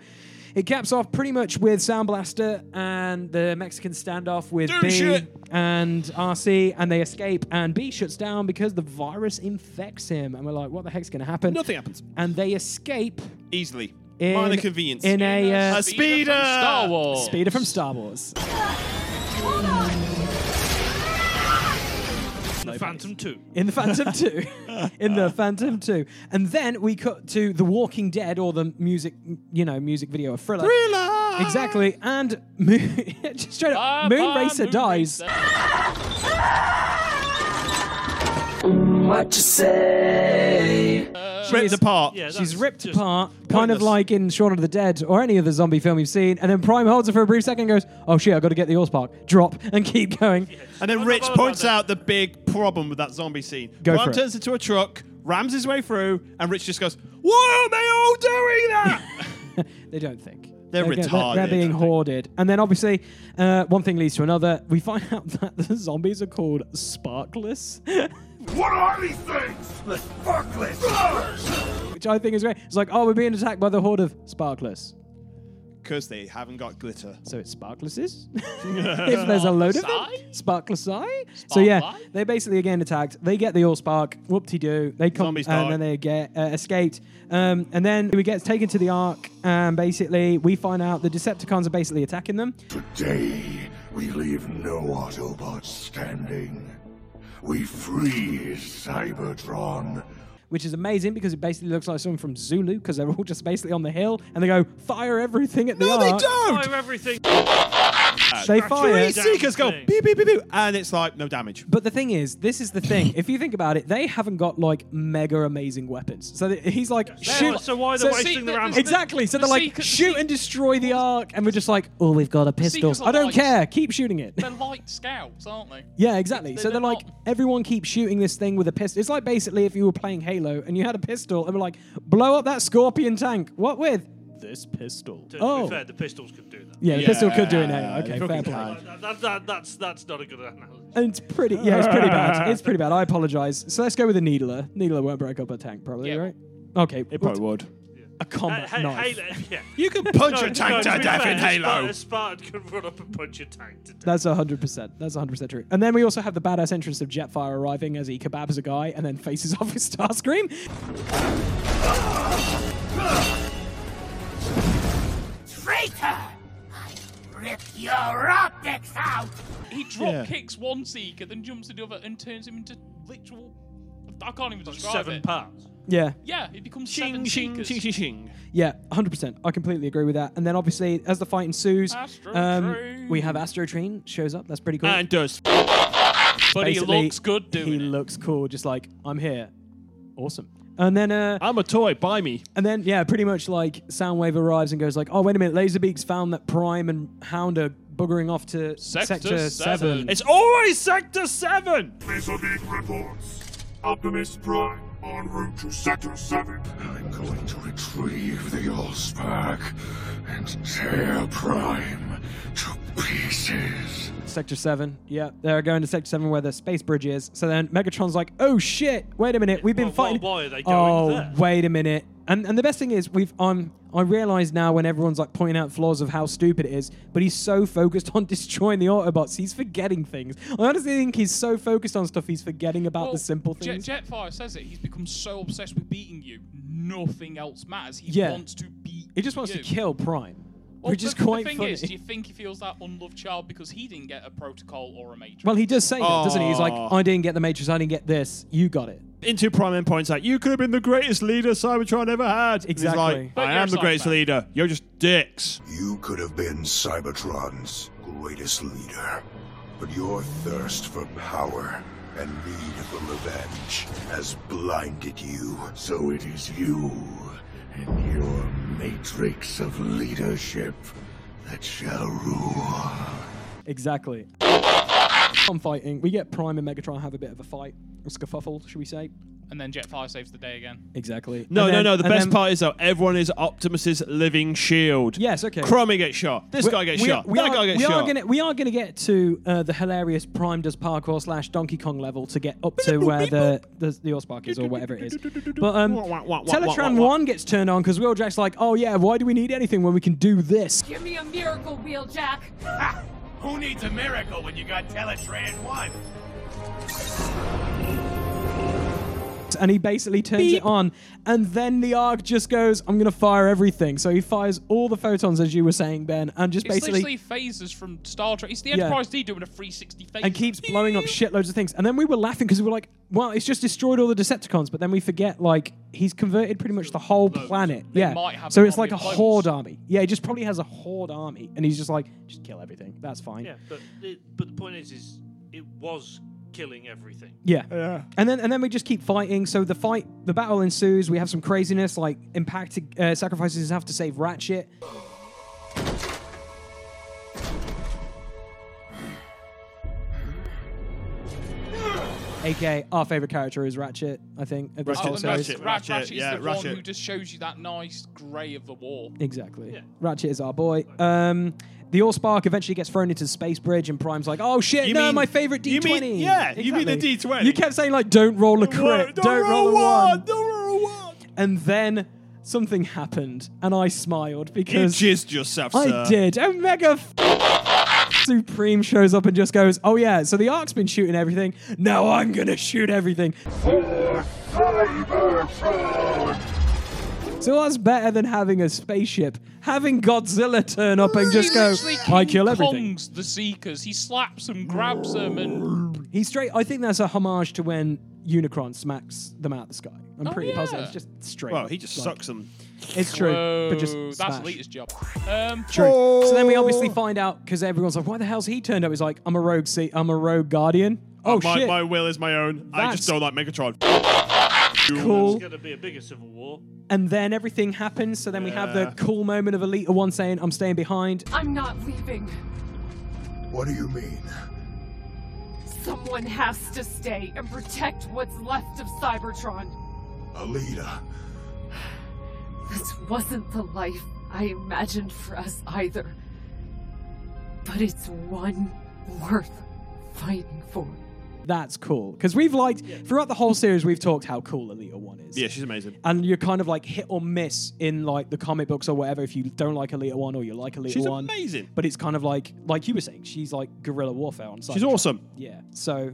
it caps off pretty much with Sound Blaster and the Mexican standoff with
Do
B
shit.
and RC, and they escape, and B shuts down because the virus infects him, and we're like, what the heck's going to happen?
Nothing happens.
And they escape
Easily.
in
Minor convenience.
in a, uh,
a speeder. from Star Wars.
Speeder from Star Wars.
The Phantom Two.
in the Phantom 2. in the Phantom 2. And then we cut to The Walking Dead or the music, you know, music video of Thriller.
Thriller!
Exactly. And Moon, just straight up, Moon Racer dies.
What to say?
ripped apart.
She's ripped apart, kind of like in Shaun of the Dead or any other zombie film you've seen. And then Prime holds her for a brief second and goes, Oh shit, I've got to get the horse park. Drop and keep going.
And then Rich points out the big problem with that zombie scene.
Go
One
for it.
turns into a truck, rams his way through, and Rich just goes, "Why are they all doing that?"
They don't think.
They're
get- They're,
retarded,
being
I think.
hoarded. And then obviously, uh, one thing leads to another. We find out that the zombies are called sparkless,
What are these things? The sparkless
which I think is great. It's like, oh, we're being attacked by the horde of sparkless.
Because they haven't got glitter.
So it's sparklesses. if there's a load of them, sparkless eye. So
Sparkly?
yeah, they basically again attacked. They get the all spark. Whoop de doo. They come
Zombies
and
die.
then they get uh, escaped. Um, and then we get taken to the ark, and basically we find out the Decepticons are basically attacking them.
Today, we leave no Autobots standing. We freeze Cybertron.
which is amazing because it basically looks like someone from Zulu because they're all just basically on the hill and they go fire everything at the
No, they
arc."
don't.
Fire everything.
They fire.
Three seekers go beep, beep, beep, beep, and it's like no damage.
But the thing is, this is the thing. if you think about it, they haven't got like mega amazing weapons. So that he's like, shoot.
so why are they wasting their ammo?
Exactly. So
The
they're like,
seeker- the
shoot and destroy the arc, and we're just like, oh, we've got a pistol.
seekers are
I don't
light.
care. Keep shooting it.
They're light scouts, aren't they?
Yeah, exactly. so they're like, everyone keeps shooting this thing with a pistol. It's like basically if you were playing Halo and you had a pistol and were like, blow up that scorpion tank. What with? This pistol.
To
oh.
be fair, the pistols could do that.
Yeah, the pistol could do it now. Okay, fair play.
That, that, that, that's, that's not a good analogy.
And it's pretty, yeah, it's pretty bad. It's pretty bad. I apologize. So let's go with a needler. Needler won't break up a tank, probably, right? Okay. It
probably would.
A combat
Hey,
knife.
Halo, yeah.
You can punch
No,
a tank
no,
to
be
death
fair,
in
a Spartan,
Halo.
a Spartan can run up and punch a tank to death.
That's hundred percent. That's hundred percent true. And then we also have the badass entrance of Jetfire arriving as he kebabs a guy and then faces off with Starscream.
Traitor! I rip your optics out!
He drop
Yeah.
kicks one seeker, then jumps to the other and turns him into literal. I can't even describe
Seven
it.
parts.
Yeah.
Yeah, he becomes seven
Shing, shing,
seekers.
shing, shing, shing.
Yeah, hundred percent. I completely agree with that. And then obviously, as the fight ensues, um,
Astro Train.
we have Astro Train shows up. That's pretty cool.
And does.
But he
Basically,
looks good doing
He
it.
looks cool, just like I'm here. Awesome. And then uh,
I'm a toy. Buy me.
And then yeah, pretty much like Soundwave arrives and goes like, oh wait a minute, Laserbeak's found that Prime and Hound are buggering off to Sector, Seven.
It's always Sector 7!
Laserbeak reports. Optimus Prime en route to Sector 7.
I'm going to retrieve the Allspark and tear Prime to pieces.
Sector 7. Yeah, they're going to Sector 7 where the space bridge is. So then Megatron's like, oh shit, wait a minute, we've been fighting.
why are they going
oh,
there?
wait a minute. And, and the best thing is, we've um, I realize now when everyone's like pointing out flaws of how stupid it is, but he's so focused on destroying the Autobots, he's forgetting things. I honestly think he's so focused on stuff, he's forgetting about
Well,
the simple
Jet-
things.
Jetfire says it. He's become so obsessed with beating you, nothing else matters. He
Yeah.
wants to beat.
he just wants to
you.
kill Prime,
Well,
which
the,
is quite
the thing
funny.
is, do you think he feels that unloved child because he didn't get a protocol or a matrix?
well, he does say that, doesn't he? He's like,
Aw.
I didn't get the Matrix, I didn't get this, you got it.
Into Prime and points out, you could have been the greatest leader Cybertron ever had. And
Exactly.
He's like,
But
I
you're
am the
a
greatest
psychopath.
leader. You're just dicks.
You could have been Cybertron's greatest leader, but your thirst for power and need for revenge has blinded you. So it is you and your matrix of leadership that shall rule.
Exactly. I'm fighting. We get Prime and Megatron have a bit of a fight, a scuffle, should we say?
And then Jetfire saves the day again.
Exactly.
No,
And then-
no, no. The
and
best
then-
part is though, everyone is Optimus's living shield.
Yes, okay.
Crummy gets shot. This
We-
guy gets
we-
shot.
We
that
are,
guy gets
we
shot.
Are gonna, we are going to get to uh, the hilarious Prime does parkour slash Donkey Kong level to get up to where the, the, the Allspark is or whatever it is. But um, Teletran 1 gets turned on because Wheeljack's like, oh yeah, why do we need anything when we can do this?
Give me a miracle wheel, Jack.
Who needs a miracle when you got Teletran 1?
And he basically turns it on, and then the arc just goes, I'm going to fire everything. So he fires all the photons, as you were saying, Ben, and just
It's
basically.
literally phases from Star Trek. It's the
Yeah.
Enterprise D doing a 360 phase.
and keeps blowing up shitloads of things. And then we were laughing because we were like, "Well, it's just destroyed all the Decepticons." But then we forget, like, he's converted pretty much the whole planet.
They
yeah.
might have
so
an
it's like
army
a
of clones.
horde army. Yeah, he just probably has a horde army, and he's just like, just kill everything. That's fine.
Yeah, but, it, but the point is, is it was killing everything.
Yeah. And then and then we just keep fighting. So the fight, the battle ensues. We have some craziness, like impacted uh, sacrifices have to save Ratchet. AKA our favorite character is Ratchet, I think. Of this
Oh,
whole
and
series.
Ratchet, Ratchet,
Ratchet,
is
yeah,
the
Ratchet.
one who just shows you that nice grey of the war.
Exactly. Ratchet is our boy. Um, the Allspark eventually gets thrown into the space bridge, and Prime's like, "Oh shit,
You
no,
mean-
my favorite D20."
you mean- yeah, you mean the
Exactly.
D20.
You kept saying like, "Don't roll a
Whoa,
crit, don't, roll, a one.
Don't roll a one.
And then something happened, and I smiled
You
because
jizzed yourself, sir.
I did. Omega f- Supreme shows up and just goes, "Oh yeah, so the Ark's been shooting everything. Now I'm gonna shoot everything." So that's better than having a spaceship. Having Godzilla turn up and just
He
go,
literally
"I
King
kill everything."
Kongs the Seekers. He slaps them, grabs them, and
He straight. I think that's a homage to when Unicron smacks them out of the sky. I'm
Oh,
pretty positive. It's
yeah.
just straight.
Well,
up,
Oh, he just
like-
sucks them.
It's true, but just
Whoa, that's
smash.
Elita's job. Um,
True. So then we obviously find out because everyone's like, "Why the hell's he turned up?" He's like, "I'm a rogue. See, I'm a rogue guardian." Oh
my,
shit!
my will is my own. I
That's-
just don't like Megatron.
Cool.
There's going to be a bigger civil war.
And then everything happens. So then we have the cool moment of Elita One saying, "I'm staying behind."
I'm not leaving.
What do you mean?
Someone has to stay and protect what's left of Cybertron.
Alita,
This wasn't the life I imagined for us either. But it's one worth fighting for.
That's cool because we've liked throughout the whole series. We've talked how cool Elita One is.
Yeah, she's amazing.
And you're kind of like hit or miss in like the comic books or whatever. If you don't like Elita One or you like Elita
She's
One,
amazing.
But it's kind of like like you were saying, she's like guerrilla warfare on site.
She's awesome.
Yeah. So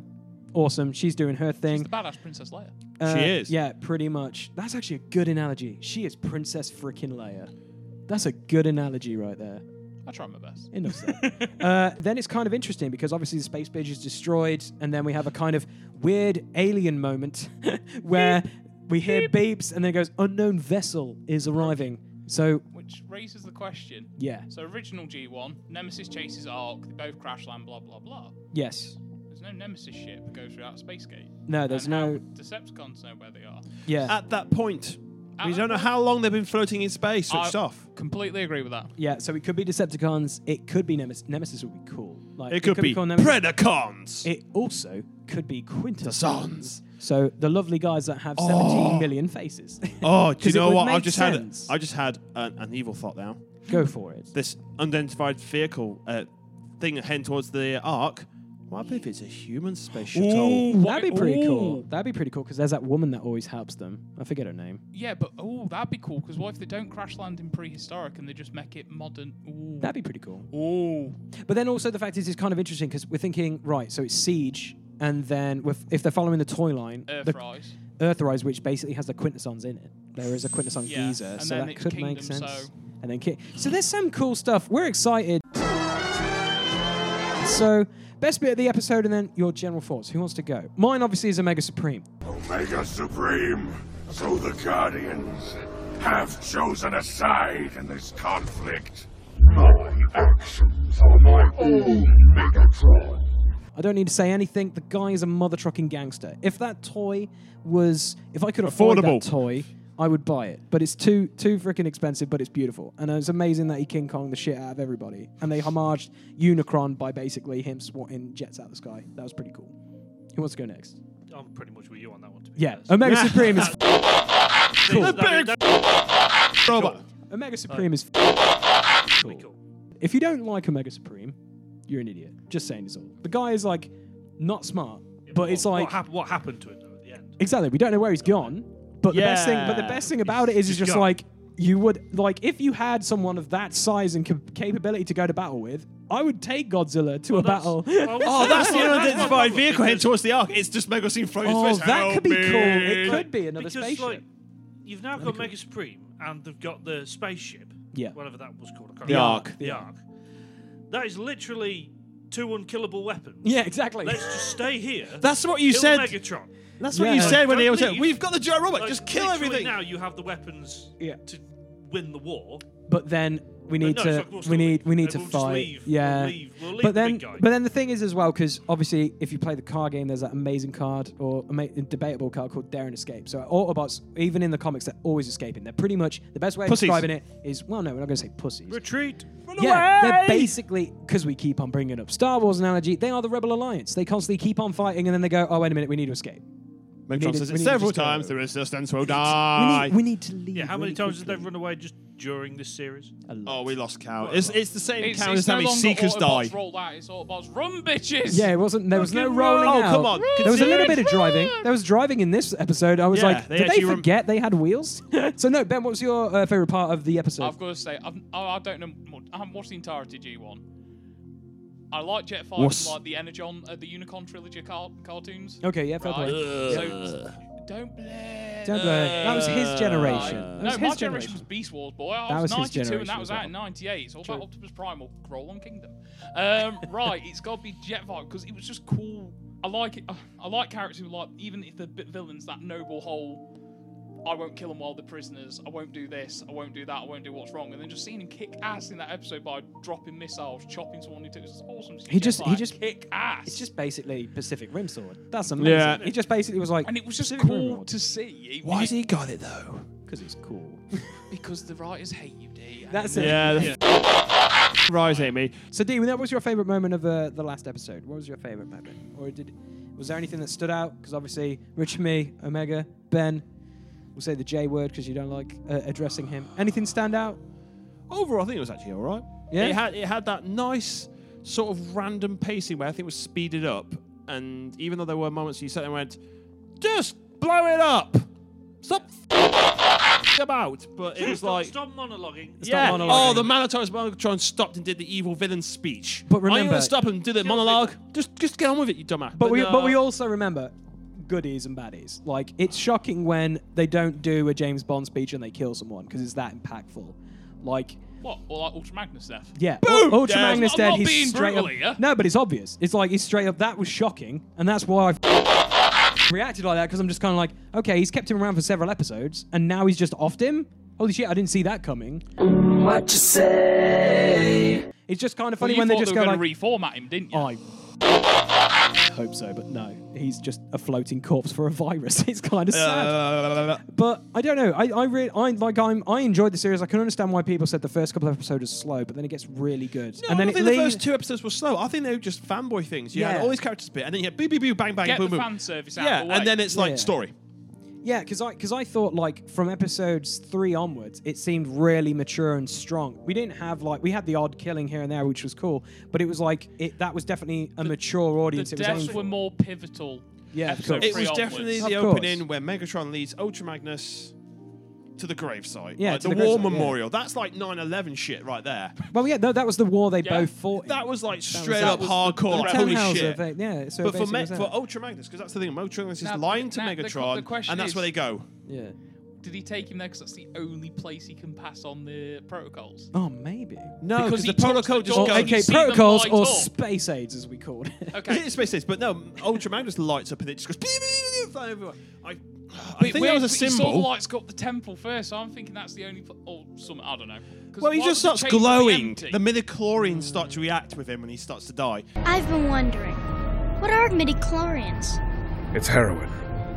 awesome. She's doing her thing.
the badass Princess Leia.
Uh,
She is.
Yeah, pretty much. That's actually a good analogy. She is Princess freaking Leia. That's a good analogy right there.
I try my best.
Enough said. uh, then it's kind of interesting because obviously the space bridge is destroyed, and then we have a kind of weird alien moment where we hear beeps, and then it goes, unknown vessel is arriving. So
Which raises the question.
Yeah.
So original G1, Nemesis chases Ark, they both crash land, blah blah blah.
yes,
There's no Nemesis ship that goes through outer space gate.
no, there's
And how
no.
would Decepticons know where they are.
Yeah.
At that point,
At
we
that
don't know
point-
how long they've been floating in space, switched
I
off.
Completely agree with that.
Yeah, so it could be Decepticons. It could be Nemesis. Nemesis would be cool. Like
It could be
called Nemesis.
Predacons.
It also could be Quintessons.
Dazons.
So the lovely guys that have 17 million faces.
Oh, do
'Cause
you
it
know
would
what?
make
I've just
sense.
had I just had an, an evil thought now.
Go for it.
This unidentified vehicle uh, thing heading towards the arc. What if it's a human space shuttle?
That'd be pretty cool. That'd be pretty cool because there's that woman that always helps them. I forget her name.
Yeah, but oh, that'd be cool. Because what if they don't crash land in prehistoric and they just make it modern? Ooh.
That'd be pretty cool.
Ooh.
But then also the fact is, it's kind of interesting because we're thinking, right? So it's siege, and then with, if they're following the toy line, the-
Earthrise.
Earthrise, which basically has the Quintessons in it. There is a Quintesson
Yeah,
geezer,
and
so
then
that
it's
could make
Kingdom,
sense.
so-
And then ki- so there's some cool stuff. We're excited. So best bit of the episode, and then your general thoughts. Who wants to go? Mine obviously is Omega Supreme.
Omega Supreme. So the Guardians have chosen a side in this conflict. My actions are my own, Megatron.
I don't need to say anything. The guy is a mother trucking gangster. If that toy was, if I could afford
Affordable.
that toy, I would buy it. But it's too too freaking expensive. But it's beautiful, and it's amazing that he King Kong the shit out of everybody. And they homaged Unicron by basically him swatting jets out of the sky. That was pretty cool. Who wants to go next?
I'm pretty much with you on that one. To be
Yeah,
honest.
Omega Supreme is cool.
That- that- that-
robot.
Omega
Sorry.
Supreme is cool. If you don't like Omega Supreme, you're an idiot. Just saying this all. The guy is like not smart, but it's
what,
like
hap- what happened to him though at the end?
Exactly. We don't know where he's gone. But the best thing, but the
Yeah.
best thing about it is, it's
just
just
gone.
like you would like if you had someone of that size and cap- capability to go to battle with. I would take Godzilla to a battle.
oh, that's the unidentified vehicle heading towards the arc. It's just Mega seen floating
Oh,
in space.
that
Help
could be
me.
cool. It could be another
because,
spaceship.
Like, you've now got Mega Supreme, and they've got the spaceship.
Yeah.
Whatever that was called. I can't
The
remember.
Ark.
The Ark. That is literally two unkillable weapons.
Yeah, exactly.
Let's just stay here.
That's what you
kill
said.
Megatron.
That's what you
Like,
said when
don't
he was
leave.
like, "We've got the giant robot.
Like,
just kill
literally
everything."
Now you have the weapons
Yeah.
to win the war.
but then we
But
need
no,
to
it's like, we'll
we
still
need
leave.
we need
Like,
to
we'll just
fight.
leave. We'll
Yeah.
leave. We'll leave the
but then
big guy.
but then the thing is as well because obviously if you play the car game, there's that amazing card or ama- debatable card called Dare and Escape. So Autobots, even in the comics, they're always escaping. They're pretty much the best way of
Pussies.
describing it is well, no, we're not going to say pussies.
Retreat.
yeah, they're basically because we keep on bringing up Star Wars analogy. They are the Rebel Alliance. They constantly keep on fighting, and then they go, "Oh, wait a minute, we need to escape. We need
Megatron
to-
says
we
it
need to
several
just go.
times. The resistance will
We
die.
need, we need to leave."
Ah, Yeah, how many
really
times did they run away just during this series?
Oh, we lost count.
Well,
It's, it's the same
It's,
count
it's
as how
no
many
longer
Seekers
Autobots
die.
Roll out. It's Autobots. Run, bitches.
Yeah, it wasn't. There was no
Fucking
rolling
roll.
out.
Oh, come on.
There was a little
Consider
bit
it
of driving. There was driving in this episode. I was
Yeah,
like,
they
did they
actually rem-
forget they had wheels? so no, Ben, what was your uh, favorite part of the episode?
I've got to say, I've, I I don't know. mu- I haven't watched the entirety of G1. I like Jet 5,
Wuss.
like the Energon, uh, the Unicon trilogy car- cartoons.
Okay, yeah, fair play.
So
Ugh.
Don't blare.
Don't blare. That was his
uh,
generation.
Right.
That
no,
was
my
his
generation
generation.
was Beast Wars, boy. I
That was
was,
his
92 and
generation
that was
as
out in 98. It's all about Optimus Primal, Crawl on Kingdom. Um, right, it's got to be Jetfire because it was just cool. I like it. I like characters who like, even if they're bit villains, that noble whole. I won't kill them while they're prisoners. I won't do this. I won't do that. I won't do what's wrong. And then just seeing him kick ass in that episode by dropping missiles, chopping someone into it's awesome. to see
He just- he
Jetfire
just-
kick ass.
It's just basically Pacific Rim sword. That's amazing.
Yeah.
It just basically was like.
and it was just
Pacific Rim
cool
Sword.
to see.
Why has he got
it though?
Because it's cool.
Because the writers hate you, D.
That's it.
Yeah. the- Rise, Amy.
So, Dee, what was your favourite moment of uh, the last episode? What was your favourite moment, or did was there anything that stood out? Because obviously, Rich, me, Omega, Ben, we'll say the J word because you don't like uh, addressing him. Anything stand out?
Overall, I think it was actually all right.
Yeah?
It had it had that nice sort of random pacing where I think it was speeded up, and even though there were moments you sat there and went, just blow it up, stop f- about, but it was
Stop-
like.
stop monologuing.
Yeah. Oh, the Manitoba's Megatron stopped and did the evil villain speech.
But
I ain't
remember-
gonna stop and do the monologue. Just, just get on with it, you dumbass.
But we
uh,
but we also remember goodies and baddies. Like it's shocking when they don't do a James Bond speech and they kill someone because it's that impactful. Like
What? Or like Ultra Magnus stuff?
yeah,
Boom!
Ul- Ultra
Yeah.
Magnus
I'm
dead.
not
he's
being
straight
brutal
up.
here.
No, but it's obvious. It's like he's straight up. That was shocking, and that's why I f- reacted like that because I'm just kind of like, okay, he's kept him around for several episodes, and now he's just offed him. Holy shit, I didn't see that coming.
What you say?
It's just kind of
Well,
funny
you
when they
thought
just
were
go
gonna
like,
reformat him, didn't you?
I hope so, but no. He's just a floating corpse for a virus. It's kind of sad. but I don't know. I I really I like I'm I enjoyed the series. I can understand why people said the first couple of episodes are slow, but then it gets really good.
No,
and then
I
it
think the
leaves.
first two episodes were slow. I think they were just fanboy things. You had
Yeah.
all these characters bit, and then you had boo boo boo bang bang
Get
boom
the
boom.
fan service out
yeah,
of the way.
and then it's like
Yeah.
story.
Yeah, because I because I thought like from episodes three onwards, it seemed really mature and strong. We didn't have like we had the odd killing here and there, which was cool, but it was like it that was definitely a mature
The
audience. it was
deaths
aimed
were more pivotal.
Yeah, of
episode
course.
It
three
was
onwards.
definitely the
Of course.
opening where Megatron leads Ultra Magnus to the gravesite.
Yeah,
like
to
the,
the
war
gravesite, yeah.
memorial. That's like 9/11 shit right there.
for. Well, yeah, no, that was the war they both fought. in.
That was like
That was-
straight
that
up
was the-
hardcore.
the
like,
Ten
holy
Hauser
shit.
va- yeah, so
but for,
basically
Me-
was that.
for Ultra Magnus, because that's the thing, Ultra Magnus is
Now-
lying to
now, the co- the
Megatron,
question
and that's
is-
where they go.
yeah.
Did he take him there because that's the only place he can pass on the protocols?
Oh, maybe.
No, because
he
the
talks
protocol
to
just
Dawson
goes.
and you
Oh, Okay,
see them
protocols
light
or
up.
space aids, as we called it.
Okay.
It's space but no, Ultra Magnus lights up and it just goes. flying everywhere. I, I
But
think
where-
that was a
but He saw the
symbol.
lights got the temple first, so I'm thinking that's the only. pl- Or some, I don't know. 'Cause
well, he
why
just
would
starts
the chamber be
glowing.
empty?
The midichlorians start to react with him and he starts to die.
I've been wondering, what are midichlorians?
It's heroin.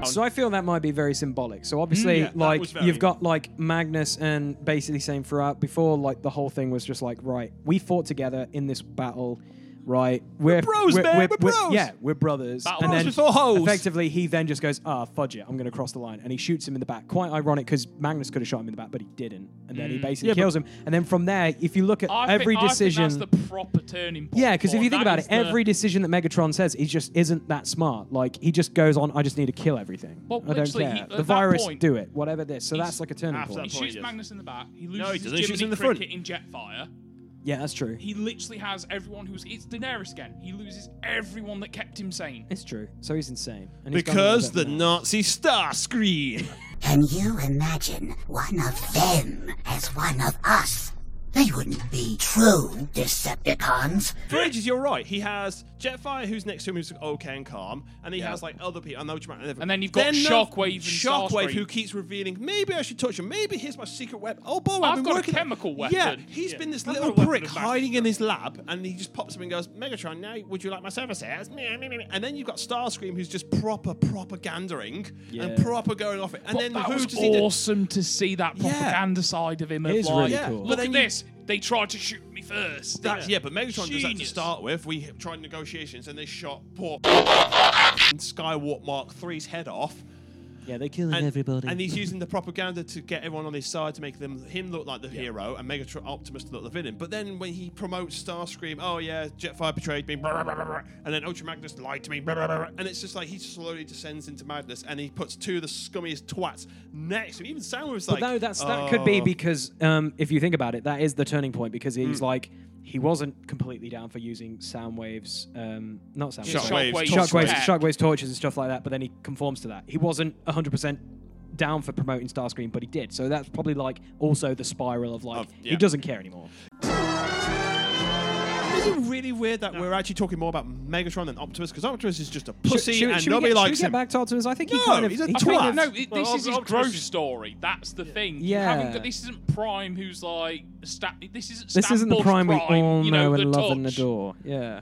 So I feel that might be very symbolic. So obviously,
Mm, Yeah, that was
like
very-
you've got like Magnus and basically saying throughout before, like the whole thing was just like, right, we fought together in this battle, right? We're,
bros, man, we're bros.
Yeah, we're brothers.
Battle
and
bros
then
before hoes.
effectively, he then just goes, ah, fudge it, I'm going to cross the line, and he shoots him in the back. Quite ironic because Magnus could have shot him in the back, but he didn't, and then he
Mm.
basically
Yeah, but-
kills him. And then from there, if you look at
I
every
think,
decision,
I think that's the proper turning point.
yeah, because if
for
you think
That
about
is
it,
the-
every decision that Megatron says, he just isn't that smart. Like he just goes on, I just need to kill everything.
Well,
I don't
literally,
care.
he- at
the
that
virus,
point,
do it. Whatever this. So
he's-
that's like a turning
after
He
point.
that-
shoots
Yes.
Magnus in the back. He loses
No, he doesn't. He
his
shoots
Jiminy
him in the front.
Cricket in Jetfire.
Yeah, that's true.
He literally has everyone who's. It's Daenerys again. He loses everyone that kept him sane.
It's true. So he's insane. And he's gone a
Because
little
the
bit
Nazi star screen.
Can you imagine one of them as one of us? They wouldn't be true Decepticons.
For ages, you're right. He has Jetfire, who's next to him, who's okay and calm, and he has like other people. I know which man.
And then you've got Shockwave and
Shockwave,
Starscream.
who keeps revealing, maybe I should touch him. Maybe here's my secret weapon. Oh boy,
I've
I've been
got a
working-
chemical
Yeah,
weapon.
he's
Yeah.
been this
I've got
little
a weapon
prick
in my
hiding in his lab, and he just pops up and goes, Megatron, now would you like my services? Meh, meh, meh, meh. And then you've got Starscream, who's just proper propagandering and
Yeah.
proper going off it. And
But
then
that
who
was
does he do?
awesome to see that
Yeah.
propaganda side of him.
It
of
is
like,
really Yeah. cool. But
Look
then
at
you-
this. They tried to shoot me first.
That's, yeah. but Megatron does that to
Genius.
start with. We h- tried negotiations and they shot poor and Skywalk Mark III's head off.
mad. Yeah, they're killing
And,
everybody.
and he's using the propaganda to get everyone on his side to make them him look like the hero and Megatron Optimus to look the villain. But then when he promotes Starscream, oh yeah, Jetfire betrayed me, blah, blah, blah, blah, blah," and then Ultra Magnus lied to me, blah, blah, blah, blah. and it's just like he slowly descends into madness and he puts two of the scummiest twats next to him. Even Sam was like,
but no, that's that could be
"Oh." Hmm.
because um, if you think about it, that is the turning point because he's like, he wasn't completely down for using sound waves, um, not sound
Shock waves,
waves, sorry,
torches.
shock waves,
Yeah.
shock waves, torches and stuff like that. But then he conforms to that. He wasn't 100% down for promoting Starscream, but he did. So that's probably like also the spiral of like
yeah.
he doesn't care anymore.
Is it really weird that we're actually talking more about Megatron than Optimus? Because Optimus is just a
Should-
pussy
should,
and
should we get,
nobody
should we
likes
get
him.
back to Optimus? I think he
No,
kind of
he's a
he
I
kind
think-
of-
no, it, this is his growth
Optimus-
story. That's the thing. You
Yeah.
haven't got- this isn't Prime, who's like sta- This isn't.
This
Stan
isn't the
Bush
prime we
Prime,
all
you
know
know,
and
the
love and
touch.
adore. Yeah.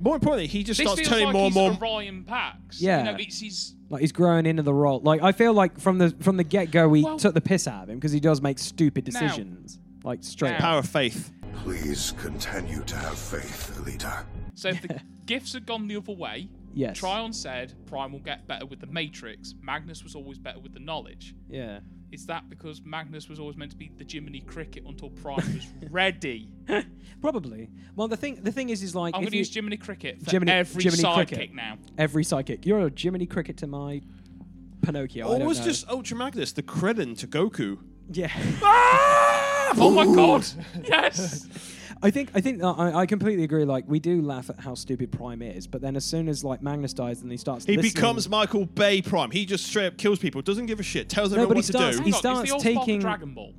More importantly, he just
this
starts
feels
turning
like
more and
he's
more.
Orion Pax.
Yeah.
You know, it's his.
Like he's growing into the role. Like I feel like from the from the get go we
Well-
took the piss out of him because he does make stupid
Now.
decisions. like straight
Now.
up.
Power
of faith.
Please continue to have faith, Alita.
So if the gifts had gone the other way,
Yes.
Tryon said Prime will get better with the Matrix. Magnus was always better with the knowledge.
Yeah.
Is that because Magnus was always meant to be the Jiminy Cricket until Prime was ready?
Probably. Well, the thing the thing is, is like if
I'm going to
you-
use Jiminy Cricket for
Jiminy-
every
Jiminy
sidekick
Cricket.
now.
Every sidekick. You're a Jiminy Cricket to my Pinocchio. I
Or
don't
was
know.
just Ultra Magnus the Krillin to Goku?
yeah.
Oh my god!
Ah! Ooh.
Yes.
I think I think uh, I, I completely agree. Like we do laugh at how stupid Prime is, but then as soon as like Magnus dies, and he starts.
He
listening-
becomes Michael Bay Prime. He just straight up kills people, doesn't give a shit, tells
No, but
everyone
he
what
starts-
to do.
he Hang on, is the starts old part of taking-
Dragon Ball.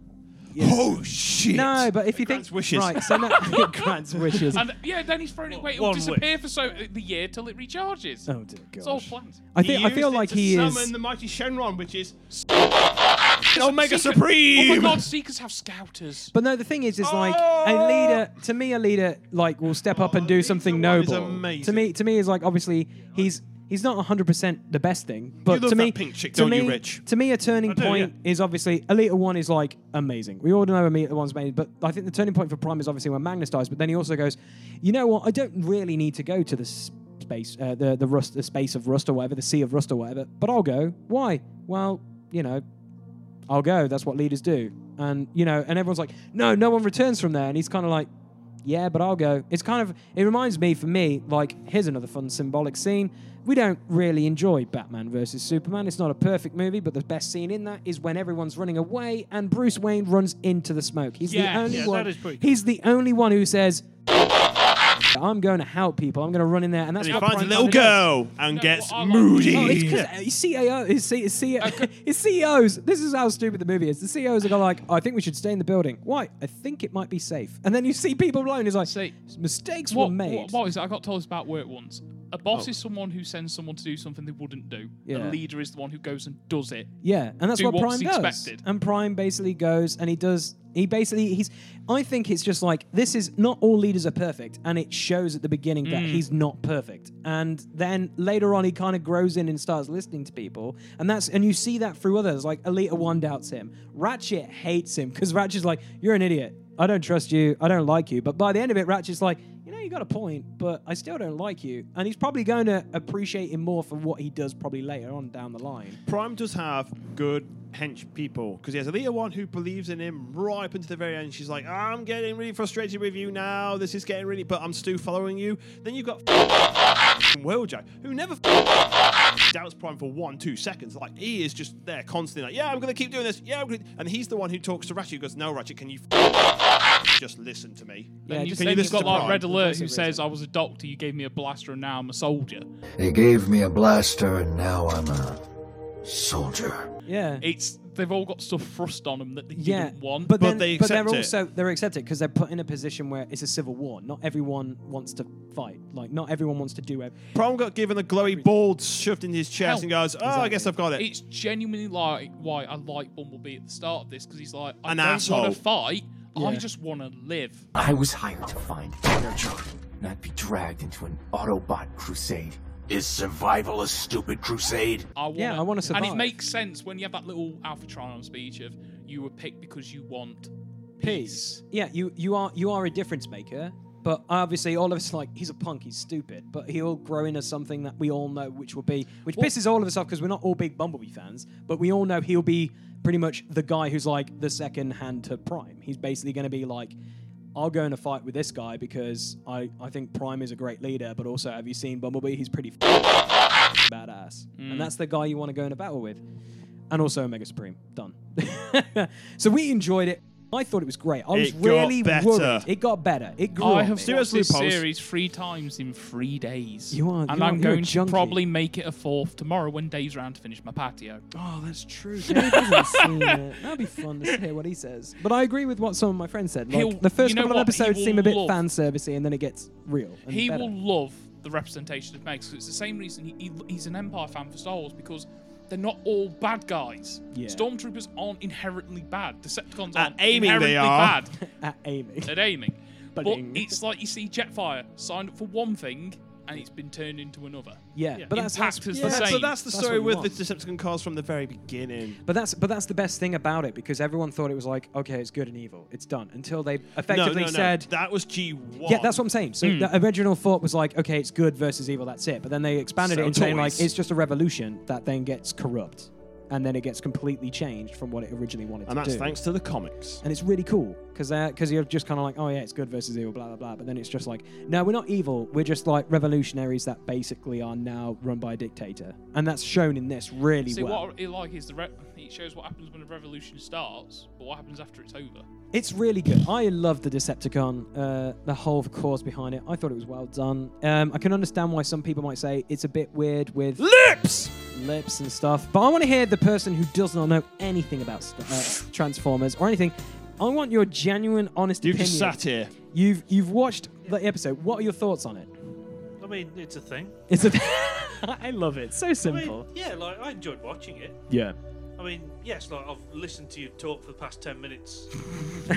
Oh shit!
No, but if you think
wishes.
right, so now, Grant's wishes.
And yeah, then he's thrown it away. It'll
One
disappear for so the year till it recharges.
Oh dear
It's all
gosh.
planned.
I think I feel like he
summon
is.
the mighty Shenron, which is Omega
Seekers-
Supreme.
Oh my god, Seekers have scouters.
But no, the thing is, is like
Oh!
a leader. To me, a leader like will step up and do something
is
noble.
amazing.
To me, to me is like obviously he's he's not 100 percent the best thing, but
love
to me,
that pink chick,
to
don't
me,
you, Rich?
to me, a turning
I do,
point is obviously Elita One is like amazing. We all know Elita One's made, but I think the turning point for Prime is obviously when Magnus dies. But then he also goes, you know what? I don't really need to go to the s- space, uh, the the rust, the space of rust or whatever, the sea of rust or whatever. But I'll go. Why? Well, you know, I'll go. That's what leaders do. And you know, and everyone's like, no, no one returns from there. And he's kind of like, yeah, but I'll go. It's kind of it reminds me for me like here's another fun symbolic scene. We don't really enjoy Batman versus Superman. It's not a perfect movie, but the best scene in that is when everyone's running away and Bruce Wayne runs into the smoke. He's
Yeah,
the only
yeah,
one.
that is pretty
He's the only one who says. I'm going to help people. I'm going to run in there, and that's
and he
how
finds a
Prime
little
kinda does.
girl and gets moody.
Oh, it's because his CAO, his, C, his, C, E his CEOs. This is how stupid the movie is. The CEOs are going like, "Oh, "I think we should stay in the building." Why? I think it might be safe. And then you see people alone. It's like mistakes
what,
were made.
What, what is it? I got told this about work once. A boss
Oh.
is someone who sends someone to do something they wouldn't do.
Yeah.
A leader is the one who goes and does it.
Yeah, and that's
do
what Prime
what's
does.
expected.
And Prime basically goes and he does. He basically he's. I think it's just like this is not all leaders are perfect, and it shows at the beginning that
Mm.
he's not perfect. And then later on, he kind of grows in and starts listening to people, and that's and you see that through others. Like Alita One doubts him, Ratchet hates him because Ratchet's like, "You're an idiot. I don't trust you. I don't like you." But by the end of it, Ratchet's like, "You know, you got a point, but I still don't like you." And he's probably going to appreciate him more for what he does probably later on down the line.
Prime does have good hench people because he has Alita one who believes in him right up until the very end. She's like, I'm getting really frustrated with you now. This is getting really, but I'm still following you. Then you've got Wheeljack who never doubts Prime for one, two seconds. Like he is just there constantly, like, yeah, I'm gonna keep doing this. Yeah, I'm gonna... and he's the one who talks to Ratchet. Who goes, no, Ratchet, can you just listen to me?
Then you,
can
then you've
listen
got
to
like
Prime?
Red Alert who says, I was a doctor, you gave me a blaster, and now I'm a soldier.
They gave me a blaster and now I'm a soldier.
Yeah.
It's they've all got stuff thrust on them that they
yeah,
didn't want.
but, then, but they're also they're accepted because they're put in a position where it's a civil war. Not everyone wants to fight. Like not everyone wants to do it.
Prime got given a glowy ball shoved in his chest and goes, oh, I guess I've got it.
It's genuinely like why I like Bumblebee at the start of this because he's like, I
An
don't
asshole.
want to fight. I
Yeah.
just want to live.
I was hired to find Megatron, not be dragged into an Autobot crusade.
Is survival a stupid crusade?
I want
Yeah, I wanna
And
survive.
it makes sense when you have that little Alphatron on speech of you were picked because you want peace.
Yeah, you you are you are a difference maker. But obviously, all of us like he's a punk, he's stupid, but he'll grow into something that we all know, which will be which
Well-
pisses all of us off because we're not all big Bumblebee fans, but we all know he'll be pretty much the guy who's like the second hand to Prime. He's basically going to be like, I'll go in a fight with this guy because I I think Prime is a great leader, but also have you seen Bumblebee? He's pretty f- badass,
Mm.
and that's the guy you want to go in a battle with, and also Omega Supreme. Done. so we enjoyed it. I thought it was great. I was
It got
really
better.
worried. It got better. It grew.
I
on
have
me.
watched this series three times in three days.
You are-
and
you are-
I'm
you're a
going to
junkie.
probably make it a fourth tomorrow when Dave's round to finish my patio.
Oh, that's true. Dave hasn't seen it. That'd be fun to hear what he says. But I agree with what some of my friends said. Like,
He'll-
the first
you know
couple
what?
of episodes
He
seem a
will
bit
love-
fan servicey, and then it gets real. And
he
better.
will love the representation of Meg. 'cause it's the same reason he, he- he's an Empire fan for Star Wars because they're not all bad guys.
Yeah.
Stormtroopers aren't inherently bad. Decepticons
At
aren't
aiming,
inherently
they are.
bad
At aiming.
at aiming. but
Ba-ding.
it's like you see Jetfire signed up for one thing and it's been turned into another.
Yeah, but that's-
Impact is the
Yeah,
same.
But that's the
That's
story
what you
with the Decepticon cars from the very beginning.
But that's but that's the best thing about it because everyone thought it was like okay, it's good and evil, it's done until they effectively
no, no,
said
no. that was G1.
Yeah, that's what I'm saying. So
Hmm.
the original thought was like, okay, it's good versus evil, that's it. But then they expanded
Sell
it and saying like
toys.
it's just a revolution that then gets corrupt, and then it gets completely changed from what it originally wanted
and
to
that's
do.
thanks to the comics.
and it's really cool because because you're just kind of like, oh yeah, it's good versus evil, blah blah blah. But then it's just like, no, we're not evil. We're just like revolutionaries that basically are now run by a dictator, and that's shown in this really
See,
well.
what I like is the re- it shows what happens when a revolution starts, but what happens after it's over.
It's really good. I love the Decepticon, uh, the whole cause behind it. I thought it was well done. Um, I can understand why some people might say it's a bit weird with
lips,
lips and stuff. But I want to hear the person who does not know anything about st- uh, Transformers or anything. I want your genuine, honest
You've
opinion.
just sat here.
You've you've watched the episode. What are your thoughts on it?
I mean, it's a thing.
It's a. I love it. So
I mean,
simple.
yeah, like I enjoyed watching it.
Yeah.
I mean, yes, like I've listened to you talk for the past ten minutes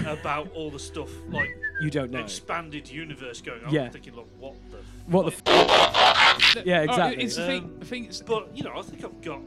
about all the stuff, like
You don't know.
expanded universe going on.
Yeah.
I'm thinking, like, what the?
What the? F- yeah, exactly.
it's the thing- the thing
Um, but you know, I think I've got,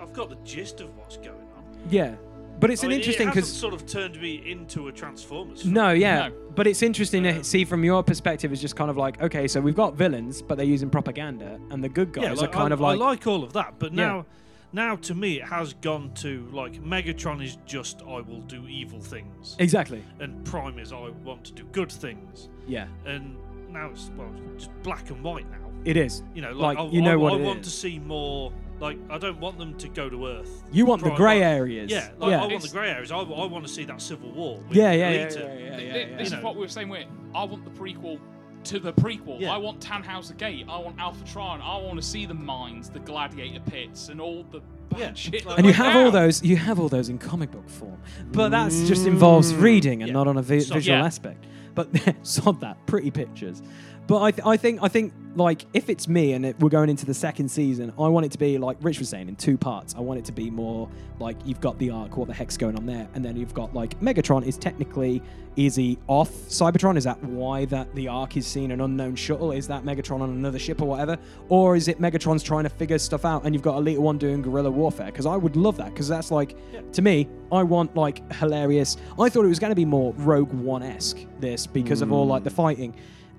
I've got the gist of what's going on.
yeah, but it's
I
an
mean,
interesting
it hasn't
because
sort of turned me into a Transformers. fan.
No, yeah, but it's interesting to see from your perspective. It's just kind of like, okay, so we've got villains, but they're using propaganda, and the good guys
yeah, like,
are kind
I,
of like,
I like all of that, but
Yeah.
now, now to me, it has gone to like Megatron is just I will do evil things.
Exactly.
And Prime is I want to do good things.
Yeah.
And now it's well, it's black and white now.
It is.
You know, like,
Like,
I,
you know
I,
what
I
it
want
is.
to see more. Like I don't want them to go to Earth.
You want the
Prime
grey
wants-
areas.
Yeah, like,
Yeah.
I want
It's-
the grey areas. I, I want to see that civil war. With
Yeah, yeah, yeah,
Alita.
yeah, yeah,
Th- th- This is what we were saying. Where I want the prequel to the prequel. I want Tannhauser Gate. I want Alpha Tron. I want to see the mines, the gladiator pits, and all the bad shit. that
and you
went
have
down.
all those, you have all those in comic book form, but that's just involves reading and not on a vi- Sod- visual yeah. aspect. But sod that, pretty pictures. But I, th- I think, I think, like, if it's me and it, we're going into the second season, I want it to be like Rich was saying in two parts. I want it to be more like you've got the arc, what the heck's going on there, and then you've got like Megatron is technically is he off Cybertron? Is that why that the arc is seen an unknown shuttle? Is that Megatron on another ship or whatever? Or is it Megatron's trying to figure stuff out and you've got Elite One doing guerrilla warfare? Because I would love that because that's like to me, I want like hilarious. I thought it was going to be more Rogue One esque this because of all like the fighting,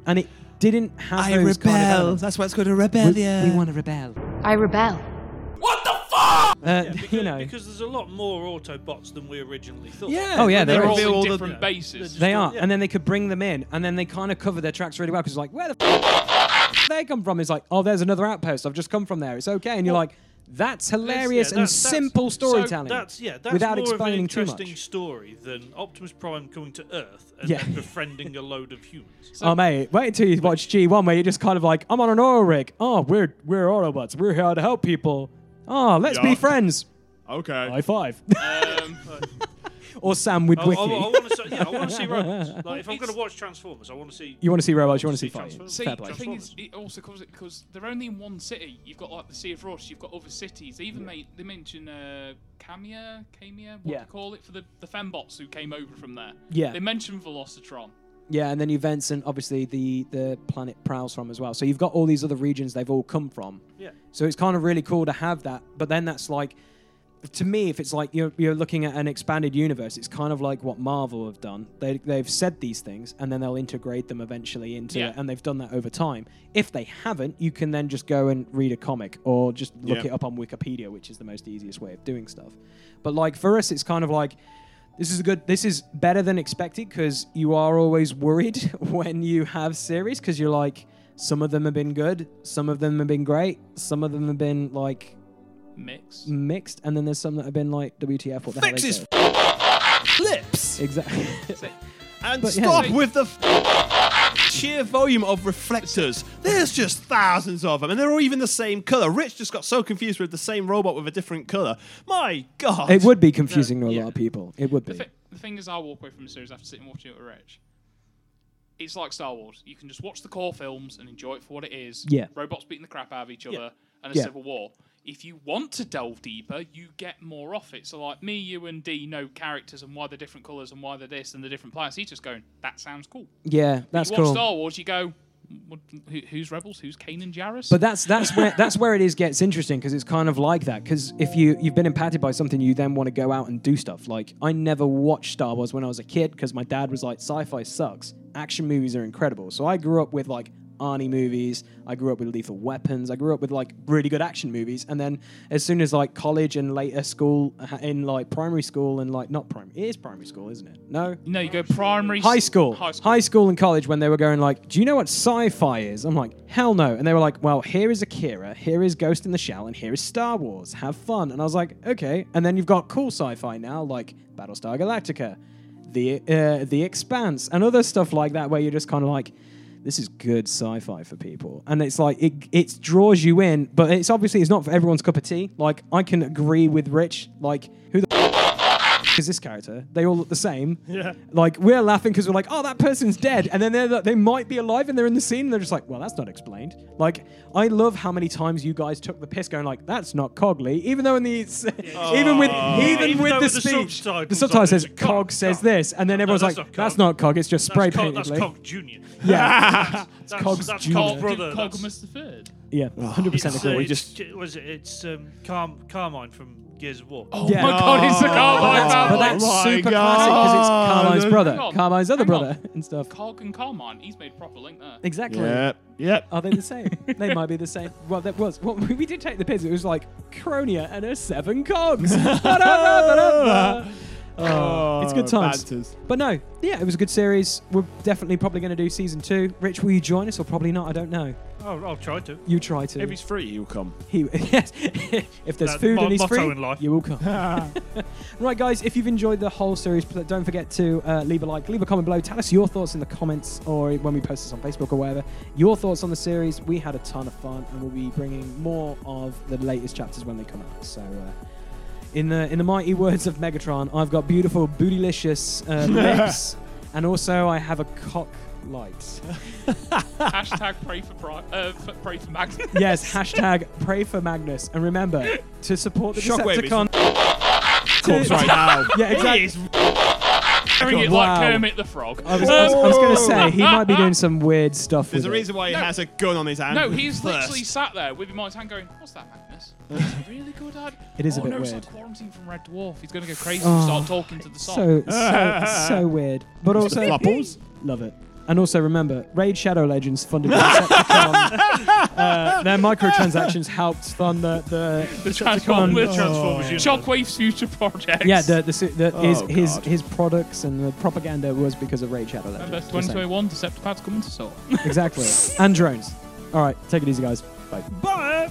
and it didn't have.
Mm. I
those kind of
rebel.
elements.
That's why it's called a rebellion.
We, want to rebel.
I rebel.
Uh, you know.
Because there's a lot more Autobots than we originally thought.
Oh yeah,
they're
they're
all
all in different bases.
They are, and then they could bring them in, and then they kind of cover their tracks really well because like, where the f- they come from? It's like, oh, there's another outpost. I've just come from there. It's okay, and you're like, that's hilarious
Yeah,
and
that's- that's-
simple storytelling.
So that's yeah, that's
without
more of an
explaining too
interesting
much.
story than Optimus Prime coming to Earth and
Yeah.
then befriending a load of humans.
oh mate, wait until you watch G1 where you're just kind of like, I'm on an oil rig. Oh, we're we're Autobots. We're here to help people. Oh, let's be
Yeah.
friends.
Okay.
High five.
Um,
or Sam with
I,
Wiki.
want to see, yeah, I want to see robots. Like, if I'm going to watch Transformers, I want to see.
You want to see robots? You want to see fighting?
See,
Fair
the
play.
thing is, it also comes because they're only in one city. You've got like the Sea of Ross. You've got other cities. They even made they mention uh, Camia, Camia, what do
Yeah.
you call it for the the fembots who came over from there.
Yeah.
They mentioned Velocitron.
Yeah, and then you've Vincent, obviously the the planet Prowls from as well. So you've got all these other regions they've all come from.
Yeah.
So it's kind of really cool to have that. But then that's like, to me, if it's like you're, you're looking at an expanded universe, it's kind of like what Marvel have done. They, they've said these things and then they'll integrate them eventually into
Yeah.
it. And they've done that over time. If they haven't, you can then just go and read a comic or just look
Yeah.
it up on Wikipedia, which is the most easiest way of doing stuff. But like for us, it's kind of like, this is a good. This is better than expected because you are always worried when you have series because you're like, some of them have been good, some of them have been great, some of them have been like
Mixed,
Mm. mixed, and then there's some that have been like WTF. What the hell?
Fix
is
his
this?
lips.
Exactly.
And
But yeah.
stop with the f- sheer volume of reflectors. There's just thousands of them, and they're all even the same color. Rich just got so confused with the same robot with a different color. My God.
It would be confusing to a lot of people. It would be.
The, thi- the thing is, I walk away from the series after sitting and watching it with Rich. It's like Star Wars. You can just watch the core films and enjoy it for what it is.
Yeah.
Robots beating the crap out of each other and a
Yeah.
civil war. If you want to delve deeper, you get more off it. So, like me, you, and D know characters and why they're different colours and why they're this and the different planets. He's just going, that sounds cool.
Yeah, that's
you watch
cool.
Star Wars, you go, "What- who, who's Rebels? Who's Kane and Jarrus?
But that's that's where that's where it is gets interesting because it's kind of like that. Because if you you've been impacted by something, you then want to go out and do stuff. Like I never watched Star Wars when I was a kid because my dad was like, "Sci-fi sucks. Action movies are incredible." So I grew up with like Arnie movies. I grew up with Lethal Weapons. I grew up with like really good action movies. And then as soon as like college and later school uh, in like primary school and like not primary, it is primary school, isn't it? No.
No, you go primary
High
s-
school,
High
high
school.
school. and college when they were going like, "Do you know what sci-fi is?" I'm like, "Hell no!" And they were like, "Well, here is Akira, here is Ghost in the Shell, and here is Star Wars. Have fun." And I was like, "Okay." And then you've got cool sci-fi now, like Battlestar Galactica, the uh, the Expanse, and other stuff like that, where you're just kind of like, "This is good sci-fi for people," and it's like it it draws you in, but it's obviously it's not for everyone's cup of tea. Like I can agree with Rich, like who the f- is this character? They all look the same.
Yeah.
Like we're laughing because we're like, oh, that person's dead, and then they're they might be alive and they're in the scene. And they're just like, well, that's not explained. Like I love how many times you guys took the piss, going like, that's not Cogley, even though in the even with
Oh.
even,
Even
with
though
the,
with the
speech,
subtitles
the subtitle
on it,
says
it's a
Cog, says this, and then everyone's
that's
like,
not Cog.
that's not Cog, it's just spray
That's Cog-
painted.
that's
like-
Cog Junior.
Yeah,
That's-
It's
that's-
Cog's
that's
Junior.
Cog brother.
Cogmus the Third.
Yeah,
Oh,
100%
It's,
agree.
uh,
We
it's- was it? It's um, Car- Carmine from Gears of War.
Oh my god, it's the Carmine Oh
that's- but that's super classic because it's Carmine's brother, Carmine's other brother, and stuff.
Cog and Carmine, he's made a proper link there.
Exactly.
Yep. Yep.
Are they the same? they might be the same. Well, that was. Well, we did take the piss. It was like Cronia and her seven cogs. Ba-da-ba-ba-da-ba. Oh, it's good
Oh,
times.
banters.
But no, yeah, it was a good series. We're definitely probably going to do season two. Rich, will you join us or probably not? I don't know.
Oh, I'll try to.
You try to.
If he's free, he'll come.
He, yes. if there's
That's
food
my
and he's
motto
free,
in life.
you will come. right, guys, if you've enjoyed the whole series, pl- don't forget to uh, leave a like, leave a comment below. Tell us your thoughts in the comments or when we post this on Facebook or wherever. Your thoughts on the series. We had a ton of fun, and we'll be bringing more of the latest chapters when they come out. So. Uh, in the in the mighty words of Megatron, I've got beautiful bootylicious uh, lips, and also I have a cock light.
Hashtag pray for, pri- uh, for, pray for Max.
Yes, hashtag pray for Magnus. And remember to support the
Shockwave is-
Decepticon.
Corpse right now.
Yeah, exactly.
He is Hearing it like
Wow. Oh,
Kermit the Frog.
I was, I was- I was going to say, he might be doing some weird stuff
There's a
with it.
reason why he
No.
has a gun on his hand.
No, he's literally
First.
sat there with him on his hand going, What's that, Magnus? It's really good at.
Uh, It is a
oh,
bit
no, It's
weird.
like quarantine from Red Dwarf. He's going to go crazy
Oh,
and start talking to the
So,
song.
so, so weird. But
Mr.
also,
Flupples.
love it. And also remember, Raid Shadow Legends funded by Decepticon. uh, their microtransactions helped fund the the,
The
Decepticon-
Transformers.
Oh.
Shockwave's future projects.
Yeah, the, the, su- the, his,
Oh,
his
God.
his products and the propaganda was because of Raid Shadow Legends.
Remember
Just saying.
2021 Decepticons coming to sort.
exactly. And drones. All right, take it easy, guys. Bye.
Bye.